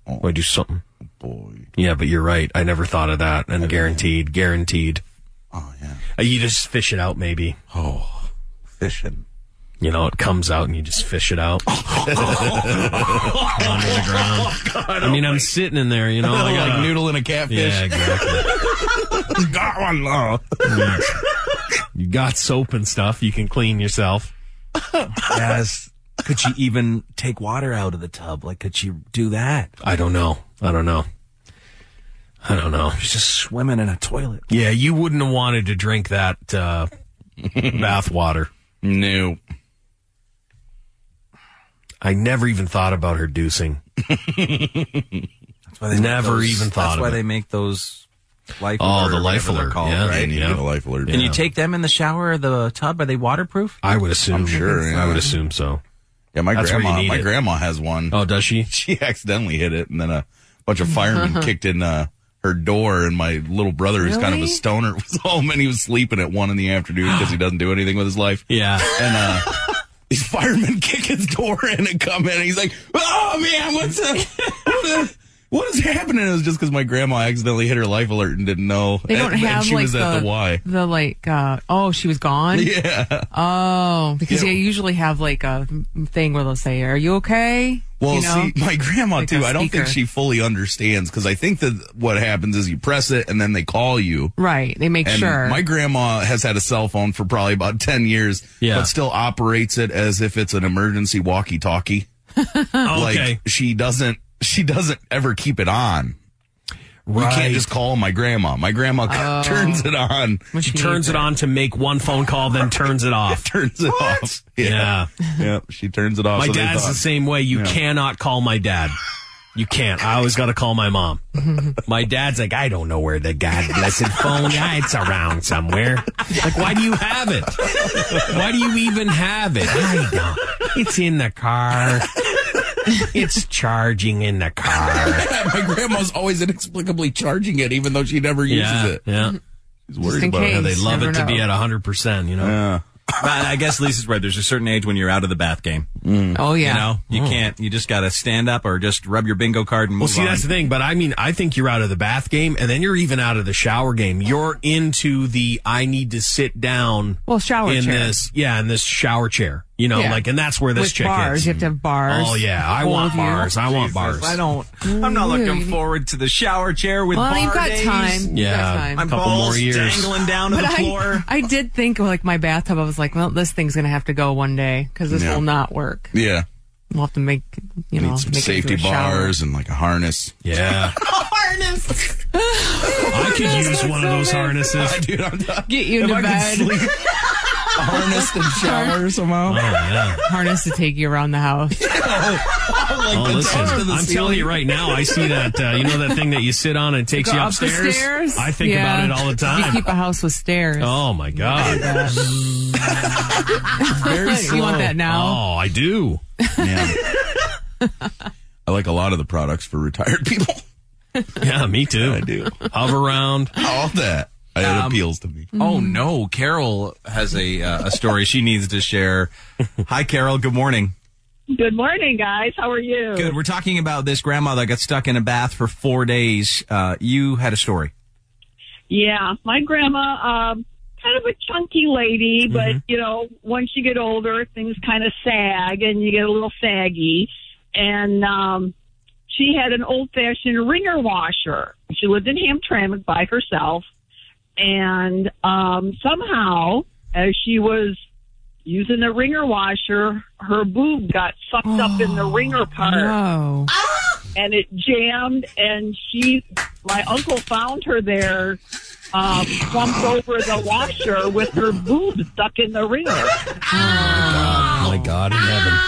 [SPEAKER 6] Oh.
[SPEAKER 5] I do something. Boy. Yeah, but you're right. I never thought of that. And guaranteed, guaranteed. Oh yeah. You just fish it out maybe.
[SPEAKER 6] Oh. Fishing.
[SPEAKER 5] You know, it comes out and you just fish it out. Under the ground. I mean, I'm sitting in there, you know, I got
[SPEAKER 6] like
[SPEAKER 5] a-
[SPEAKER 6] noodling a catfish.
[SPEAKER 5] Yeah, exactly. Mm.
[SPEAKER 6] got one, law.
[SPEAKER 5] You got soap and stuff. You can clean yourself.
[SPEAKER 12] yes. Could she even take water out of the tub? Like, could she do that?
[SPEAKER 5] I don't know. I don't know. I don't know.
[SPEAKER 12] She's just swimming in a toilet.
[SPEAKER 5] Yeah, you wouldn't have wanted to drink that uh, bath water.
[SPEAKER 6] No.
[SPEAKER 5] I never even thought about her deucing.
[SPEAKER 12] That's why they make
[SPEAKER 5] Never
[SPEAKER 12] those-
[SPEAKER 5] even thought
[SPEAKER 12] That's why
[SPEAKER 5] of it.
[SPEAKER 12] they make those life.
[SPEAKER 5] Oh,
[SPEAKER 12] alert
[SPEAKER 5] the
[SPEAKER 12] or
[SPEAKER 5] life
[SPEAKER 12] whatever they're
[SPEAKER 5] alert.
[SPEAKER 12] called,
[SPEAKER 5] yeah,
[SPEAKER 12] right?
[SPEAKER 5] they need to get a
[SPEAKER 6] life alert.
[SPEAKER 12] Can you take them in the shower or the tub? Are they waterproof?
[SPEAKER 5] I would assume.
[SPEAKER 6] I'm sure.
[SPEAKER 5] I would assume so.
[SPEAKER 6] Yeah, my
[SPEAKER 5] That's where you
[SPEAKER 6] grandma.
[SPEAKER 5] need
[SPEAKER 6] My
[SPEAKER 5] it.
[SPEAKER 6] grandma has one.
[SPEAKER 5] Oh, does she?
[SPEAKER 6] She accidentally hit it, and then a bunch of firemen kicked in uh, her door. And my little brother, who's kind of a
[SPEAKER 5] Really?
[SPEAKER 6] stoner, was home, and he was sleeping at one in the afternoon because he doesn't do anything with his life.
[SPEAKER 5] Yeah,
[SPEAKER 6] and uh, these firemen kick his door in and come in, and he's like, "Oh man, what's the, what, the, what is happening?" It was just because my grandma accidentally hit her life alert and didn't know.
[SPEAKER 4] They don't
[SPEAKER 6] and,
[SPEAKER 4] have
[SPEAKER 6] and she
[SPEAKER 4] like
[SPEAKER 6] was
[SPEAKER 4] the,
[SPEAKER 6] at the Y.
[SPEAKER 4] the, like uh, oh she was gone
[SPEAKER 6] Yeah.
[SPEAKER 4] oh because
[SPEAKER 6] Yeah.
[SPEAKER 4] they usually have like a thing where they'll say are you okay
[SPEAKER 6] Well,
[SPEAKER 4] You know?
[SPEAKER 6] see, my grandma
[SPEAKER 4] Like a
[SPEAKER 6] too. I don't think
[SPEAKER 4] speaker.
[SPEAKER 6] she fully understands because I think that what happens is you press it and then they call you.
[SPEAKER 4] right they make
[SPEAKER 6] and
[SPEAKER 4] sure
[SPEAKER 6] My grandma has had a cell phone for probably about ten years,
[SPEAKER 5] Yeah.
[SPEAKER 6] but still operates it as if it's an emergency walkie-talkie.
[SPEAKER 5] Oh, okay.
[SPEAKER 6] Like she doesn't, she doesn't ever keep it on. We
[SPEAKER 5] Right.
[SPEAKER 6] can't just call my grandma. My grandma
[SPEAKER 4] Oh.
[SPEAKER 6] turns it on.
[SPEAKER 5] She turns it on to make one phone call, then turns it off.
[SPEAKER 6] turns it off.
[SPEAKER 5] Yeah.
[SPEAKER 6] yeah. She turns it off.
[SPEAKER 5] My
[SPEAKER 6] Oh, so they
[SPEAKER 5] dad's
[SPEAKER 6] thought-
[SPEAKER 5] the same way. You
[SPEAKER 6] Yeah.
[SPEAKER 5] cannot call my dad. You can't. I always got to call my mom. my dad's like, I don't know where the God blessed phone. Yeah, it's around somewhere. Like, why do you have it? Why do you even have it? I don't. It's in the car. It's charging in the car.
[SPEAKER 6] my grandma's always inexplicably charging it, even though she never uses
[SPEAKER 5] yeah,
[SPEAKER 6] it.
[SPEAKER 5] Yeah.
[SPEAKER 6] She's
[SPEAKER 5] worried in about it. case. They love Never it to be know. at 100%, you know?
[SPEAKER 12] But I guess Lisa's right. There's a certain age when you're out of the bath game.
[SPEAKER 5] Mm.
[SPEAKER 4] Oh, yeah.
[SPEAKER 12] You know, you
[SPEAKER 5] Oh.
[SPEAKER 12] can't. You just got to stand up or just rub your bingo card and move
[SPEAKER 5] Well, see,
[SPEAKER 12] on.
[SPEAKER 5] that's the thing. But I mean, I think you're out of the bath game, and then you're even out of the shower game. You're into the I need to sit down.
[SPEAKER 4] Well, shower
[SPEAKER 5] in
[SPEAKER 4] chair.
[SPEAKER 5] this, yeah, in this shower chair. You know,
[SPEAKER 4] Yeah.
[SPEAKER 5] like, and that's where this
[SPEAKER 4] With
[SPEAKER 5] chick
[SPEAKER 4] bars.
[SPEAKER 5] is.
[SPEAKER 4] You have to have bars.
[SPEAKER 5] Oh yeah, I want
[SPEAKER 4] Hold you.
[SPEAKER 5] bars. I want
[SPEAKER 12] Jesus,
[SPEAKER 5] bars.
[SPEAKER 12] I don't. I'm not looking forward to the shower chair with.
[SPEAKER 4] Well,
[SPEAKER 12] bar
[SPEAKER 4] you've got
[SPEAKER 12] days.
[SPEAKER 4] time. You've got
[SPEAKER 5] Yeah,
[SPEAKER 4] time.
[SPEAKER 12] My
[SPEAKER 5] couple
[SPEAKER 12] balls
[SPEAKER 5] more years.
[SPEAKER 12] dangling down to
[SPEAKER 4] But
[SPEAKER 12] the
[SPEAKER 4] I,
[SPEAKER 12] floor.
[SPEAKER 4] I did think like my bathtub. I was like, well, this thing's gonna have to go one day because this
[SPEAKER 6] Yeah.
[SPEAKER 4] will not work.
[SPEAKER 6] Yeah.
[SPEAKER 4] We'll have to make you know
[SPEAKER 6] Need some
[SPEAKER 4] make
[SPEAKER 6] safety
[SPEAKER 4] it into a shower.
[SPEAKER 6] bars and like a harness.
[SPEAKER 5] Yeah.
[SPEAKER 4] harness. I
[SPEAKER 5] could use one of those harnesses.
[SPEAKER 6] Dude, I'm done.
[SPEAKER 4] Get you
[SPEAKER 6] If
[SPEAKER 4] into
[SPEAKER 6] I could
[SPEAKER 4] bed.
[SPEAKER 6] sleep- harness and shower somehow.
[SPEAKER 5] Oh yeah.
[SPEAKER 4] Harness to take you around the house.
[SPEAKER 5] Oh, listen, I'm telling you right now, I see that. Uh, you know that thing that you sit on and takes
[SPEAKER 4] Go
[SPEAKER 5] you
[SPEAKER 4] up the
[SPEAKER 5] upstairs.
[SPEAKER 4] stairs.
[SPEAKER 5] I think
[SPEAKER 4] Yeah.
[SPEAKER 5] about it all the
[SPEAKER 4] You
[SPEAKER 5] time.
[SPEAKER 4] keep a house with stairs.
[SPEAKER 5] Oh my god.
[SPEAKER 4] you want that now?
[SPEAKER 5] Oh, I do.
[SPEAKER 6] I like a lot of the products for retired people.
[SPEAKER 5] Yeah, me too. I
[SPEAKER 6] do.
[SPEAKER 5] Hover around.
[SPEAKER 6] All that. It
[SPEAKER 12] Um,
[SPEAKER 6] appeals to me.
[SPEAKER 12] Oh no, Carol has a uh, a story she needs to share. Hi, Carol. Good morning.
[SPEAKER 8] Good morning, guys. How are you?
[SPEAKER 12] Good. We're talking about this grandma that got stuck in a bath for four days. Uh, you had a story.
[SPEAKER 8] Yeah, my grandma, um, kind of a chunky lady, but you know, once you get older, things kind of sag and you get a little saggy. And um, she had an old-fashioned wringer washer. She lived in Hamtramck by herself, and um, somehow, as she was using the wringer washer, her boob got sucked up in the wringer part.
[SPEAKER 4] No.
[SPEAKER 8] and it jammed and she my uncle found her there uh, slumped over the washer with her boob stuck in the ringer.
[SPEAKER 5] Oh my God in heaven.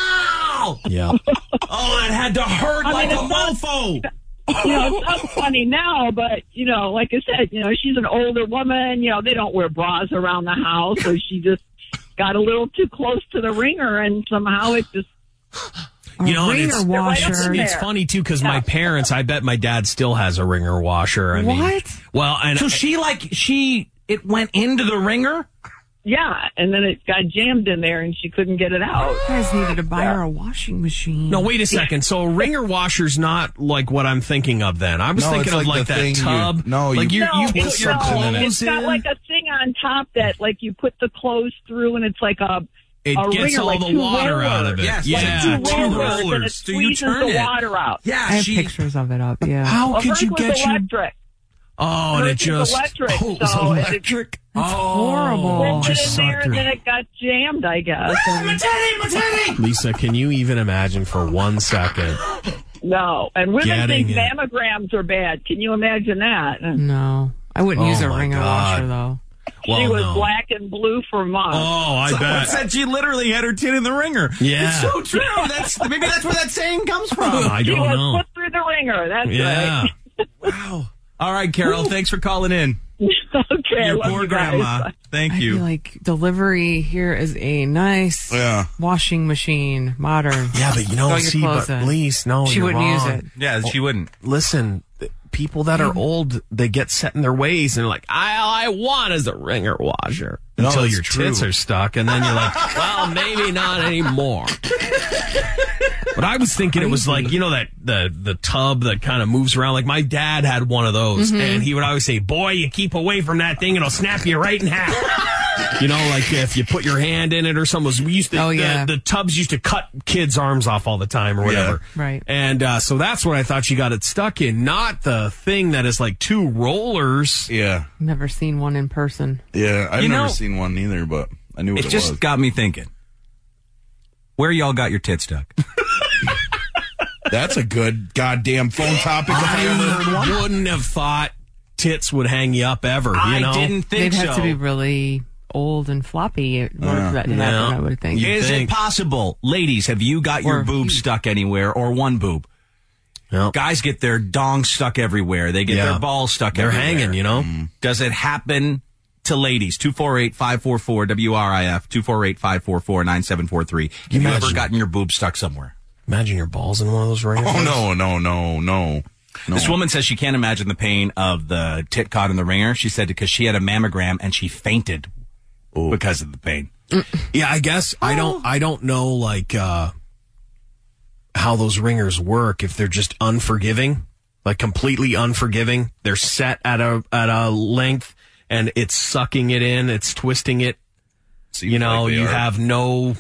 [SPEAKER 5] Yeah. Oh, that had to hurt
[SPEAKER 8] I mean, it's
[SPEAKER 5] mofo.
[SPEAKER 8] You know, it's not funny now, but you know, like I said, you know, she's an older woman. You know, they don't wear bras around the house, so she just got a little too close to the ringer, and somehow it just
[SPEAKER 5] You know, and
[SPEAKER 8] ringer
[SPEAKER 5] it's,
[SPEAKER 8] washer.
[SPEAKER 5] it's, it's funny too because my
[SPEAKER 8] Yeah.
[SPEAKER 5] parents. I bet my dad still has a ringer washer. I mean,
[SPEAKER 8] What?
[SPEAKER 5] well, and
[SPEAKER 12] So she like she it went into the ringer.
[SPEAKER 8] yeah, and then it got jammed in there, and she couldn't get it out.
[SPEAKER 4] You guys needed to buy her a washing machine.
[SPEAKER 5] No, wait a second. So a ringer washer's not like what I'm thinking of. Then I was
[SPEAKER 6] No, it's
[SPEAKER 5] thinking of
[SPEAKER 6] like
[SPEAKER 5] like
[SPEAKER 6] the
[SPEAKER 5] that
[SPEAKER 6] thing you-
[SPEAKER 5] tub.
[SPEAKER 6] no,
[SPEAKER 5] like
[SPEAKER 6] you-
[SPEAKER 5] you,
[SPEAKER 8] No,
[SPEAKER 5] you
[SPEAKER 6] put
[SPEAKER 5] put
[SPEAKER 8] it's
[SPEAKER 5] your
[SPEAKER 8] no,
[SPEAKER 5] clothes
[SPEAKER 8] It's
[SPEAKER 5] in.
[SPEAKER 8] got like a thing on top that, like, you put the clothes through, and it's like a
[SPEAKER 5] It
[SPEAKER 8] a
[SPEAKER 5] gets
[SPEAKER 8] ringer,
[SPEAKER 5] all
[SPEAKER 8] like
[SPEAKER 5] the
[SPEAKER 8] two
[SPEAKER 5] water
[SPEAKER 8] rollers.
[SPEAKER 5] out of it. Yes, Yeah,
[SPEAKER 8] like
[SPEAKER 5] two
[SPEAKER 8] two rollers, and it
[SPEAKER 5] rollers. So you
[SPEAKER 8] squeezes
[SPEAKER 5] turn
[SPEAKER 8] the
[SPEAKER 5] it.
[SPEAKER 8] water out.
[SPEAKER 4] I have pictures of it up. Yeah.
[SPEAKER 5] How
[SPEAKER 8] Well,
[SPEAKER 5] could
[SPEAKER 8] hers
[SPEAKER 5] you
[SPEAKER 8] was
[SPEAKER 5] get your-
[SPEAKER 8] electric.
[SPEAKER 5] oh, and
[SPEAKER 8] Hers
[SPEAKER 5] it
[SPEAKER 8] was
[SPEAKER 5] just
[SPEAKER 8] electric.
[SPEAKER 5] oh, it was
[SPEAKER 8] so it-
[SPEAKER 5] electric.
[SPEAKER 4] That's
[SPEAKER 5] Oh,
[SPEAKER 4] horrible.
[SPEAKER 8] It,
[SPEAKER 5] just
[SPEAKER 8] just in there,
[SPEAKER 5] sucked
[SPEAKER 8] and then
[SPEAKER 5] her.
[SPEAKER 8] it got jammed, I guess. And-
[SPEAKER 5] Lisa, can you even imagine for one second?
[SPEAKER 8] no, Oh, and women
[SPEAKER 5] Getting
[SPEAKER 8] think
[SPEAKER 5] it.
[SPEAKER 8] mammograms are bad. Can you imagine that?
[SPEAKER 4] No, I wouldn't
[SPEAKER 5] Oh
[SPEAKER 4] use a
[SPEAKER 5] my
[SPEAKER 4] ringer
[SPEAKER 5] God.
[SPEAKER 4] washer though.
[SPEAKER 5] Well,
[SPEAKER 8] she was
[SPEAKER 5] no.
[SPEAKER 8] black and blue for months.
[SPEAKER 5] Oh, I
[SPEAKER 12] Someone
[SPEAKER 5] bet.
[SPEAKER 12] said she literally had her tin in the ringer.
[SPEAKER 5] Yeah.
[SPEAKER 12] It's so true. That's maybe that's where that saying comes from.
[SPEAKER 5] I
[SPEAKER 8] she
[SPEAKER 5] don't
[SPEAKER 8] was
[SPEAKER 5] know.
[SPEAKER 8] put through the ringer. That's
[SPEAKER 5] Yeah.
[SPEAKER 8] right.
[SPEAKER 12] Wow. All right, Carol. Thanks for calling in.
[SPEAKER 8] okay,
[SPEAKER 12] Your
[SPEAKER 8] love
[SPEAKER 12] poor
[SPEAKER 8] you guys.
[SPEAKER 12] grandma. Thank
[SPEAKER 4] I
[SPEAKER 12] you.
[SPEAKER 4] feel like delivery here is a nice
[SPEAKER 6] Yeah.
[SPEAKER 4] washing machine, modern.
[SPEAKER 5] Yeah, but you know,
[SPEAKER 4] Throw your
[SPEAKER 5] see,
[SPEAKER 4] clothes
[SPEAKER 5] but
[SPEAKER 4] in.
[SPEAKER 5] Lise, no,
[SPEAKER 4] she
[SPEAKER 5] you're
[SPEAKER 4] wouldn't use
[SPEAKER 5] wrong.
[SPEAKER 4] it.
[SPEAKER 12] Yeah, she wouldn't.
[SPEAKER 5] Listen, th- people that are old, they get set in their ways and they're like, I, all I want is a ringer washer.
[SPEAKER 12] No,
[SPEAKER 5] Until
[SPEAKER 12] it's
[SPEAKER 5] your
[SPEAKER 12] true.
[SPEAKER 5] tits are stuck, and then you're like, well, maybe not anymore. But I was thinking it was like you know that the the tub that kind of moves around. Like my dad had one of those,
[SPEAKER 4] Mm-hmm.
[SPEAKER 5] and he would always say, "Boy, you keep away from that thing, it'll snap you right in half." you know, like if you put your hand in it or something. We used to
[SPEAKER 4] Oh,
[SPEAKER 5] the-
[SPEAKER 4] yeah.
[SPEAKER 5] the, tubs used to cut kids' arms off all the time or whatever.
[SPEAKER 4] Right.
[SPEAKER 5] And uh, so that's what I thought she got it stuck in, not the thing that is like two rollers.
[SPEAKER 6] Yeah.
[SPEAKER 4] Never seen one in person.
[SPEAKER 6] Yeah. I've
[SPEAKER 12] You
[SPEAKER 6] never
[SPEAKER 12] know-
[SPEAKER 6] seen one either, but I knew what
[SPEAKER 12] It
[SPEAKER 6] it,
[SPEAKER 12] just
[SPEAKER 6] was.
[SPEAKER 12] got me thinking. Where y'all got your tit stuck?
[SPEAKER 6] That's a good goddamn phone topic. if I ever heard one.
[SPEAKER 5] I wouldn't have thought tits would hang you up ever. You
[SPEAKER 4] I
[SPEAKER 5] know?
[SPEAKER 4] didn't think They'd have to be really old and floppy in order for that to happen, I would think.
[SPEAKER 3] Is it possible, ladies? Have you got your boob stuck anywhere, or one boob? Guys get their dong stuck everywhere. They get
[SPEAKER 5] Yeah.
[SPEAKER 3] their balls stuck.
[SPEAKER 5] They're
[SPEAKER 3] everywhere. Mm.
[SPEAKER 5] hanging, you know?
[SPEAKER 3] Does it happen to ladies? 248-544 WRIF 248-544-9743. Have you ever
[SPEAKER 5] Imagine.
[SPEAKER 3] gotten your boob stuck somewhere?
[SPEAKER 5] Imagine your balls in one of those rings.
[SPEAKER 3] Oh, no,
[SPEAKER 6] no, no, no.
[SPEAKER 3] This woman says she can't imagine the pain of the tit caught in the ringer. She said because she had a mammogram and she fainted because of the pain.
[SPEAKER 5] Mm. Yeah, I guess I don't. I don't know like uh, how those ringers work. If they're just unforgiving, like completely unforgiving, they're set at a at a length, and it's sucking it in, it's twisting it. you know,
[SPEAKER 6] like they
[SPEAKER 5] you
[SPEAKER 6] are.
[SPEAKER 5] have no.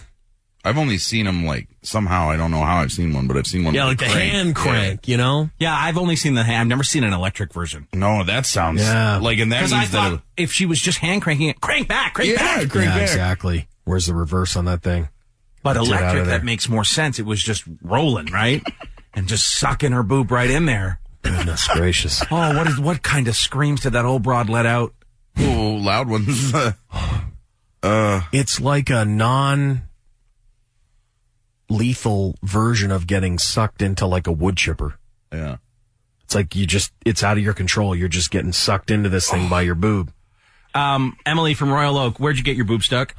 [SPEAKER 6] I've only seen them like somehow. I don't know how I've seen one, but I've seen one.
[SPEAKER 5] Yeah,
[SPEAKER 6] with
[SPEAKER 5] like
[SPEAKER 6] a
[SPEAKER 5] the hand crank, you know?
[SPEAKER 3] Yeah, I've only seen the hand. I've never seen an electric version.
[SPEAKER 6] No, that sounds
[SPEAKER 5] Yeah.
[SPEAKER 6] like, and that means
[SPEAKER 3] Because I
[SPEAKER 6] that
[SPEAKER 3] thought if she was just hand cranking it, crank back, crank back,
[SPEAKER 5] yeah, exactly. Where's the reverse on that thing?
[SPEAKER 3] But
[SPEAKER 5] Get it out of
[SPEAKER 3] electric,
[SPEAKER 5] there.
[SPEAKER 3] that makes more sense. It was just rolling, right? and just sucking her boob right in there.
[SPEAKER 5] Goodness gracious.
[SPEAKER 3] Oh, what is what kind of screams did that old broad let out?
[SPEAKER 6] Oh, loud ones. uh,
[SPEAKER 5] it's like a non lethal version of getting sucked into like a wood chipper.
[SPEAKER 6] Yeah.
[SPEAKER 5] It's like you just it's out of your control. You're just getting sucked into this thing by your boob.
[SPEAKER 3] Um, Emily from Royal Oak, where'd you get your boob stuck?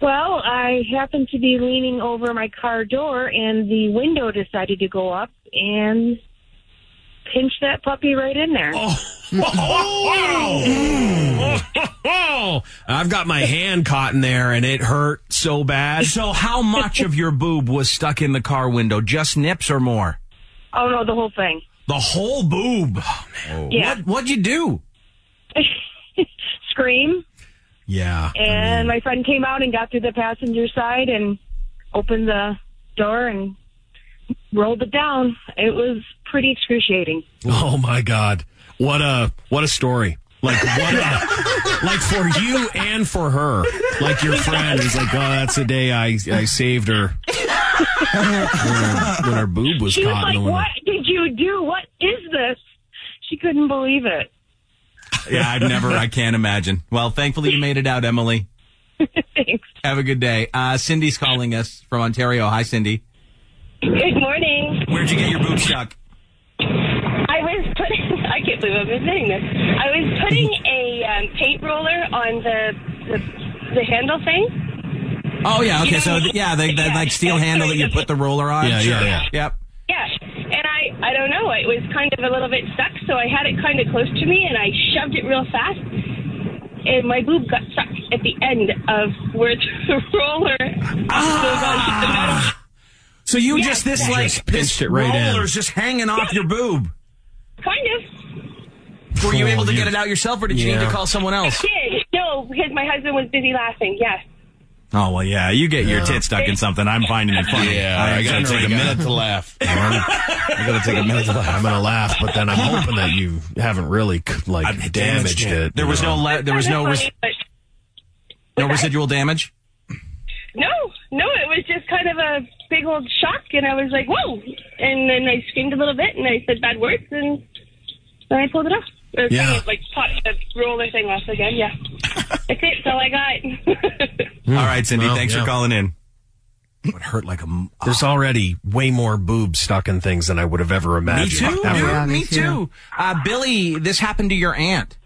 [SPEAKER 24] Well, I happened to be leaning over my car door, and the window decided to go up and pinch that puppy right in there.
[SPEAKER 5] Oh, I've got my hand caught in there and it hurt so bad.
[SPEAKER 3] So how much of your boob was stuck in the car window? Just nips or more?
[SPEAKER 24] Oh no, the whole thing.
[SPEAKER 3] The whole boob. Oh, man.
[SPEAKER 24] Yeah.
[SPEAKER 3] What what'd you do?
[SPEAKER 24] Scream,
[SPEAKER 5] Yeah.
[SPEAKER 24] and
[SPEAKER 3] Mm.
[SPEAKER 24] my friend came out and got through the passenger side and opened the door and rolled it down. It was pretty excruciating.
[SPEAKER 5] Oh my god. What a what a story. Like what a like for you and for her. Like your friend is like, "Oh, that's the day I I saved her." when, her when her boob was
[SPEAKER 24] she was
[SPEAKER 5] caught
[SPEAKER 24] like,
[SPEAKER 5] in the
[SPEAKER 24] "What did you do? What is this?" She couldn't believe it.
[SPEAKER 3] Yeah, I've never I can't imagine. Well, thankfully you made it out, Emily.
[SPEAKER 24] Thanks.
[SPEAKER 3] Have a good day. Uh, Cindy's calling us from Ontario. Hi, Cindy.
[SPEAKER 10] Good morning.
[SPEAKER 3] Where'd you get your boob stuck?
[SPEAKER 10] I was putting, I can't believe I've been saying this. I was putting a um, paint roller on the, the, the handle thing.
[SPEAKER 3] Oh yeah,
[SPEAKER 10] You
[SPEAKER 3] okay.
[SPEAKER 10] know-
[SPEAKER 3] So th- yeah, the, the like steel handle that you put the roller on.
[SPEAKER 5] Yeah, yeah,
[SPEAKER 3] Sure.
[SPEAKER 5] yeah.
[SPEAKER 3] Yep.
[SPEAKER 10] Yeah. And I, I don't know, it was kind of a little bit stuck, so I had it kind of close to me and I shoved it real fast. And my boob got stuck at the end of where the roller goes onto the metal.
[SPEAKER 3] So you
[SPEAKER 10] Yeah,
[SPEAKER 3] just this
[SPEAKER 10] yeah.
[SPEAKER 3] like
[SPEAKER 10] Just pinched
[SPEAKER 3] this
[SPEAKER 10] it right in.
[SPEAKER 3] roller's just hanging off your boob.
[SPEAKER 10] Kind of.
[SPEAKER 3] Were you
[SPEAKER 5] Oh,
[SPEAKER 3] able to
[SPEAKER 5] you-
[SPEAKER 3] get it out yourself, or did you need
[SPEAKER 5] Yeah.
[SPEAKER 3] to call someone else?
[SPEAKER 10] I did. No, because my husband was busy laughing. Yes.
[SPEAKER 3] Oh well, yeah. You get your
[SPEAKER 10] Yeah.
[SPEAKER 3] tit stuck in something. I'm finding it funny.
[SPEAKER 6] Yeah, I gotta take a minute to
[SPEAKER 3] laugh.
[SPEAKER 5] I gotta take a minute to laugh. I'm gonna laugh, but then I'm hoping that you haven't really like damaged it.
[SPEAKER 3] There
[SPEAKER 5] you
[SPEAKER 3] was
[SPEAKER 5] know?
[SPEAKER 3] no le- there was no res- no residual damage.
[SPEAKER 10] No, no, it was just kind of a big old shock, and I was like, "Whoa!" And then I screamed a little bit, and I said bad words, and then I pulled it off. Or
[SPEAKER 5] Yeah.
[SPEAKER 10] kind of, like popped the roller thing off again. Yeah, that's it. So I got.
[SPEAKER 3] All right, Cindy.
[SPEAKER 5] Hmm. Well,
[SPEAKER 3] thanks
[SPEAKER 5] yeah.
[SPEAKER 3] for calling in. It hurt like a. m-
[SPEAKER 5] There's already way more boobs stuck in things than I would have ever
[SPEAKER 3] Me
[SPEAKER 5] imagined.
[SPEAKER 3] too,
[SPEAKER 5] Ever.
[SPEAKER 3] dude. me too. Uh, Billy, this happened to your aunt.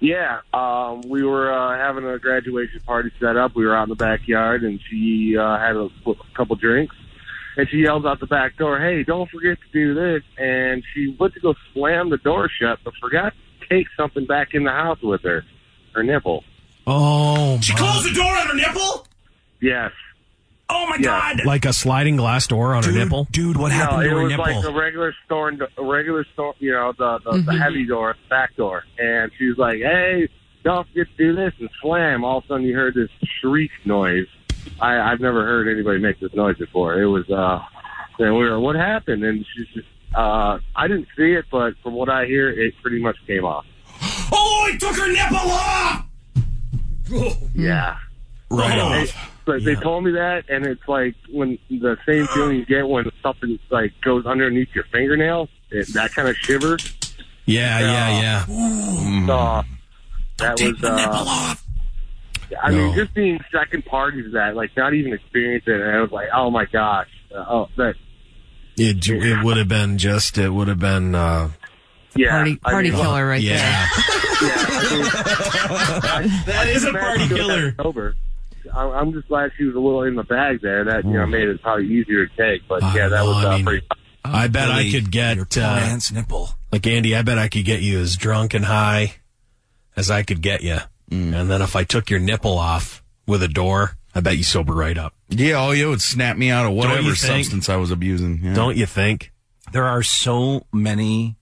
[SPEAKER 11] Yeah, um, we were uh, having a graduation party set up. We were out in the backyard, and she uh, had a couple drinks, and she yelled out the back door, "Hey, don't forget to do this!" And she went to go slam the door shut, but forgot to take something back in the house with her, her nipple.
[SPEAKER 5] Oh,
[SPEAKER 11] She
[SPEAKER 5] my-
[SPEAKER 11] closed
[SPEAKER 3] the door on her nipple.
[SPEAKER 11] Yes.
[SPEAKER 3] Oh my
[SPEAKER 11] god!
[SPEAKER 5] like a sliding glass door on her nipple.
[SPEAKER 3] Dude,
[SPEAKER 11] no, it was like a regular store, a regular store, you know, the the, the
[SPEAKER 5] Mhm.
[SPEAKER 11] heavy door, back door, and she was like, "Hey, don't forget to do this," and slam. All of a sudden, you heard this shriek noise. I, I've never heard anybody make this noise before. It was, uh, and we were, "What happened?" And she's just, uh, I didn't see it, but from what I hear, it pretty much came off.
[SPEAKER 8] Oh, I took her nipple off!
[SPEAKER 11] Yeah. Right. But they told me that, and it's like when the same feeling you get when something like goes underneath your fingernail, it, that kind of shiver.
[SPEAKER 5] Yeah, yeah, yeah.
[SPEAKER 3] Mm.
[SPEAKER 11] So, that was. uh, I mean, just being second party to that, like not even experiencing it, and I was like, oh my gosh, uh, oh that,
[SPEAKER 5] It it would have been just it would have been uh,
[SPEAKER 11] yeah,
[SPEAKER 4] Party-
[SPEAKER 11] I
[SPEAKER 4] party
[SPEAKER 11] mean,
[SPEAKER 4] killer right
[SPEAKER 5] yeah.
[SPEAKER 11] that
[SPEAKER 5] is a party killer.
[SPEAKER 11] Sober. I- I'm just glad she was a little in the bag there. That you know made it probably easier to take. But yeah, that was uh, pretty.
[SPEAKER 5] Mm. I bet I could get uh,
[SPEAKER 25] nipple.
[SPEAKER 5] like Andy. I bet I could get you as drunk and high as I could get you,
[SPEAKER 4] Mm.
[SPEAKER 5] and then if I took your nipple off with a door, I bet you sober right up.
[SPEAKER 6] Yeah, oh, yeah, it would snap me out of
[SPEAKER 5] Don't
[SPEAKER 6] whatever
[SPEAKER 5] you think?
[SPEAKER 6] substance I was abusing. Yeah.
[SPEAKER 5] Don't you think?
[SPEAKER 3] There are so many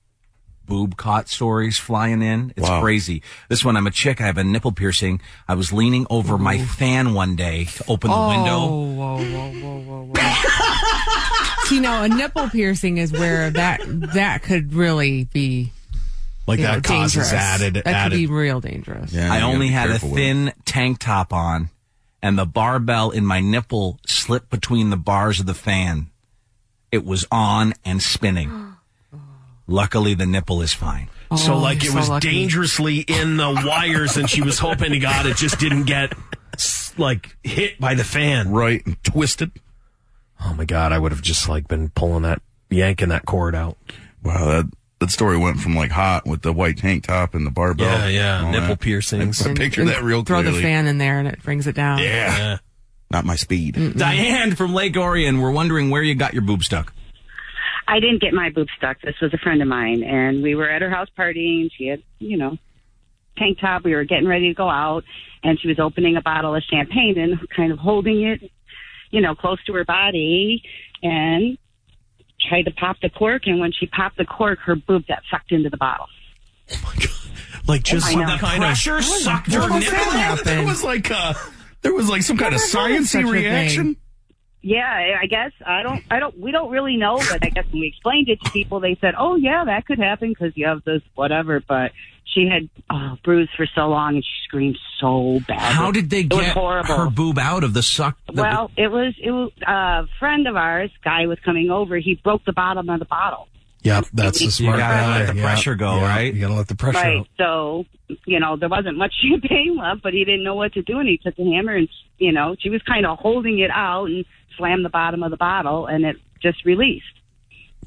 [SPEAKER 3] boob caught stories flying in. It's
[SPEAKER 6] Wow.
[SPEAKER 3] crazy. This one, I'm a chick. I have a nipple piercing. I was leaning over my fan one day to open the
[SPEAKER 4] oh,
[SPEAKER 3] window.
[SPEAKER 4] Whoa, whoa, whoa, whoa, whoa. See, now a nipple piercing is where that that could really be
[SPEAKER 5] Like
[SPEAKER 4] you
[SPEAKER 5] that
[SPEAKER 4] know,
[SPEAKER 5] causes
[SPEAKER 4] dangerous.
[SPEAKER 5] added-
[SPEAKER 4] That
[SPEAKER 5] added-
[SPEAKER 4] could be real dangerous.
[SPEAKER 3] I only had a thin tank top on, and the barbell in my nipple slipped between the bars of the fan. It was on and spinning. Luckily, the nipple is fine.
[SPEAKER 4] Oh,
[SPEAKER 6] Oh.
[SPEAKER 5] so like it was dangerously in the wires, and she was hoping to God it just didn't get s- like hit by the fan,
[SPEAKER 6] right? Twisted.
[SPEAKER 5] Oh my God, I would have just like been pulling that, yanking that cord out.
[SPEAKER 6] Wow, that, that story went from like hot with the white tank top and the barbell.
[SPEAKER 5] Yeah, yeah,
[SPEAKER 6] and all
[SPEAKER 5] nipple
[SPEAKER 6] that.
[SPEAKER 5] piercings.
[SPEAKER 6] I, I
[SPEAKER 5] And-
[SPEAKER 6] picture
[SPEAKER 5] and
[SPEAKER 6] that real
[SPEAKER 4] Throw
[SPEAKER 6] clearly.
[SPEAKER 4] the fan in there and it brings it down.
[SPEAKER 6] Yeah. Not my speed.
[SPEAKER 3] Diane from Lake Orion, we're wondering where you got your boob stuck.
[SPEAKER 14] I didn't get my boob stuck. This was a friend of mine, and we were at her house partying. She had, you know, tank top. We were getting ready to go out, and she was opening a bottle of champagne and kind of holding it, you know, close to her body, and tried to pop the cork. And when she popped the cork, her boob got sucked into the bottle.
[SPEAKER 5] Like just
[SPEAKER 14] I
[SPEAKER 5] some
[SPEAKER 14] know.
[SPEAKER 5] kind
[SPEAKER 14] Pressure
[SPEAKER 5] of
[SPEAKER 14] sucked
[SPEAKER 5] What
[SPEAKER 14] her
[SPEAKER 5] was
[SPEAKER 14] nipple
[SPEAKER 5] that?
[SPEAKER 14] out.
[SPEAKER 6] There was like
[SPEAKER 3] uh,
[SPEAKER 6] a, there was like some kind of
[SPEAKER 14] Never heard of such
[SPEAKER 6] sciency
[SPEAKER 14] a
[SPEAKER 6] reaction.
[SPEAKER 14] thing. Yeah, I- I guess I don't. I don't. We don't really know, but I guess when we explained it to people, they said, "Oh yeah, that could happen because you have this whatever." But she had oh, bruised for so long, and she screamed so bad.
[SPEAKER 3] How did they
[SPEAKER 14] It was
[SPEAKER 3] get
[SPEAKER 14] horrible.
[SPEAKER 3] her boob out of the suck? the-
[SPEAKER 14] Well, it was it was uh, a friend of ours. Guy was coming over. He broke the bottom of the bottle.
[SPEAKER 5] Yep, that's the smart.
[SPEAKER 3] You gotta
[SPEAKER 5] guy.
[SPEAKER 3] let the
[SPEAKER 5] Yeah,
[SPEAKER 3] pressure go,
[SPEAKER 5] yeah,
[SPEAKER 3] right?
[SPEAKER 5] You gotta let the pressure.
[SPEAKER 14] right.
[SPEAKER 5] out.
[SPEAKER 14] So you know there wasn't much champagne left, but he didn't know what to do, and he took the hammer and you know she was kind of holding it out and slammed the bottom of the bottle, and it just released.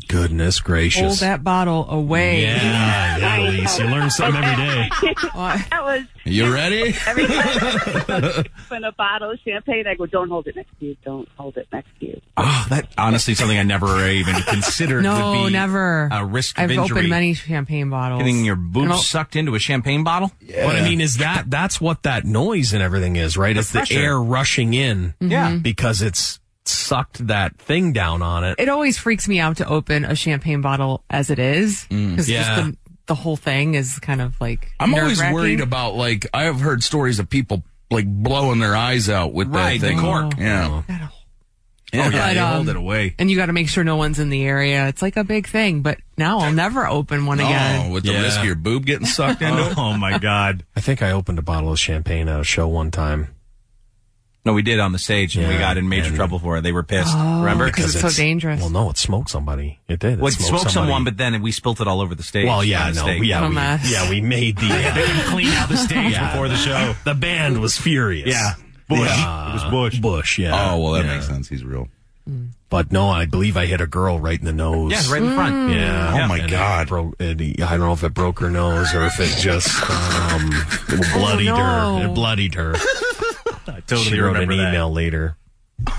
[SPEAKER 5] Goodness
[SPEAKER 4] Pull
[SPEAKER 5] gracious.
[SPEAKER 4] that bottle away.
[SPEAKER 5] Yeah, yeah, Elise, you learn something every day.
[SPEAKER 14] that was
[SPEAKER 6] You ready?
[SPEAKER 14] every open a bottle of champagne. I go, don't hold it next to you. Don't hold it next to you.
[SPEAKER 3] Oh, that honestly something I never uh, even considered.
[SPEAKER 4] No,
[SPEAKER 3] would be
[SPEAKER 4] never.
[SPEAKER 3] A risk of
[SPEAKER 4] I've
[SPEAKER 3] injury.
[SPEAKER 4] opened many champagne bottles.
[SPEAKER 3] Getting your boobs
[SPEAKER 4] And I'll-
[SPEAKER 3] sucked into a champagne bottle.
[SPEAKER 5] But I mean, is that that's what that noise and everything is, right?
[SPEAKER 3] The
[SPEAKER 5] it's the
[SPEAKER 3] pressure.
[SPEAKER 5] air rushing in,
[SPEAKER 4] Yeah. Mhm.
[SPEAKER 5] because it's sucked that thing down on it.
[SPEAKER 4] It always freaks me out to open a champagne bottle as it is
[SPEAKER 6] Mm.
[SPEAKER 4] because
[SPEAKER 6] Yeah.
[SPEAKER 4] just the, the whole thing is kind of like
[SPEAKER 6] I'm always
[SPEAKER 4] nerve-wracking.
[SPEAKER 6] worried about like I've heard stories of people like blowing their eyes out with
[SPEAKER 4] Right,
[SPEAKER 6] that
[SPEAKER 4] the
[SPEAKER 6] thing.
[SPEAKER 4] cork.
[SPEAKER 6] Yeah. Yeah,
[SPEAKER 4] Oh, yeah,
[SPEAKER 6] you
[SPEAKER 4] But,
[SPEAKER 6] hold it
[SPEAKER 4] um,
[SPEAKER 6] away.
[SPEAKER 4] and you got to make sure no one's in the area. It's like a big thing, but now I'll never open one
[SPEAKER 6] Oh,
[SPEAKER 4] again.
[SPEAKER 6] with the risk of your boob getting sucked into. it?
[SPEAKER 5] Oh my god! I think I opened a bottle of champagne at a show one time.
[SPEAKER 3] No, we did on the stage, and we
[SPEAKER 5] Yeah,
[SPEAKER 3] got in major
[SPEAKER 5] and-
[SPEAKER 3] trouble for it. They were pissed.
[SPEAKER 5] Oh,
[SPEAKER 3] remember?
[SPEAKER 4] Oh, because it's so dangerous.
[SPEAKER 5] Well, no, it smoked somebody. It did. It
[SPEAKER 3] Well, it
[SPEAKER 5] smoked,
[SPEAKER 3] smoked
[SPEAKER 5] somebody.
[SPEAKER 3] someone, but then we spilt it all over the stage.
[SPEAKER 5] Well, yeah,
[SPEAKER 3] By
[SPEAKER 5] no,
[SPEAKER 3] mistake.
[SPEAKER 5] yeah, we, yeah, we made the uh, clean out the stage before the show. The band was furious.
[SPEAKER 3] Yeah.
[SPEAKER 5] Bush.
[SPEAKER 3] Yeah.
[SPEAKER 5] It was Bush. Bush. Yeah.
[SPEAKER 6] Oh, well, that
[SPEAKER 5] Yeah.
[SPEAKER 6] makes sense. He's real.
[SPEAKER 5] But no, I believe I hit a girl right in the nose.
[SPEAKER 3] Yeah, right in the front. Mm.
[SPEAKER 5] Yeah.
[SPEAKER 3] Oh, my
[SPEAKER 5] And it broke- it- I don't know if it broke her nose or if it just um, bloodied
[SPEAKER 3] Oh, no.
[SPEAKER 5] her. It bloodied her. I
[SPEAKER 3] totally
[SPEAKER 5] she wrote
[SPEAKER 3] remember
[SPEAKER 5] an
[SPEAKER 3] that.
[SPEAKER 5] email later.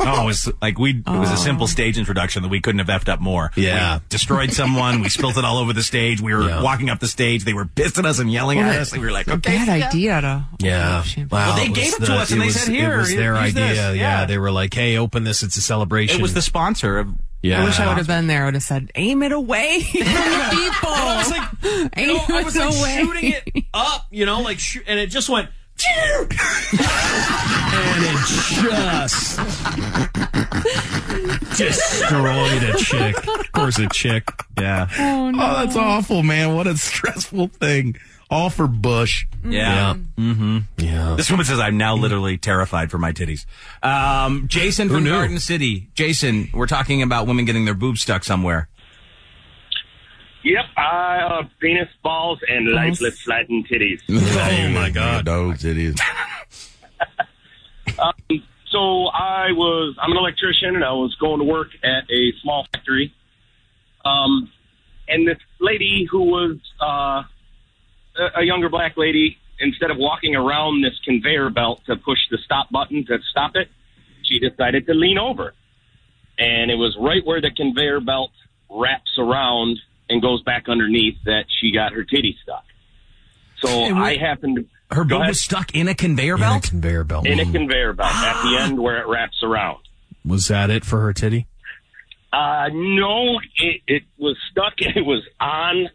[SPEAKER 3] Oh, it was like we. It was
[SPEAKER 5] Oh.
[SPEAKER 3] a simple stage introduction that we couldn't have effed up more.
[SPEAKER 5] Yeah.
[SPEAKER 3] We destroyed someone. we spilt it all over the stage. We were
[SPEAKER 5] Yeah.
[SPEAKER 3] walking up the stage. They were pissed at us and yelling
[SPEAKER 4] Well,
[SPEAKER 3] at
[SPEAKER 4] that-
[SPEAKER 3] us. And we were like,
[SPEAKER 4] It's a
[SPEAKER 3] okay,
[SPEAKER 4] bad idea to
[SPEAKER 5] Yeah. Wow,
[SPEAKER 3] Oh, Well, they gave
[SPEAKER 5] was
[SPEAKER 3] it to us and they said,
[SPEAKER 5] It
[SPEAKER 3] "Here,
[SPEAKER 5] was their
[SPEAKER 3] use
[SPEAKER 5] idea.
[SPEAKER 3] this."
[SPEAKER 5] Yeah.
[SPEAKER 3] Yeah.
[SPEAKER 5] They were like, hey, open this. It's a celebration.
[SPEAKER 3] It was the sponsor of.
[SPEAKER 5] Yeah.
[SPEAKER 4] I wish I would have been there. I would have said, aim it away from the people.
[SPEAKER 8] I was
[SPEAKER 4] like,
[SPEAKER 8] You
[SPEAKER 4] aim
[SPEAKER 8] know, I
[SPEAKER 4] it
[SPEAKER 8] was like
[SPEAKER 4] away.
[SPEAKER 8] shooting it up, you know, like, shoo- and it just went.
[SPEAKER 5] and it just destroyed a chick. Of course, a chick. Yeah.
[SPEAKER 6] Oh, that's awful, man. What a stressful thing. All for Bush.
[SPEAKER 3] Yeah. Mm-hmm. Yeah. This woman says, "I'm now literally terrified for my titties." Um, Jason from
[SPEAKER 26] knew?
[SPEAKER 3] Garden City. Jason, we're talking about women getting their boobs stuck somewhere.
[SPEAKER 20] Yep, I uh, penis balls and lifeless flattened titties.
[SPEAKER 6] Oh my god. Those idiots.
[SPEAKER 20] um, so I was I'm an electrician and I was going to work at a small factory. Um, and this lady who was uh, a- a younger black lady, instead of walking around this conveyor belt to push the stop button to stop it, she decided to lean over. And it was right where the conveyor belt wraps around and goes back underneath that she got her titty stuck. So
[SPEAKER 3] Hey,
[SPEAKER 20] Oh, I
[SPEAKER 3] wait.
[SPEAKER 20] happened to
[SPEAKER 3] Her
[SPEAKER 20] Go
[SPEAKER 3] boob
[SPEAKER 20] ahead.
[SPEAKER 3] was stuck in a conveyor belt.
[SPEAKER 20] conveyor
[SPEAKER 3] belt.
[SPEAKER 20] in a conveyor belt at the end where it wraps around.
[SPEAKER 5] Was that it for her titty?
[SPEAKER 20] Uh, no, it, it was stuck. It was on,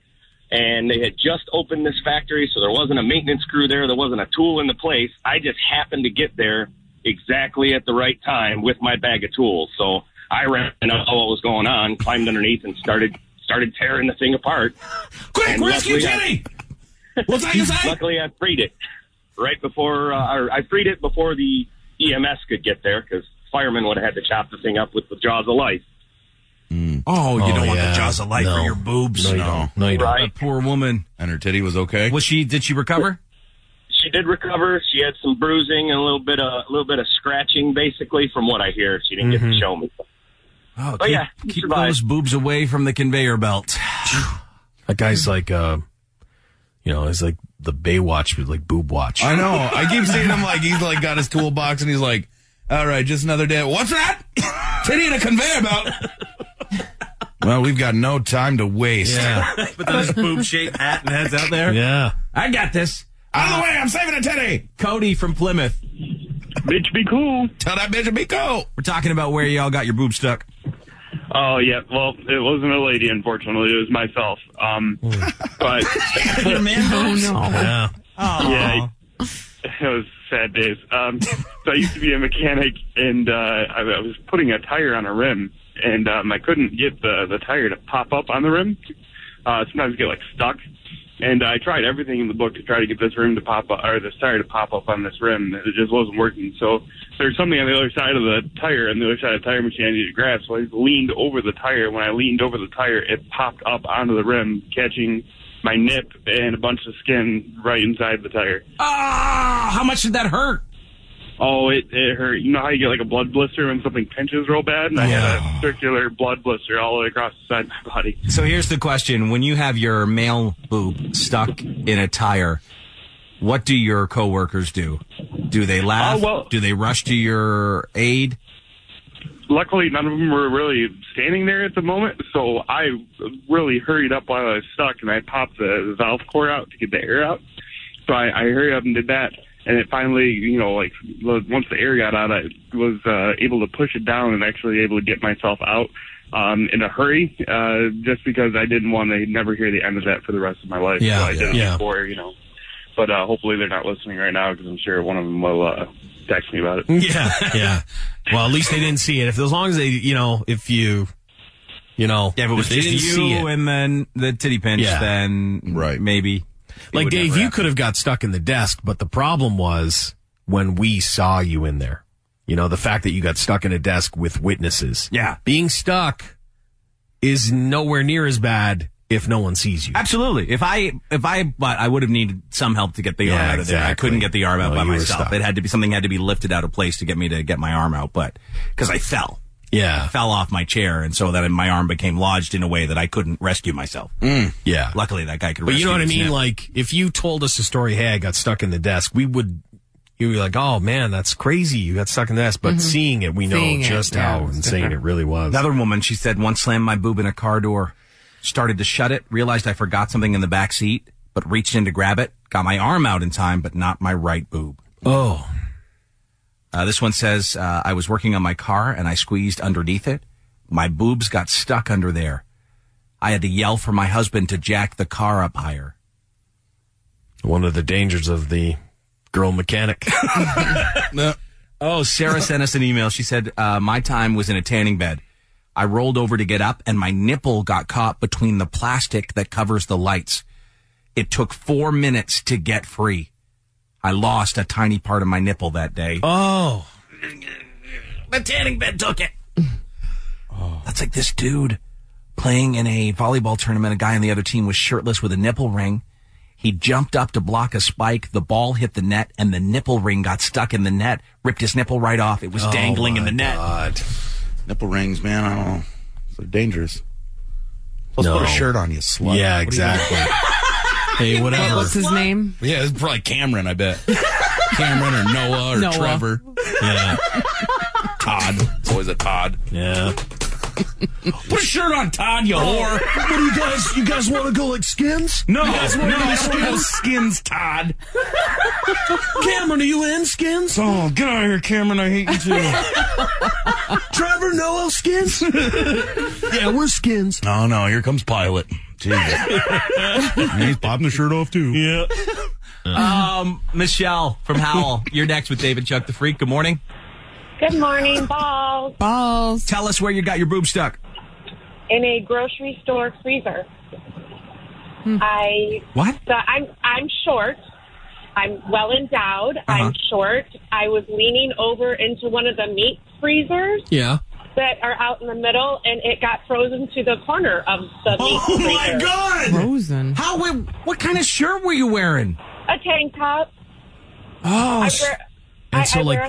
[SPEAKER 20] and they had just opened this factory, so there wasn't a maintenance crew there. There wasn't a tool in the place. I just happened to get there exactly at the right time with my bag of tools. So I ran up what was going on, climbed underneath, and started started tearing the thing apart.
[SPEAKER 26] Quick,
[SPEAKER 20] And
[SPEAKER 26] rescue
[SPEAKER 20] luckily I-
[SPEAKER 26] Jenny! What's that you say?
[SPEAKER 20] Luckily, I freed it right before, uh, or I freed it before the EMS could get there because firemen would have had to chop the thing up with the jaws of life.
[SPEAKER 26] Oh, you
[SPEAKER 6] Oh,
[SPEAKER 26] don't want
[SPEAKER 6] yeah.
[SPEAKER 26] the jaws of life
[SPEAKER 6] No.
[SPEAKER 26] for your boobs.
[SPEAKER 6] No, you don't. No, you don't.
[SPEAKER 20] Right.
[SPEAKER 26] That poor woman.
[SPEAKER 6] And her titty was okay.
[SPEAKER 3] Was she? Did she recover?
[SPEAKER 20] She did recover. She had some bruising and a little bit of a little bit of scratching, basically, from what I hear. She didn't get to
[SPEAKER 3] Mhm.
[SPEAKER 20] show me.
[SPEAKER 26] Oh,
[SPEAKER 20] But
[SPEAKER 3] keep,
[SPEAKER 20] yeah,
[SPEAKER 3] keep
[SPEAKER 20] survived.
[SPEAKER 3] those boobs away from the conveyor belt.
[SPEAKER 5] That guy's like, uh, you know, it's like the Baywatch, but like boob watch.
[SPEAKER 6] I know. I keep seeing him like he's like got his toolbox and he's like, all right, just another day. What's that? Titty in a conveyor belt. well, we've got no time to waste.
[SPEAKER 26] Yeah. Put those boob shaped hat and heads out there.
[SPEAKER 5] Yeah.
[SPEAKER 26] I got this.
[SPEAKER 6] Out of the way, I'm saving a titty.
[SPEAKER 26] Cody from Plymouth.
[SPEAKER 20] Bitch be cool.
[SPEAKER 6] Tell that bitch to be cool.
[SPEAKER 3] We're talking about where y'all got your boob stuck.
[SPEAKER 20] Oh yeah, well, it wasn't a lady, unfortunately. It was myself. Um,
[SPEAKER 8] Hmm.
[SPEAKER 20] but
[SPEAKER 8] Oh, no.
[SPEAKER 20] Yeah.
[SPEAKER 8] Aw.
[SPEAKER 20] Yeah. It was sad days. Um, so I used to be a mechanic, and uh, I, I was putting a tire on a rim, and um, I couldn't get the the tire to pop up on the rim. Uh, sometimes get like stuck, and I tried everything in the book to try to get this rim to pop up or this tire to pop up on this rim. and It just wasn't working. So there's something on the other side of the tire, and the other side of the tire machine I needed to grab. So I just leaned over the tire. When I leaned over the tire, it popped up onto the rim, catching my nip and a bunch of skin right inside the tire.
[SPEAKER 26] Ah, how much did that hurt?
[SPEAKER 20] Oh, it, it hurt. You know how you get like a blood blister when something pinches real bad? And I had a circular blood blister all the way across the side of my body.
[SPEAKER 3] So here's the question: When you have your male boob stuck in a tire, what do your coworkers do? Do they
[SPEAKER 20] Oh,
[SPEAKER 3] laugh? do they rush to your aid?
[SPEAKER 20] Luckily, none of them were really standing there at the moment, so I really hurried up while I was stuck and I popped the valve core out to get the air out. So I, I hurried up and did that, and it finally, you know, like lo- once the air got out, I was uh, able to push it down and actually able to get myself out um, in a hurry, uh, just because I didn't want to never hear the end of that for the rest of my life.
[SPEAKER 26] Yeah,
[SPEAKER 20] so I did it
[SPEAKER 26] yeah.
[SPEAKER 20] before, you know. But uh, hopefully they're not listening right now because I'm sure one of them will uh, text me about it.
[SPEAKER 5] Yeah, yeah. Well, at least they didn't see it. If as long as they, you know, if you, you know,
[SPEAKER 3] Yeah, if it was
[SPEAKER 5] they
[SPEAKER 3] just
[SPEAKER 5] didn't see
[SPEAKER 3] you
[SPEAKER 5] it,
[SPEAKER 3] and then the titty pinch,
[SPEAKER 5] Yeah.
[SPEAKER 3] then right. maybe. it
[SPEAKER 5] like
[SPEAKER 3] would
[SPEAKER 5] Dave,
[SPEAKER 3] never
[SPEAKER 5] you
[SPEAKER 3] happen.
[SPEAKER 5] could have got stuck in the desk, but the problem was when we saw you in there. You know, the fact that you got stuck in a desk with witnesses.
[SPEAKER 3] Yeah,
[SPEAKER 5] being stuck is nowhere near as bad if no one sees you.
[SPEAKER 3] Absolutely. If I if I but I would have needed some help to get the
[SPEAKER 5] Yeah,
[SPEAKER 3] arm out of there. I
[SPEAKER 5] exactly.
[SPEAKER 3] couldn't get the arm out
[SPEAKER 5] No,
[SPEAKER 3] by
[SPEAKER 5] you were
[SPEAKER 3] myself.
[SPEAKER 5] stuck.
[SPEAKER 3] It had to be something had to be lifted out of place to get me to get my arm out, but because I fell.
[SPEAKER 5] Yeah.
[SPEAKER 3] I fell off my chair and so then my arm became lodged in a way that I couldn't rescue myself.
[SPEAKER 5] Yeah.
[SPEAKER 3] Luckily that guy could
[SPEAKER 5] Mm. But you
[SPEAKER 3] rescue
[SPEAKER 5] know what I
[SPEAKER 3] his
[SPEAKER 5] mean?
[SPEAKER 3] nip.
[SPEAKER 5] Like, if you told us a story, hey, I got stuck in the desk, we would, you'd be like, oh man, that's crazy. You got stuck in the desk. But
[SPEAKER 3] Mhm.
[SPEAKER 5] seeing it, we
[SPEAKER 3] Seeing
[SPEAKER 5] know
[SPEAKER 3] it,
[SPEAKER 5] just
[SPEAKER 3] yeah,
[SPEAKER 5] how
[SPEAKER 3] it's
[SPEAKER 5] insane
[SPEAKER 3] different.
[SPEAKER 5] it really was.
[SPEAKER 3] Another woman, she said, once slammed my boob in a car door, started to shut it, realized I forgot something in the back seat, but reached in to grab it, got my arm out in time, but not my right boob.
[SPEAKER 5] Oh.
[SPEAKER 3] Uh, this one says, uh, I was working on my car and I squeezed underneath it. My boobs got stuck under there. I had to yell for my husband to jack the car up higher.
[SPEAKER 5] One of the dangers of the girl mechanic.
[SPEAKER 3] Oh, Sarah sent us an email. She said, uh, My time was in a tanning bed. I rolled over to get up, and my nipple got caught between the plastic that covers the lights. It took four minutes to get free. I lost a tiny part of my nipple that day.
[SPEAKER 5] Oh.
[SPEAKER 3] The tanning bed took it. Oh. That's like this dude playing in a volleyball tournament. A guy on the other team was shirtless with a nipple ring. He jumped up to block a spike. The ball hit the net and the nipple ring got stuck in the net, ripped his nipple right off. It was
[SPEAKER 6] Oh,
[SPEAKER 3] dangling in
[SPEAKER 6] my
[SPEAKER 3] the net.
[SPEAKER 6] God. Nipple rings, man. I don't know. They're dangerous. Let's
[SPEAKER 3] No.
[SPEAKER 6] put a shirt on you, slut. What do you-
[SPEAKER 3] Yeah, exactly.
[SPEAKER 6] hey,
[SPEAKER 3] whatever. What's his name?
[SPEAKER 6] Yeah, it's probably Cameron, I bet. Cameron or Noah or
[SPEAKER 3] Noah.
[SPEAKER 6] Trevor. Yeah. Todd. It's always a Todd.
[SPEAKER 5] Yeah.
[SPEAKER 6] Put a shirt on, Todd, you
[SPEAKER 5] Or
[SPEAKER 6] whore.
[SPEAKER 5] what do you guys? You guys want to go like skins?
[SPEAKER 6] No,
[SPEAKER 5] you guys wanna
[SPEAKER 6] no,
[SPEAKER 5] go
[SPEAKER 6] I
[SPEAKER 5] like
[SPEAKER 6] don't wanna go
[SPEAKER 5] skins, Todd. Cameron, are you in skins?
[SPEAKER 6] Oh, get out of here, Cameron. I hate you
[SPEAKER 5] too. Trevor, Noel, skins. yeah, we're skins.
[SPEAKER 6] No, no, here comes Pilot. Jesus. He's popping the shirt off, too.
[SPEAKER 5] Yeah.
[SPEAKER 3] Um, Michelle from Howell, you're next with David Chuck the Freak. Good morning.
[SPEAKER 12] Good morning, balls.
[SPEAKER 3] Balls. Tell us where you got your boob stuck.
[SPEAKER 12] In a grocery store freezer.
[SPEAKER 5] Hmm.
[SPEAKER 12] I
[SPEAKER 3] What?
[SPEAKER 12] So I'm I'm short. I'm well endowed.
[SPEAKER 5] Uh-huh.
[SPEAKER 12] I'm short. I was leaning over into one of the meat freezers
[SPEAKER 5] Yeah.
[SPEAKER 12] that are out in the middle, and it got frozen to the corner of the meat
[SPEAKER 3] Oh
[SPEAKER 12] freezer.
[SPEAKER 3] my God! Frozen. How? What kind of shirt were you wearing?
[SPEAKER 12] A tank top.
[SPEAKER 5] Oh.
[SPEAKER 12] I
[SPEAKER 5] s-
[SPEAKER 12] wear,
[SPEAKER 5] and
[SPEAKER 12] I,
[SPEAKER 5] so,
[SPEAKER 12] I
[SPEAKER 5] like-
[SPEAKER 12] wear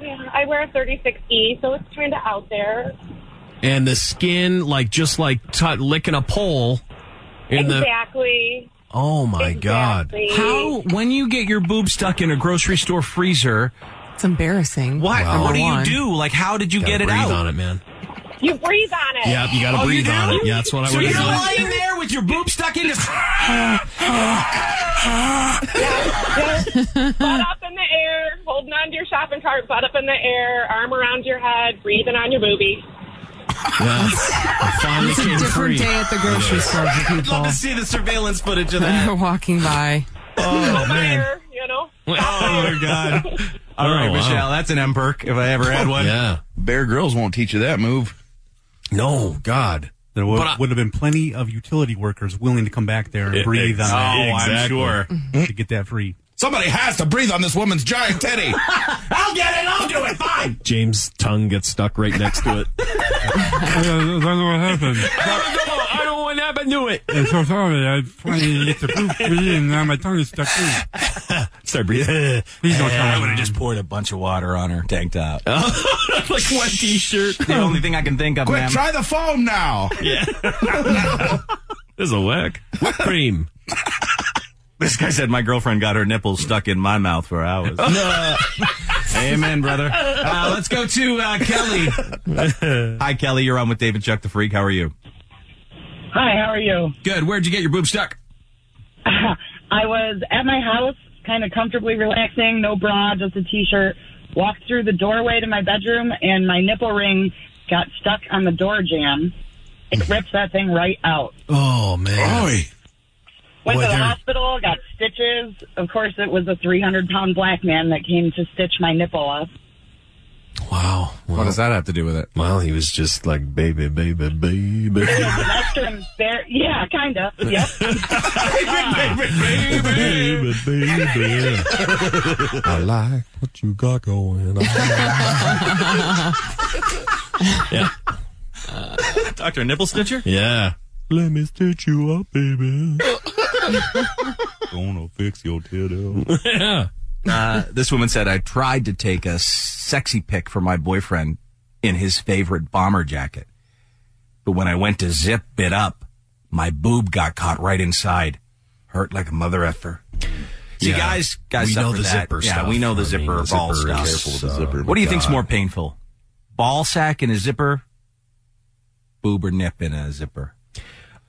[SPEAKER 12] a, yeah, I wear a 36E, so it's kind of out there.
[SPEAKER 5] And the skin, like just like t- licking a pole. In
[SPEAKER 12] exactly.
[SPEAKER 5] the. Oh my God.
[SPEAKER 12] Exactly.
[SPEAKER 3] How? When you get your boob stuck in a grocery store freezer? It's embarrassing. What?
[SPEAKER 5] Wow.
[SPEAKER 3] What do you
[SPEAKER 5] Number one.
[SPEAKER 3] do? Like, how did you
[SPEAKER 5] Gotta
[SPEAKER 3] get it
[SPEAKER 5] breathe
[SPEAKER 3] out?
[SPEAKER 5] on it, man.
[SPEAKER 12] You breathe on it.
[SPEAKER 5] Yep, you gotta
[SPEAKER 3] Oh, you
[SPEAKER 5] breathe on
[SPEAKER 3] do?
[SPEAKER 5] it. Yeah, that's what I
[SPEAKER 3] So
[SPEAKER 5] would
[SPEAKER 3] you're
[SPEAKER 5] have done.
[SPEAKER 3] lying there with your boob stuck in. Just...
[SPEAKER 5] Ah.
[SPEAKER 12] butt up in the air, holding on to your shopping cart, butt up in the air, arm around your head, breathing on your boobie.
[SPEAKER 5] Yeah. I finally
[SPEAKER 4] It's a
[SPEAKER 5] came
[SPEAKER 4] different
[SPEAKER 5] free.
[SPEAKER 4] day at the grocery
[SPEAKER 5] Yeah.
[SPEAKER 4] store for people.
[SPEAKER 3] Love to see the surveillance footage of
[SPEAKER 4] When
[SPEAKER 3] that.
[SPEAKER 4] you're walking by.
[SPEAKER 3] Oh man.
[SPEAKER 12] You know?
[SPEAKER 3] Oh my god.
[SPEAKER 20] Oh,
[SPEAKER 3] Oh, All right,
[SPEAKER 6] wow.
[SPEAKER 3] Michelle, that's an M perk if I ever had one.
[SPEAKER 5] yeah.
[SPEAKER 6] Bear Grylls won't teach you that move.
[SPEAKER 20] No, God. There would,
[SPEAKER 6] But I-
[SPEAKER 20] would have been plenty of utility workers willing to come back there and
[SPEAKER 6] Yeah,
[SPEAKER 20] breathe on that.
[SPEAKER 3] Oh,
[SPEAKER 6] ex- exactly.
[SPEAKER 20] to get that free.
[SPEAKER 6] Somebody has to breathe on this woman's giant teddy.
[SPEAKER 3] I'll get it. I'll do it. Fine.
[SPEAKER 5] James' tongue gets stuck right next to it.
[SPEAKER 20] I don't know what happened.
[SPEAKER 5] I don't want that, but do it.
[SPEAKER 20] I'm so sorry. I finally get the proof for you, and now my tongue is stuck too.
[SPEAKER 3] Start breathing.
[SPEAKER 20] Please don't tell
[SPEAKER 3] I
[SPEAKER 20] me.
[SPEAKER 3] would have just poured a bunch of water on her tank top.
[SPEAKER 5] like one t-shirt.
[SPEAKER 3] the only thing I can think of,
[SPEAKER 6] Quick,
[SPEAKER 3] ma'am.
[SPEAKER 6] try the foam now.
[SPEAKER 5] Yeah. This is a whack. Whipped cream.
[SPEAKER 3] This guy said my girlfriend got her nipples stuck in my mouth for hours. Amen, brother. Uh, let's go to uh, Kelly. Hi, Kelly. You're on with David Chuck the Freak. How are you?
[SPEAKER 27] Hi, how are you?
[SPEAKER 3] Good. Where'd you get your boob stuck?
[SPEAKER 27] I was at my house, kind of comfortably relaxing, no bra, just a t-shirt. Walked through the doorway to my bedroom, and my nipple ring got stuck on the door jam. It ripped that thing right out.
[SPEAKER 5] Oh man.
[SPEAKER 27] Went to the
[SPEAKER 5] Whether-
[SPEAKER 27] hospital, got stitches. Of course, it was a 300-pound black man that came to stitch my nipple up.
[SPEAKER 5] Wow. what does
[SPEAKER 20] that have to do with it?
[SPEAKER 5] Well, he was just like baby, baby, baby.
[SPEAKER 27] Extra embar- yeah, kind of. Yep.
[SPEAKER 5] baby, baby. I like what you got going on. yeah.
[SPEAKER 3] Dr. Nipple Stitcher?
[SPEAKER 5] Yeah. Let me stitch you up, baby.
[SPEAKER 6] Gonna fix your titty.
[SPEAKER 5] yeah.
[SPEAKER 3] Uh, this woman said, I tried to take a sexy pic for my boyfriend in his favorite bomber jacket. But when I went to zip it up, my boob got caught right inside. Hurt like a mother effer. See,
[SPEAKER 5] Yeah.
[SPEAKER 3] guys, guys,
[SPEAKER 5] We
[SPEAKER 3] suffer
[SPEAKER 5] know the
[SPEAKER 3] that.
[SPEAKER 5] zipper
[SPEAKER 3] yeah,
[SPEAKER 5] stuff.
[SPEAKER 3] we know
[SPEAKER 5] I
[SPEAKER 3] the
[SPEAKER 5] mean,
[SPEAKER 3] zipper,
[SPEAKER 5] the zipper
[SPEAKER 3] ball stuff.
[SPEAKER 5] is- Careful with the zipper. uh,
[SPEAKER 3] What do you think's
[SPEAKER 5] God.
[SPEAKER 3] more painful? Ball sack in a zipper, boob or nip in a zipper?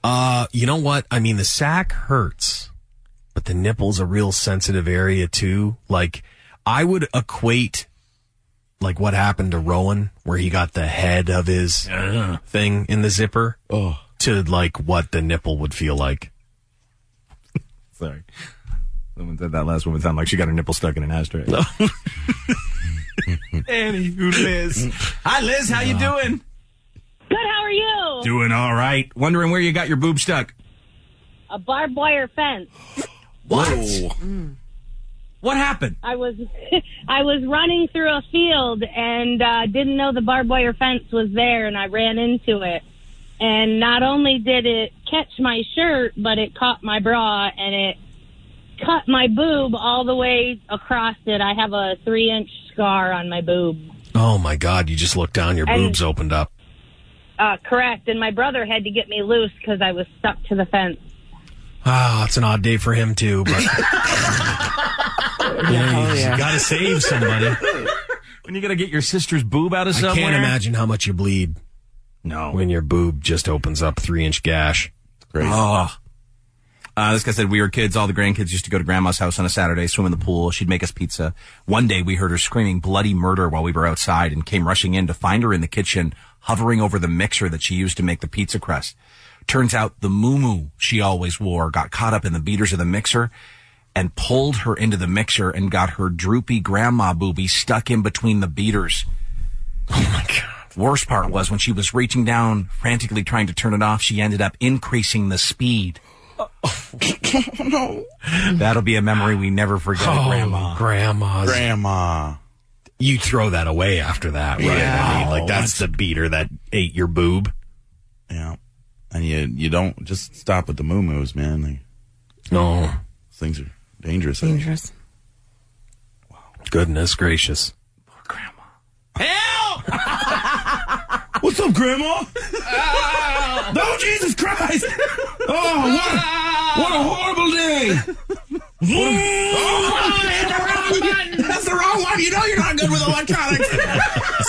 [SPEAKER 5] Uh, you know what? I mean, the sack hurts, but the nipple's a real sensitive area too. Like, I would equate like what happened to Rowan, where he got the head of his thing in the zipper,
[SPEAKER 3] Oh.
[SPEAKER 5] to like what the nipple would feel like.
[SPEAKER 3] Sorry. Someone said that last woman sounded like she got her nipple stuck in an ashtray. Annie, who Liz? Hi, Liz. How you doing?
[SPEAKER 27] Good. How are you?
[SPEAKER 3] Doing all right. Wondering where you got your boob stuck.
[SPEAKER 2] a barbed wire fence.
[SPEAKER 3] What? What happened?
[SPEAKER 2] I was I was running through a field and uh, didn't know the barbed wire fence was there, and I ran into it. And not only did it catch my shirt, but it caught my bra and it cut my boob all the way across it. I have a three inch scar on my boob.
[SPEAKER 5] Oh my God! You just looked down, your
[SPEAKER 2] And-
[SPEAKER 5] boobs opened up.
[SPEAKER 2] Uh, correct. And my brother had to get me loose because I was stuck to the fence.
[SPEAKER 5] Ah, it's an odd day for him too. But you know, you got to save somebody.
[SPEAKER 3] When you got to get your sister's boob out of
[SPEAKER 5] I
[SPEAKER 3] somewhere?
[SPEAKER 5] can't imagine how much you bleed.
[SPEAKER 3] No,
[SPEAKER 5] when your boob just opens up three inch gash.
[SPEAKER 3] Great. Ah. Uh, this guy said we were kids. All the grandkids used to go to grandma's house on a Saturday, swim in the pool. She'd make us pizza. One day we heard her screaming bloody murder while we were outside and came rushing in to find her in the kitchen, hovering over the mixer that she used to make the pizza crust. Turns out the muumuu she always wore got caught up in the beaters of the mixer and pulled her into the mixer and got her droopy grandma booby stuck in between the beaters. Worst part was when she was reaching down, frantically trying to turn it off, she ended up increasing the speed.
[SPEAKER 13] no.
[SPEAKER 3] That'll be a memory we never forget.
[SPEAKER 5] Oh,
[SPEAKER 3] grandma.
[SPEAKER 5] Grandma's.
[SPEAKER 6] Grandma.
[SPEAKER 5] You throw that away after that, right? I mean,
[SPEAKER 20] Oh,
[SPEAKER 5] like that's the beater that ate your boob.
[SPEAKER 6] Yeah. And you you don't just stop with the moo-moos, man. Like,
[SPEAKER 5] no.
[SPEAKER 6] Things are dangerous.
[SPEAKER 4] Dangerous.
[SPEAKER 5] Goodness gracious.
[SPEAKER 13] What's up, Grandma? oh, Jesus Christ! Oh, what a, what a horrible day! What a- oh, I hit the wrong button. That's the wrong one. You know you're not good with electronics.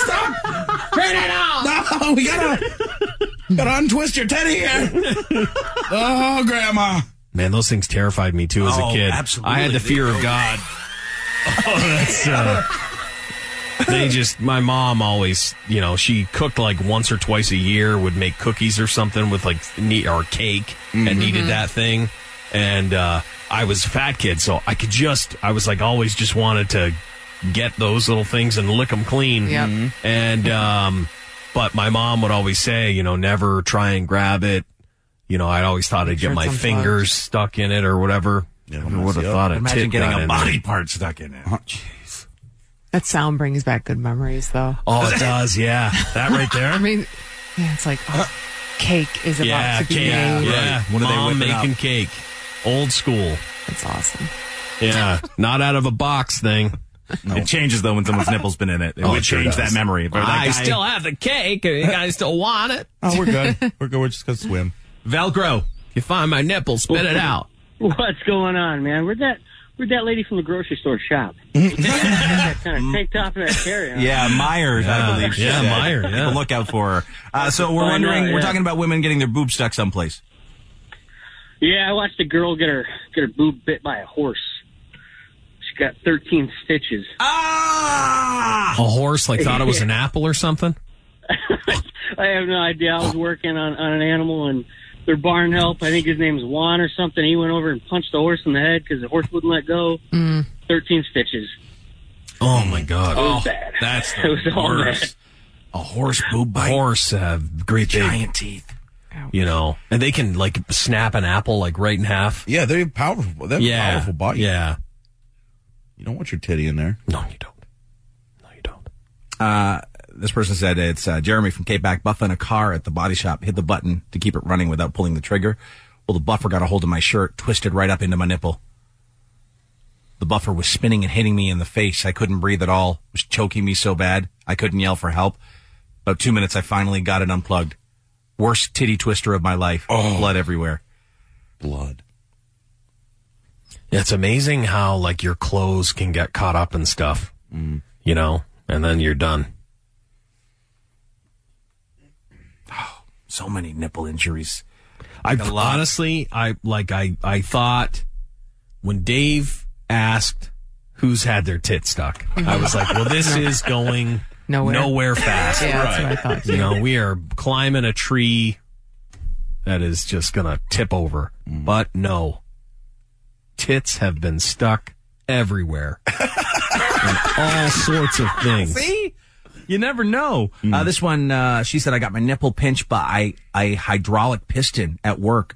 [SPEAKER 13] Stop! Turn it off! No, we gotta, gotta untwist your teddy here.
[SPEAKER 5] Oh, grandma. Man, those things terrified me too as a
[SPEAKER 13] Oh,
[SPEAKER 5] kid.
[SPEAKER 13] absolutely.
[SPEAKER 5] I had the fear of God. oh, that's. Uh, they just my mom always you know she cooked like once or twice a year would make cookies or something with like neat or cake and needed
[SPEAKER 13] Mhm.
[SPEAKER 5] that thing and uh i was a fat kid so i could just i was like always just wanted to get those little things and lick them clean
[SPEAKER 13] Yep. Mhm.
[SPEAKER 5] and um but my mom would always say you know never try and grab it you know i'd always thought i'd
[SPEAKER 3] sure
[SPEAKER 5] get my
[SPEAKER 3] it's unplugged.
[SPEAKER 5] fingers stuck in it or whatever I would have thought a
[SPEAKER 3] Imagine
[SPEAKER 5] tit
[SPEAKER 3] getting
[SPEAKER 5] got
[SPEAKER 3] a
[SPEAKER 5] in
[SPEAKER 3] body
[SPEAKER 5] there. Oh,
[SPEAKER 3] part stuck in it.
[SPEAKER 4] That sound brings back good memories, though.
[SPEAKER 5] Oh, it does. Yeah, that right there.
[SPEAKER 4] I mean, yeah, it's like oh, cake is
[SPEAKER 5] yeah,
[SPEAKER 4] about to be
[SPEAKER 5] cake.
[SPEAKER 4] made.
[SPEAKER 5] Yeah,
[SPEAKER 3] What are they
[SPEAKER 5] mom
[SPEAKER 3] whipping
[SPEAKER 5] making
[SPEAKER 3] up?
[SPEAKER 5] cake, old school.
[SPEAKER 4] That's awesome.
[SPEAKER 5] Yeah, not out of a box thing.
[SPEAKER 3] It changes though when someone's nipple's been in it. It
[SPEAKER 5] Oh,
[SPEAKER 3] would
[SPEAKER 5] it sure
[SPEAKER 3] change
[SPEAKER 5] does.
[SPEAKER 3] that memory. But that
[SPEAKER 5] I
[SPEAKER 3] guy-
[SPEAKER 5] still have the cake. You guys still want it?
[SPEAKER 6] Oh, we're good. we're good. We're just gonna swim.
[SPEAKER 5] Velcro. You find my nipple, spit it out.
[SPEAKER 18] What's going on, man? Where'd that Where'd that lady from the grocery store shop? that kind of tank top and that carry on.
[SPEAKER 3] Yeah, Myers,
[SPEAKER 5] Yeah.
[SPEAKER 3] I believe. she
[SPEAKER 5] Yeah,
[SPEAKER 3] said.
[SPEAKER 5] Meyer,
[SPEAKER 3] Keep
[SPEAKER 5] yeah. Oh,
[SPEAKER 3] a lookout for her. Uh, so we're
[SPEAKER 18] Find
[SPEAKER 3] wondering,
[SPEAKER 18] out,
[SPEAKER 3] we're
[SPEAKER 18] yeah.
[SPEAKER 3] talking about women getting their boob stuck someplace.
[SPEAKER 18] Yeah, I watched a girl get her get her boob bit by a horse. She got 13 stitches.
[SPEAKER 5] A horse like thought it was an apple or something.
[SPEAKER 18] I have no idea. I was working on, on an animal and their barn help. I think his name's Juan or something. He went over and punched the horse in the head because the horse wouldn't let go. 13 stitches.
[SPEAKER 5] Oh my god!
[SPEAKER 18] It was
[SPEAKER 5] Oh,
[SPEAKER 18] bad.
[SPEAKER 5] that's
[SPEAKER 18] It was
[SPEAKER 5] the
[SPEAKER 18] all
[SPEAKER 5] worst. A horse boob bite. Horse have great giant teeth. You know, and they can like snap an apple like right in half.
[SPEAKER 6] Yeah, they're powerful. They have a
[SPEAKER 5] yeah.
[SPEAKER 6] powerful bite.
[SPEAKER 5] Yeah.
[SPEAKER 6] You don't want your titty in there.
[SPEAKER 5] No, you
[SPEAKER 3] Uh, this person said it's uh, Jeremy from Cape Back Buffa in a car at the body shop hit the button to keep it running without pulling the trigger. Well, the buffer got a hold of my shirt, twisted right up into my nipple. The buffer was spinning and hitting me in the face. I couldn't breathe at all. It was choking me so bad. I couldn't yell for help. About two minutes, I finally got it unplugged. Worst titty twister of my life.
[SPEAKER 5] Oh.
[SPEAKER 3] Blood everywhere.
[SPEAKER 6] Blood.
[SPEAKER 5] It's amazing how like your clothes can get caught up in stuff, you know, and then you're done.
[SPEAKER 6] Oh,
[SPEAKER 3] So many nipple injuries.
[SPEAKER 5] I
[SPEAKER 3] A lot.
[SPEAKER 5] honestly, I like I I thought when Dave asked who's had their tit stuck, I was like, well, this
[SPEAKER 4] No.
[SPEAKER 5] is going
[SPEAKER 4] Nowhere.
[SPEAKER 5] fast.
[SPEAKER 4] Yeah, that's what I thought, too.
[SPEAKER 5] You know, we are climbing a tree that is just gonna tip over.
[SPEAKER 3] Mm.
[SPEAKER 5] But no, tits have been stuck everywhere, in all sorts of things.
[SPEAKER 3] See? You never know.
[SPEAKER 5] Hmm.
[SPEAKER 3] Uh, this one, uh, she said, I got my nipple pinched by I, I hydraulic piston at work.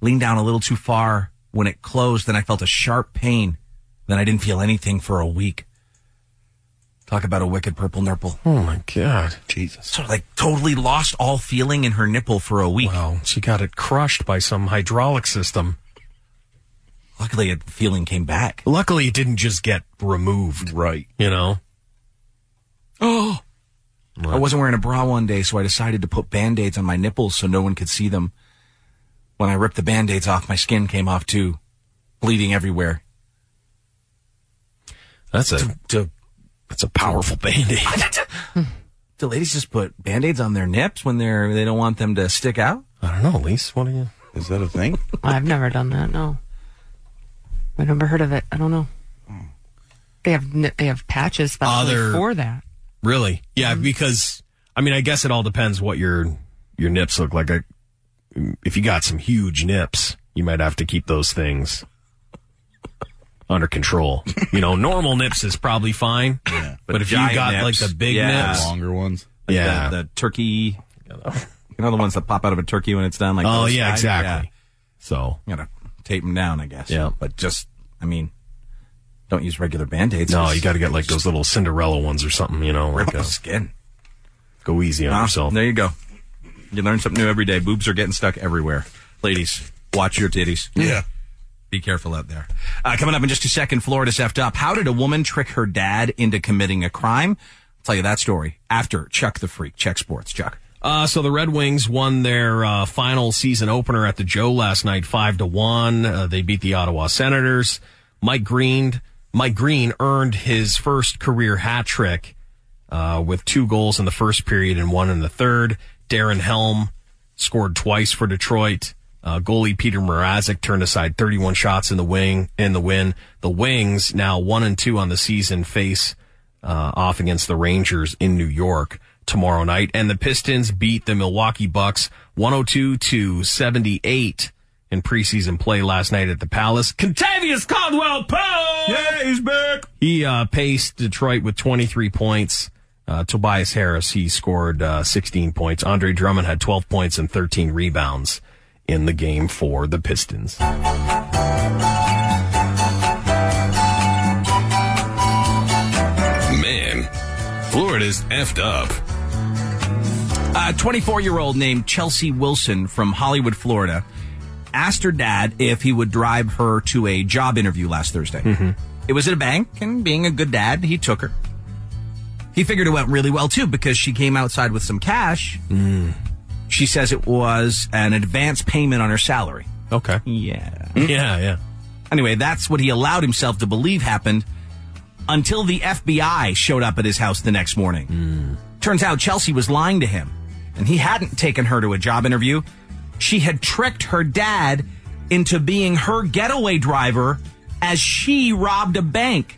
[SPEAKER 3] leaned down a little too far when it closed. Then I felt a sharp pain. Then I didn't feel anything for a week. Talk about a wicked purple nipple.
[SPEAKER 5] Oh my god,
[SPEAKER 3] Jesus! Sort of like totally lost all feeling in her nipple for a week.
[SPEAKER 5] Wow, she got it crushed by some hydraulic system.
[SPEAKER 3] Luckily, it feeling came back.
[SPEAKER 5] Luckily, it didn't just get removed. Right. You know.
[SPEAKER 3] Oh. I wasn't wearing a bra one day, so I decided to put band aids on my nipples so no one could see them. When I ripped the band aids off, my skin came off too, bleeding everywhere.
[SPEAKER 5] That's a
[SPEAKER 3] that's a powerful band aid. do ladies just put band aids on their nips when they're they don't want them to stick out?
[SPEAKER 5] I don't know, Lise. What do you?
[SPEAKER 6] Is that a thing?
[SPEAKER 4] I've never done that. No, I've never heard of it. I don't know.
[SPEAKER 3] Oh.
[SPEAKER 4] They have n- they have patches specially
[SPEAKER 5] Other-
[SPEAKER 4] for that.
[SPEAKER 5] Really? Yeah, because I mean, I guess it all depends what your your nips look like. I, if you got some huge nips, you might have to keep those things under control. You know, normal nips is probably fine. Yeah, but, if you
[SPEAKER 3] giant
[SPEAKER 5] got like
[SPEAKER 3] nips,
[SPEAKER 5] the big
[SPEAKER 3] yeah.
[SPEAKER 5] nips,
[SPEAKER 3] Longer
[SPEAKER 6] ones,
[SPEAKER 3] Like
[SPEAKER 5] yeah,
[SPEAKER 3] the, the turkey. You know the ones that pop out of a turkey when it's done. Like
[SPEAKER 5] Oh,
[SPEAKER 3] those
[SPEAKER 5] yeah,
[SPEAKER 3] guys?
[SPEAKER 5] exactly. So
[SPEAKER 3] you gotta tape them down, I guess.
[SPEAKER 5] Yeah.
[SPEAKER 3] but just I mean, don't use regular band aids.
[SPEAKER 5] no, you got to get like those little Cinderella ones or something. You know, like
[SPEAKER 3] Rip
[SPEAKER 5] a,
[SPEAKER 3] off skin.
[SPEAKER 5] Go easy on
[SPEAKER 3] Ah,
[SPEAKER 5] yourself.
[SPEAKER 3] There you go. You learn something new every day. Boobs are getting stuck everywhere. Ladies, watch your titties. Yeah. Be careful out there. Uh, coming up in just a second, Florida's effed up. How did a woman trick her dad into committing a crime? I'll tell you that story after Chuck the Freak. Check sports, Chuck.
[SPEAKER 5] Uh, so the Red Wings won their uh, final season opener at the Joe last night, five to one. Uh, they beat the Ottawa Senators. Mike Green, Mike Green earned his first career hat trick uh, with two goals in the first period and one in the third. Darren Helm scored twice for Detroit. Uh, goalie Peter Mrazek turned aside 31 shots in the wing in the win. The Wings now one and two on the season face uh, off against the Rangers in New York tomorrow night, and the Pistons beat the Milwaukee Bucks 102 to 78 in preseason play last night at the Palace. Contavious Caldwell Pope. Yeah, he's back. He uh, paced Detroit with 23 points. Uh, Tobias Harris, he scored uh, 16 points. Andre Drummond had 12 points and 13 rebounds in the game for the Pistons.
[SPEAKER 3] Man, Florida's effed up. A 24 year old named Chelsea Wilson from Hollywood, Florida, asked her dad if he would drive her to a job interview last Thursday.
[SPEAKER 8] Hmm.
[SPEAKER 3] It was at a bank, and being a good dad, he took her. He figured it went really well, too, because she came outside with some cash.
[SPEAKER 5] Hmm.
[SPEAKER 3] She says it was an advance payment on her salary.
[SPEAKER 5] Okay. Hmm.
[SPEAKER 3] Yeah.
[SPEAKER 5] Yeah, yeah.
[SPEAKER 3] Anyway, that's what he allowed himself to believe happened until the FBI showed up at his house the next morning.
[SPEAKER 5] Hmm.
[SPEAKER 3] Turns out Chelsea was lying to him, and he hadn't taken her to a job interview. She had tricked her dad into being her getaway driver as she robbed a bank.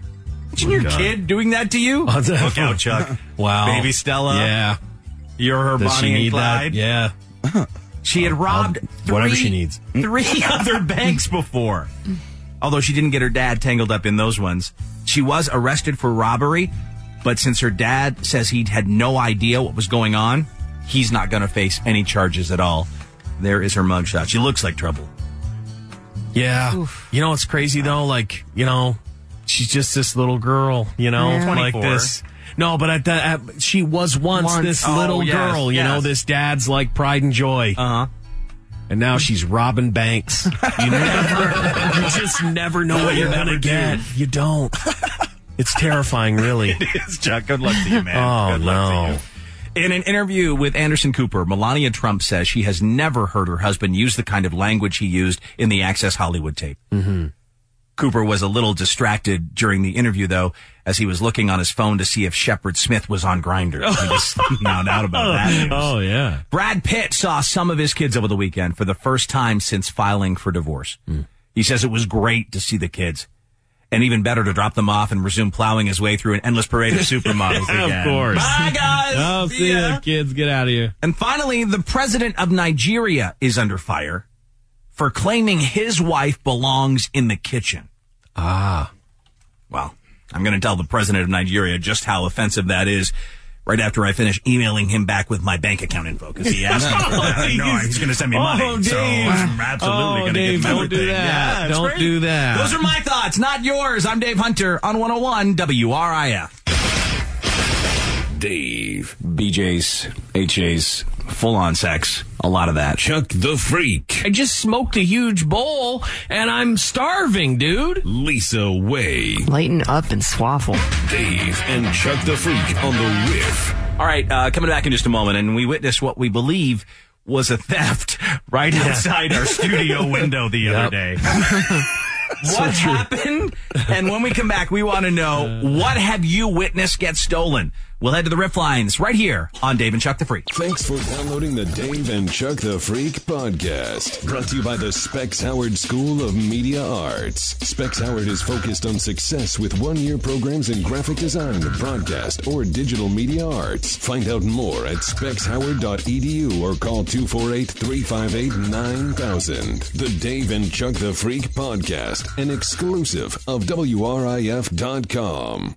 [SPEAKER 3] Imagine your
[SPEAKER 5] Oh God.
[SPEAKER 3] kid doing that to you. Look out, Chuck.
[SPEAKER 5] Wow.
[SPEAKER 3] Baby Stella.
[SPEAKER 5] Yeah.
[SPEAKER 3] You're her
[SPEAKER 5] Does she
[SPEAKER 3] Bonnie and
[SPEAKER 5] need that?
[SPEAKER 3] Clyde.
[SPEAKER 5] Yeah.
[SPEAKER 3] She had robbed three,
[SPEAKER 5] whatever she needs.
[SPEAKER 3] three other banks before. Although she didn't get her dad tangled up in those ones. She was arrested for robbery, but since her dad says he had no idea what was going on, he's not going to face any charges at all. There is her mugshot. She looks like trouble.
[SPEAKER 5] Yeah. You know what's crazy though? Like, you know, she's just this little girl, you know,
[SPEAKER 3] Yeah.
[SPEAKER 5] like
[SPEAKER 3] 24.
[SPEAKER 5] this. No, but at the at, she was once,
[SPEAKER 3] Once.
[SPEAKER 5] this
[SPEAKER 3] Oh,
[SPEAKER 5] little
[SPEAKER 3] yes,
[SPEAKER 5] girl, you
[SPEAKER 3] yes.
[SPEAKER 5] know, this dad's like pride and joy.
[SPEAKER 3] Uh huh.
[SPEAKER 5] And now she's robbing banks. You never, you just never know what you're gonna get. You don't. It's terrifying, really. it
[SPEAKER 3] is, Chuck. Good luck to you,
[SPEAKER 5] man. Oh no.
[SPEAKER 3] In an interview with Anderson Cooper, Melania Trump says she has never heard her husband use the kind of language he used in the Access Hollywood tape.
[SPEAKER 13] Mm-hmm.
[SPEAKER 3] Cooper was a little distracted during the interview, though, as he was looking on his phone to see if Shepard Smith was on Grinder. He just found out about that. news.
[SPEAKER 5] Oh yeah.
[SPEAKER 3] Brad Pitt saw some of his kids over the weekend for the first time since filing for divorce. He says it was great to see the kids, and even better to drop them off and resume plowing his way through an endless parade of supermodels.
[SPEAKER 5] Yeah, of
[SPEAKER 3] again.
[SPEAKER 5] course.
[SPEAKER 3] Bye, guys.
[SPEAKER 5] Oh, see ya, kids. Get out of here.
[SPEAKER 3] And finally, the president of Nigeria is under fire for claiming his wife belongs in the kitchen. Ah. Well, I'm going to tell the president of Nigeria just how offensive that is. right after I finish emailing him back with my bank account info because he asked me for
[SPEAKER 5] Oh,
[SPEAKER 3] that. I know he's going to send me
[SPEAKER 13] Oh,
[SPEAKER 3] money. So
[SPEAKER 13] Dave.
[SPEAKER 3] I'm absolutely
[SPEAKER 13] Oh,
[SPEAKER 3] going to
[SPEAKER 13] Dave,
[SPEAKER 3] give him
[SPEAKER 13] don't
[SPEAKER 3] everything.
[SPEAKER 13] do that.
[SPEAKER 3] Yeah, it's
[SPEAKER 13] Don't
[SPEAKER 3] great.
[SPEAKER 13] do that.
[SPEAKER 3] Those are my thoughts, not yours. I'm Dave Hunter on 101 WRIF.
[SPEAKER 12] Dave. BJ's, HA's, full on sex. A lot of that. Chuck the Freak.
[SPEAKER 5] I just smoked a huge bowl and I'm starving, dude.
[SPEAKER 12] Lisa Way.
[SPEAKER 4] Lighten up and swaffle.
[SPEAKER 12] Dave and Chuck the Freak on the Riff. All right, uh, coming back in just a moment, and we witness what we believe was a theft right
[SPEAKER 3] Yeah.
[SPEAKER 12] outside our studio window the other
[SPEAKER 3] Yep.
[SPEAKER 12] day.
[SPEAKER 3] What happened? and when we come back, we want to know what have you witnessed get stolen? We'll head to the Riff Lines right here on Dave and Chuck the Freak.
[SPEAKER 19] Thanks for downloading the Dave and Chuck the Freak podcast. Brought to you by the Specs Howard School of Media Arts. Specs Howard is focused on success with one year programs in graphic design, broadcast, or digital media arts. Find out more at specshoward.edu or call 248 358 9000. The Dave and Chuck the Freak podcast, an exclusive of WRIF.com.